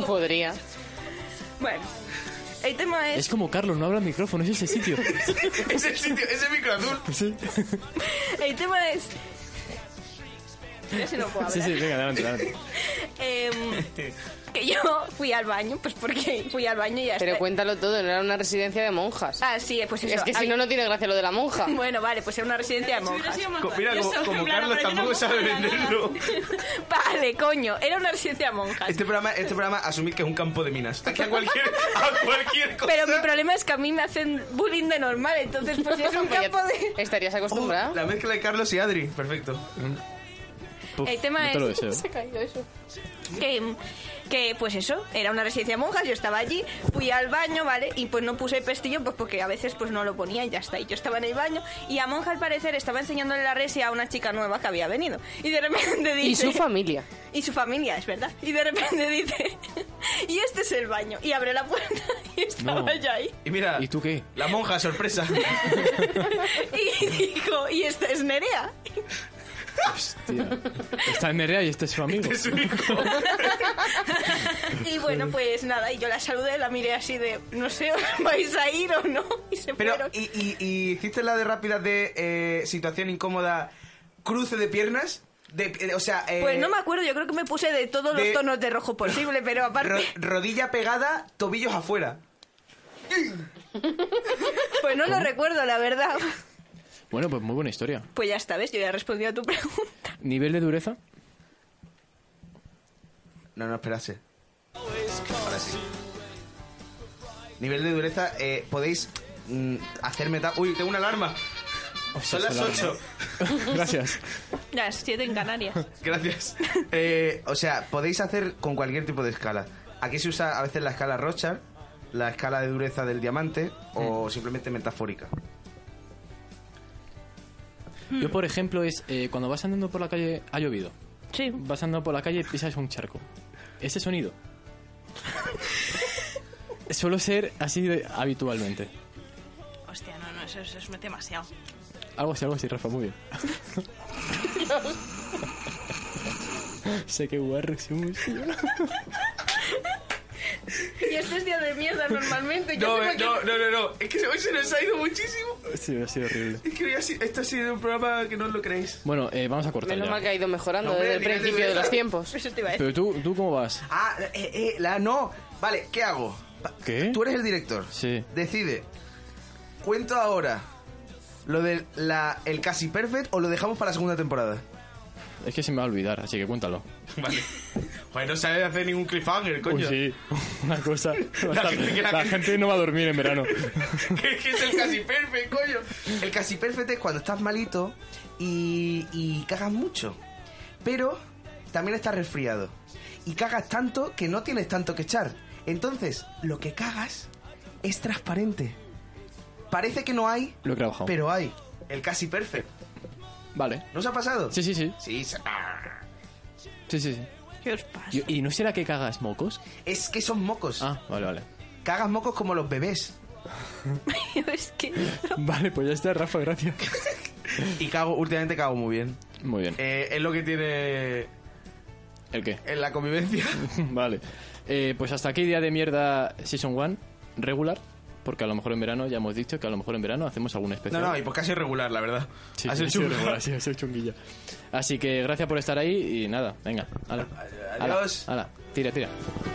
S12: Podría.
S8: bueno, el tema es...
S2: Es como Carlos, no habla al micrófono, es ese sitio.
S1: ese sitio, ese micro azul.
S2: Sí.
S8: El tema es... Ya se no puedo
S2: Sí,
S8: hablar.
S2: sí, venga, adelante, adelante.
S8: Em, que yo fui al baño, pues porque fui al baño y ya
S12: Pero
S8: está.
S12: cuéntalo todo, no era una residencia de monjas.
S8: Ah, sí, pues eso.
S12: Es que si
S8: Ay.
S12: no, no tiene gracia lo de la monja.
S8: Bueno, vale, pues era una residencia de monjas.
S1: Co- Mira, como, como Carlos tampoco sabe venderlo.
S8: Vale, coño, era una residencia de monjas.
S1: Este programa, este programa, asumid que es un campo de minas. Que a cualquier, a cualquier cosa.
S8: Pero mi problema es que a mí me hacen bullying de normal, entonces pues es un
S12: Pues ya
S8: campo de...
S12: Estarías acostumbrada.
S1: Uh, La mezcla de Carlos y Adri. Perfecto.
S8: El tema
S2: no te lo
S8: es-
S2: deseo. ¿eh?
S12: Se ha caído eso.
S8: que, que, pues eso, era una residencia de monjas, yo estaba allí, fui al baño, ¿vale? Y pues no puse el pestillo, pues porque a veces pues no lo ponía y ya está. Y yo estaba en el baño y a monja al parecer estaba enseñándole la resi a una chica nueva que había venido. Y de repente dice...
S12: Y su familia.
S8: Y su familia, es verdad. Y de repente dice, y este es el baño. Y abre la puerta y estaba
S1: No.
S8: yo ahí.
S1: Y mira. ¿Y
S2: tú qué?
S1: La monja, sorpresa.
S8: Y dijo, y esta es Nerea.
S2: Hostia. Está en Nerea y este es su amigo.
S1: es su hijo.
S8: Y bueno, pues nada, y yo la saludé, la miré así de, no sé, ¿os vais a ir o no? Y se
S1: Pero,
S8: fueron.
S1: ¿y, y, y hiciste la de rápida de eh, situación incómoda, cruce de piernas? De, eh, o sea, eh,
S8: Pues no me acuerdo, yo creo que me puse de todos
S1: de-
S8: los tonos de rojo posible, pero
S1: ro-
S8: aparte,
S1: rodilla pegada, tobillos afuera.
S8: pues no lo recuerdo, la verdad.
S2: Bueno, pues muy buena historia.
S8: Pues ya está, ¿ves? Yo ya he respondido a tu pregunta.
S2: ¿Nivel de dureza?
S1: No, no, esperase. Ahora sí. Nivel de dureza, eh, podéis mm, hacer meta... Uy, tengo una alarma. Son las
S2: esa alarma.
S1: 8.
S2: Gracias.
S8: Las 7 en Canarias.
S1: Gracias. Eh, o sea, podéis hacer con cualquier tipo de escala. Aquí se usa a veces la escala Rochard, la escala de dureza del diamante o simplemente metafórica.
S2: Yo, por ejemplo, es eh, cuando vas andando por la calle, ha llovido.
S8: Sí.
S2: Vas andando por la calle y pisas un charco. Ese sonido. Suelo ser así de- habitualmente.
S13: eso, eso es demasiado.
S2: Algo así, algo así, Rafa, muy bien. sé que guarro somos.
S8: Y esto es día de mierda normalmente. yo
S1: No,
S8: tengo
S1: eh,
S8: aquí-
S1: no, no, no, no. Es que hoy se nos ha ido muchísimo.
S2: Sí, ha sido horrible.
S1: Es que hoy ha sido- esto ha sido un programa que no os lo creéis.
S2: Bueno, eh, vamos a cortar
S12: Menos
S2: ya.
S12: mal que ha ido mejorando
S1: No, hombre,
S12: desde el
S1: dime, dime,
S12: principio de
S1: dime.
S12: los tiempos.
S2: Pero tú, ¿tú cómo vas?
S1: Ah, eh, eh, la no. Vale, ¿qué hago? Pa-
S2: ¿Qué?
S1: Tú eres el director.
S2: Sí.
S1: Decide. Cuento ahora lo del la, el casi perfect o lo dejamos para la segunda temporada.
S2: Es que se me va a olvidar, así que cuéntalo.
S1: Vale. Joder, no sabe hacer ningún cliffhanger,
S2: Uy, sí, una cosa. La,
S1: gente- la
S2: gente no va a dormir en verano.
S1: ¿Qué, qué es el casi perfect, coño? El casi perfect es cuando estás malito y, y cagas mucho. Pero también estás resfriado. Y cagas tanto que no tienes tanto que echar. Entonces, lo que cagas es transparente. Parece que no hay,
S2: Lo he trabajado.
S1: pero hay. El casi perfect.
S2: Vale.
S1: ¿No os ha pasado?
S2: Sí, sí, sí.
S1: Sí, se- ah.
S2: Sí, sí, sí.
S13: ¿Qué os pasa?
S2: Yo- ¿Y no será que cagas mocos?
S1: Es que son mocos.
S2: Ah, vale, vale.
S1: Cagas mocos como los bebés.
S8: es que...
S2: Vale, pues ya está, Rafa, gracias.
S1: Y cago, últimamente cago muy bien.
S2: Muy bien.
S1: Eh, es lo que tiene
S2: ¿El qué?
S1: en la convivencia.
S2: vale. Eh, pues hasta aquí día de mierda Season 1 regular, porque a lo mejor en verano ya hemos dicho que a lo mejor en verano hacemos algún
S1: No,
S2: especial.
S1: no, y pues casi regular, la verdad.
S2: Sí,
S1: Has
S2: sí,
S1: hecho
S2: sí,
S1: un-
S2: regular, sí, has hecho un guilla. Así que gracias por estar ahí y nada, venga. Ala, ala,
S1: Adiós.
S2: ala, tira, tira.
S1: Oh,